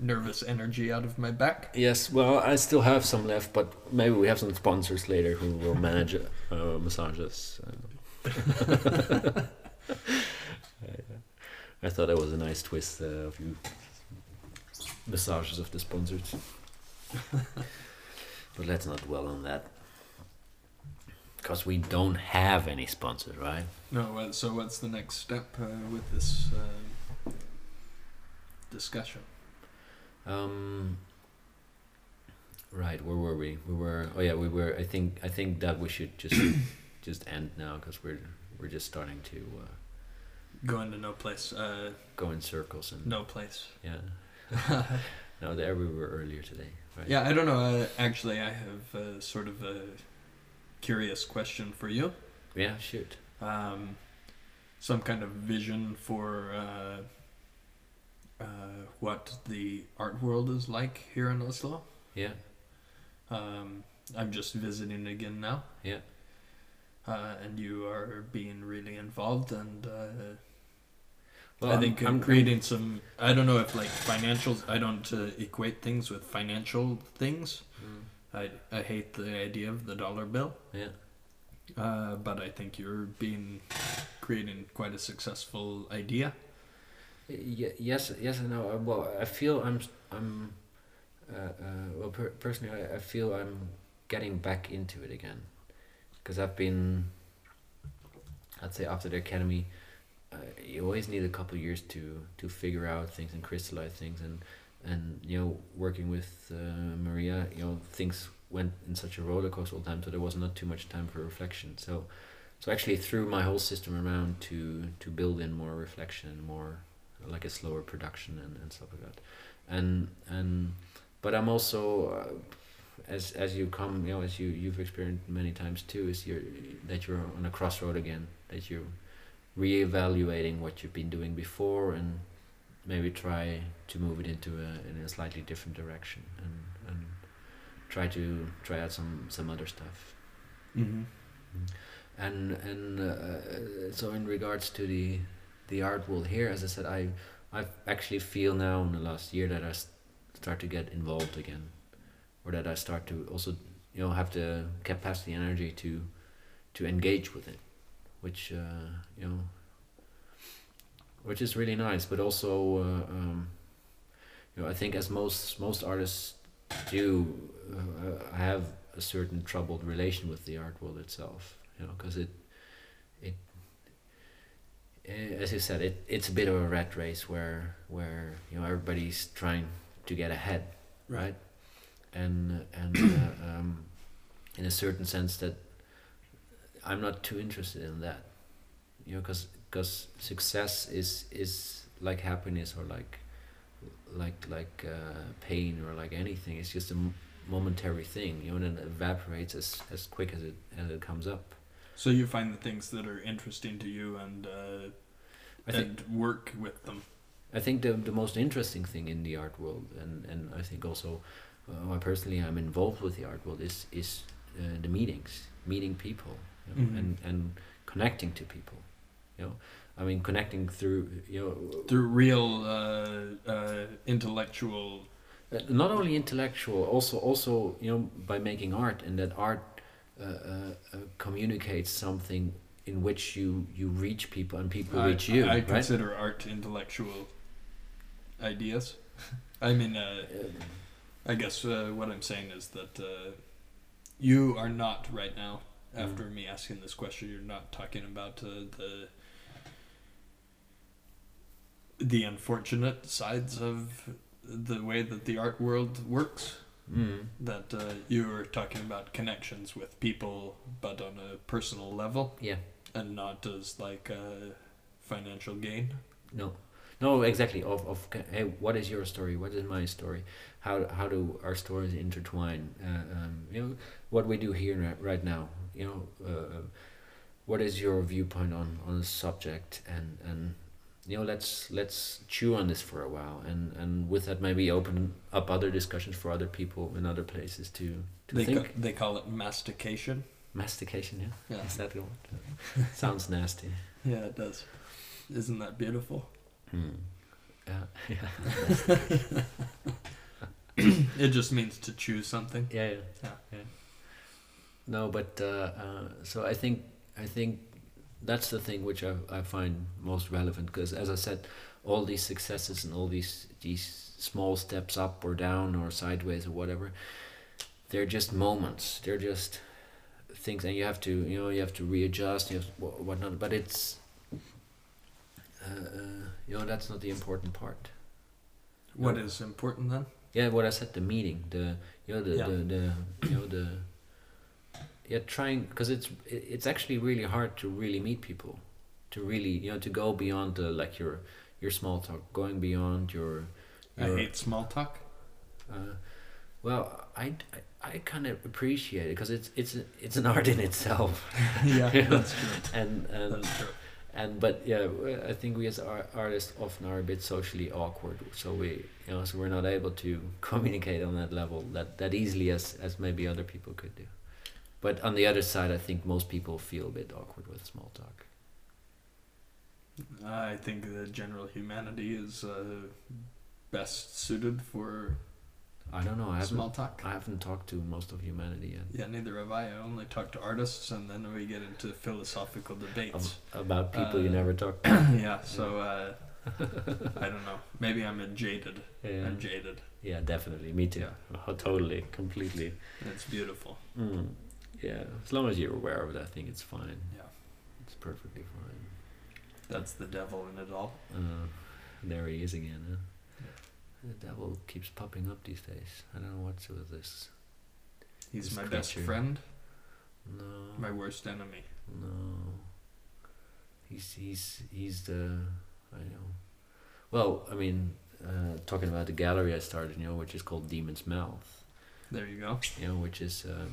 B: nervous energy out of my back.
A: Yes, well, I still have some left, but maybe we have some sponsors later who will manage uh, massages. uh. I thought that was a nice twist uh, of you massages of the sponsors. but let's not dwell on that. Because we don't have any sponsors, right?
B: No, uh, so what's the next step uh, with this uh, discussion?
A: Um, right, where were we? We were. Oh yeah, we were. I think. I think that we should just just end now because we're we're just starting to uh,
B: Going to no place. Uh,
A: go in circles and
B: no place.
A: yeah. No, there we were earlier today. Right.
B: yeah, I don't know. Uh, actually, I have uh, sort of a curious question for you.
A: Yeah. Shoot.
B: Um, some kind of vision for uh, uh, what the art world is like here in Oslo.
A: Yeah.
B: Um, I'm just visiting again now.
A: Yeah.
B: Uh, and you are being really involved, and uh,
A: Well,
B: I think uh,
A: I'm,
B: I'm,
A: I'm
B: creating some. I don't know if like financials. I don't uh, equate things with financial things.
A: Mm,
B: I I hate the idea of the dollar bill.
A: Yeah.
B: Uh, but I think you're being creating quite a successful idea.
A: Y- yes. Yes. and No. uh, Well, I feel I'm. s- I'm. Uh, uh, well, per- personally, I, I feel I'm getting back into it again, because I've been. I'd say after the academy, uh, you always need a couple years to to figure out things and crystallize things and and you know working with uh, Maria you know things went in such a roller coaster all the time so there was not too much time for reflection so so actually threw my whole system around to to build in more reflection more like a slower production and, and stuff like that and and but I'm also uh, as as you come you know as you you've experienced many times too is you're that you're on a crossroad again that you reevaluating what you've been doing before and maybe try to move it into a in a slightly different direction and and try to try out some some other stuff
B: Mm-hmm.
A: and and uh, so in regards to the the art world here as i said i i actually feel now in the last year that i s- start to get involved again or that i start to also you know have the capacity and energy to to engage with it which uh, you know which is really nice but also uh, um, you know i think as most most artists do uh, i have a certain troubled relation with the art world itself you know because it it eh, as you said it it's a bit of a rat race where where you know everybody's trying to get ahead right and and uh, um, in a certain sense that i'm not too interested in that you know because success is is like happiness or like like like uh, pain or like anything it's just a m- momentary thing you know and it evaporates as as quick as it as it comes up
B: So you find the things that are interesting to you and uh,
A: I
B: and
A: think-
B: work with them.
A: I think the the most interesting thing in the art world, and and I think also, uh, I personally I'm involved with the art world is is uh, the meetings, meeting people, you know,
B: Mhm.
A: and and connecting to people, you know. I mean, connecting through you know
B: Through real uh, uh, intellectual.
A: Uh, not only intellectual also also you know by making art and that art uh, uh, uh, communicates something in which you you reach people and people
B: I,
A: reach you
B: I
A: right
B: consider art intellectual ideas. I mean, uh,
A: Uh,
B: I guess uh, what I'm saying is that uh, you are not right now.
A: Mm.
B: After me asking this question, you're not talking about uh, the the unfortunate sides of the way that the art world works.
A: Mm.
B: That uh, you were talking about connections with people, but on a personal level,
A: Yeah.
B: and not as like a financial gain.
A: No. No, exactly. Of, of hey, what is your story? What is my story? How how do our stories intertwine? Uh, um, you know what we do here ri- right now. You know, uh, what is your viewpoint on on a subject? And and you know, let's let's chew on this for a while, and and with that maybe open up other discussions for other people in other places to to
B: They
A: think.
B: ca- they call it mastication.
A: Mastication, yeah.
B: Yeah.
A: Is that the one? Sounds nasty.
B: Yeah, it does. Isn't that beautiful?
A: Hmm. Yeah, yeah,
B: It just means to choose something.
A: yeah, yeah.
B: Yeah.
A: No, but uh, uh, so I think I think that's the thing which I, I find most relevant because, as I said, all these successes and all these these small steps up or down or sideways or whatever, they're just moments. They're just things, and you have to you know you have to readjust, you have to wha- whatnot. But it's uh, uh, you know that's not the important part.
B: What
A: Yeah.
B: is important then?
A: Yeah, what I said, the meeting, the you know the
B: Yeah.
A: the, the you know the yeah trying because it's it- it's actually really hard to really meet people, to really you know to go beyond the like your your small talk, going beyond your.
B: I
A: your,
B: hate small talk.
A: Uh, well, I I kind of appreciate it because it's it's a- it's an art in itself,
B: yeah,
A: Yeah.
B: that's true.
A: and and
B: That is true.
A: and but yeah w- i think we as ar- artists often are a bit socially awkward so we you know so we're not able to communicate on that level that that easily as as maybe other people could do but on the other side i think most people feel a bit awkward with small talk
B: I think the general humanity is uh, best suited for
A: i don't know i haven't
B: small talk.
A: i haven't talked to most of humanity yet
B: Yeah, neither have I. I only talk to artists, and then we get into philosophical debates.
A: Ab- about people you
B: Uh,
A: never talk to
B: yeah, so uh, I don't know. Maybe I'm a jaded.
A: yeah,
B: I'm jaded.
A: yeah definitely me too Oh, totally completely
B: It's beautiful.
A: mm. yeah as long as you're aware of it i think it's fine
B: Yeah,
A: it's perfectly fine
B: that's the devil in it all.
A: Uh, there he is again, huh? The devil keeps popping up these days. I don't know what's with this.
B: He's
A: This
B: my best
A: creature. Uh-huh.
B: friend,
A: No.
B: my worst enemy.
A: No. He's he's he's the I know. Well, I mean, uh, talking about the gallery I started, you know, which is called Demon's Mouth,
B: There you go.
A: you know, which is um,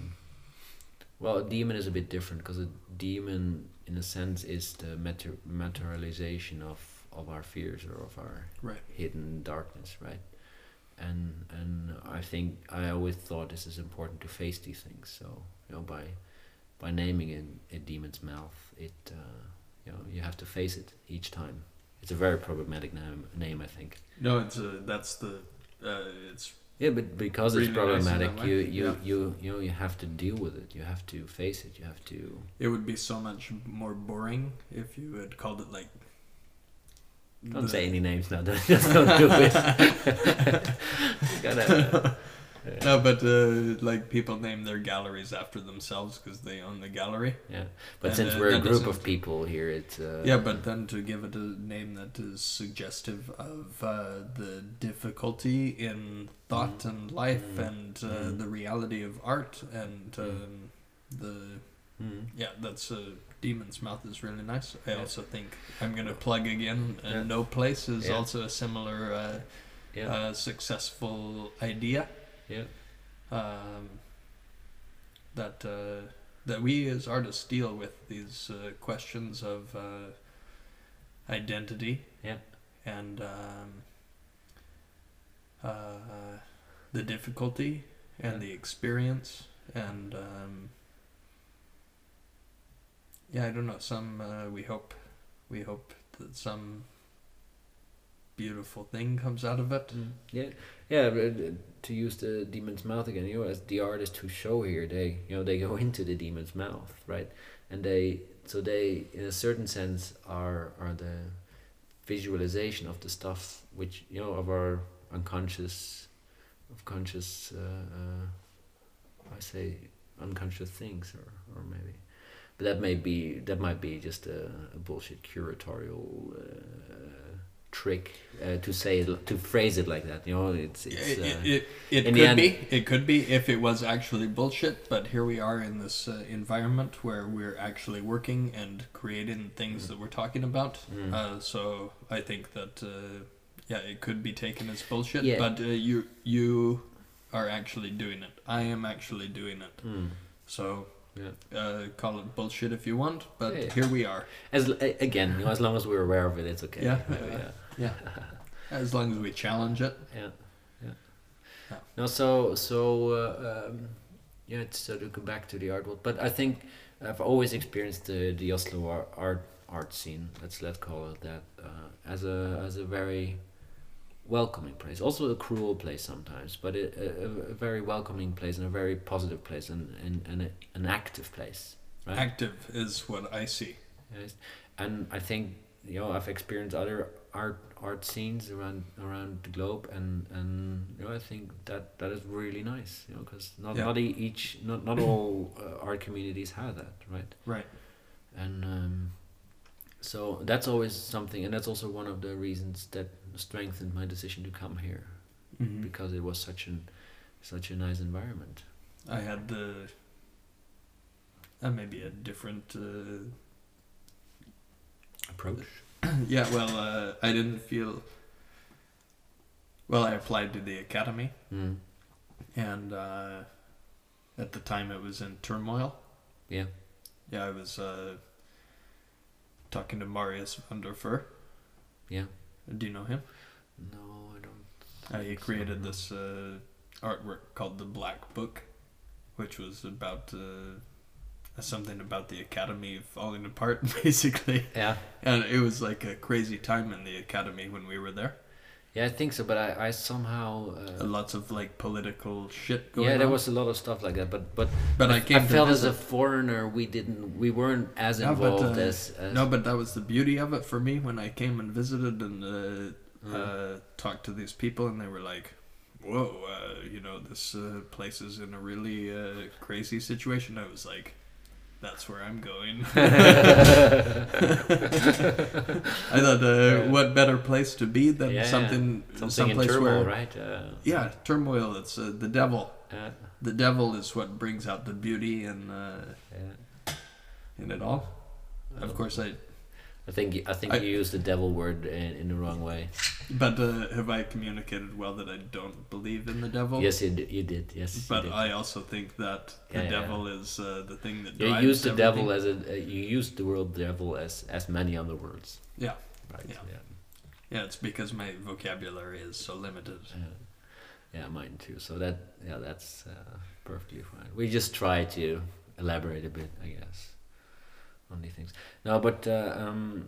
A: well, a demon is a bit different because a demon, in a sense, is the mater- materialization of of our fears or of our
B: Right.
A: hidden darkness, right? And and I think I always thought this is important to face these things. So you know, by by naming it a demon's mouth, it uh, you know you have to face it each time. It's a very problematic name, name I think.
B: No, it's a, that's the uh, it's
A: Yeah, but because it's
B: Really nice in that
A: problematic,
B: way.
A: you you,
B: Yeah.
A: you you know you have to deal with it. You have to face it. You have to.
B: it would be so much more boring if you had called it like.
A: Don't
B: the-
A: say any names now. Don't, just don't do it. Gotta-
B: No, but uh, like people name their galleries after themselves because they own the gallery.
A: yeah, but
B: And,
A: since
B: uh,
A: we're a
B: that
A: group of
B: doesn't-
A: people here, it's uh,
B: yeah, but then to give it a name that is suggestive of uh, the difficulty in thought
A: Mm.
B: and life
A: Mm.
B: and uh,
A: Mm.
B: the reality of art and
A: Mm.
B: um, the
A: Mm.
B: Yeah, that's uh, Demon's Mouth is really nice. I
A: Yeah.
B: also think I'm gonna plug again. Uh,
A: Yeah.
B: No Place is
A: Yeah.
B: also a similar uh,
A: yeah.
B: uh, successful idea
A: Yeah,
B: um, that uh, that we as artists deal with these uh, questions of uh, identity
A: Yeah.
B: and um, uh, the difficulty and
A: Yeah.
B: the experience and um, yeah, I don't know. Some uh, we hope we hope that some beautiful thing comes out of it.
A: hmm. yeah, yeah. but, uh, To use the demon's mouth again, you know, as the artists who show here, they you know they go into the demon's mouth, right? And they so they in a certain sense are are the visualization of the stuff which you know of our unconscious, of conscious, uh, uh, I say unconscious things, or or maybe. But that may be that might be just a, a bullshit curatorial uh, trick uh, to say it, to phrase it like that. You know, it's it's.
B: It,
A: Uh,
B: it, it, it
A: in
B: could
A: the end-
B: be. It could be if it was actually bullshit, but here we are in this uh, environment where we're actually working and creating things that we're talking about.
A: Mm.
B: Uh, so I think that uh, yeah, it could be taken as bullshit,
A: Yeah.
B: but uh, you you are actually doing it. I am actually doing it.
A: mm.
B: So
A: Yeah.
B: uh, call it bullshit if you want, but
A: Yeah.
B: here we are.
A: As l- a- again, you know, as long as we're aware of it, it's okay.
B: Yeah.
A: yeah.
B: Yeah, as long as we challenge it.
A: yeah, yeah.
B: Yeah.
A: No, so so uh, um, yeah. It's, so to go back to the art world, but I think I've always experienced the the Oslo ar- art art scene. Let's let call it that uh, as a as a very welcoming place, also a cruel place sometimes, but a, a, a very welcoming place and a very positive place and and, and a, an active place. Right.
B: Active is what I see.
A: Yes. And I think you know I've experienced other art art scenes around around the globe, and and you know I think that that is really nice, you know, because not
B: Yeah.
A: not e- each not not all uh, art communities have that, right?
B: Right.
A: And um, so that's always something, and that's also one of the reasons that strengthened my decision to come here
B: Mm-hmm.
A: because it was such an such a nice environment.
B: I had the uh, maybe a different uh,
A: Approach.
B: yeah well uh, I didn't feel well I applied to the academy
A: Mm.
B: and uh, at the time it was in turmoil
A: Yeah.
B: yeah I was uh, talking to Marius van der Fur
A: Yeah.
B: do you know him
A: No, I don't.
B: uh, he
A: think so,
B: created
A: no.
B: this uh, artwork called the Black Book which was about uh, something about the academy falling apart basically
A: Yeah.
B: And it was like a crazy time in the academy when we were there.
A: Yeah, I think so, but I, I somehow. Uh,
B: Lots of like political shit going
A: yeah, there
B: on.
A: was a lot of stuff like that, but but
B: But I came to
A: felt as
B: visit.
A: a foreigner, we didn't, we weren't as
B: No, but,
A: involved
B: uh,
A: as, as.
B: no, but that was the beauty of it for me when I came and visited and uh,
A: Mm.
B: uh, talked to these people, and they were like, "Whoa, uh, you know, this uh, place is in a really uh, crazy situation." I was like, "That's where I'm going." I thought, uh,
A: Yeah.
B: what better place to be than
A: Yeah,
B: something,
A: something in
B: someplace
A: turmoil,
B: where,
A: right? Uh,
B: yeah, turmoil. It's uh, the devil.
A: uh,
B: the devil is what brings out the beauty in uh,
A: yeah.
B: in it all. Of course, I.
A: I think you- I think
B: I-
A: you used the devil word in, in the wrong way.
B: But uh, have I communicated well that I don't believe in the devil?
A: yes, you, d- you did. Yes, you
B: But
A: did.
B: I also think that the
A: Yeah, yeah.
B: devil is uh, the thing that
A: you
B: drives
A: used the
B: everything.
A: devil as a uh, you used the word devil as as many other words.
B: Yeah.
A: Right.
B: Yeah.
A: yeah.
B: Yeah, it's because my vocabulary is so limited.
A: Yeah, yeah, mine too. So that yeah, that's uh, perfectly fine. We just try to elaborate a bit, I guess, on these things. No, but uh, um,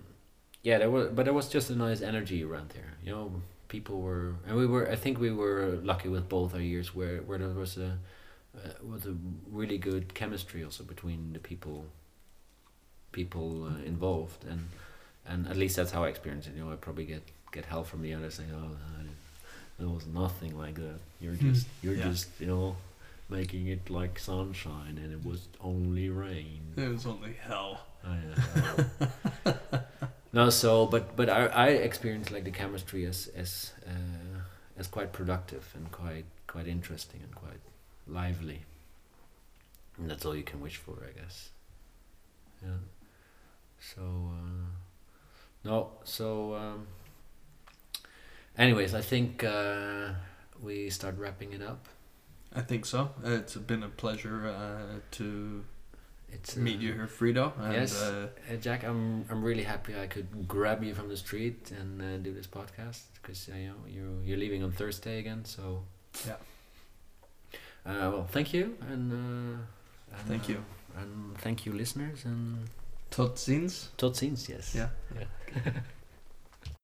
A: yeah, there was but there was just a nice energy around there. You know, people were and we were. I think we were lucky with both our years where where there was a uh, was a really good chemistry also between the people people uh, involved and and at least that's how I experience it. You know, I probably get get help from the others saying, "Oh, I- there was nothing like that. You're
B: Hmm.
A: just you're
B: Yeah.
A: just you know making it like sunshine, and it was only rain."
B: It was only hell.
A: I, uh, Oh, no, so but but I I experience like the chemistry as as uh, as quite productive and quite quite interesting and quite lively. And that's all you can wish for, I guess. Yeah. So uh, no, so um, anyways, I think uh, we start wrapping it up.
B: I think so. Uh, It's been a pleasure uh, to
A: It's
B: meet
A: uh,
B: you here, Frito. And,
A: yes.
B: Uh,
A: Uh, Jack, I'm I'm really happy I could grab you from the street and uh, do this podcast because you know you you're leaving on Thursday again, so
B: Yeah.
A: Uh, well, thank you and, uh, and,
B: Thank you.
A: uh, and thank you, listeners, and
B: tot ziens.
A: tot ziens. Yes.
B: Yeah.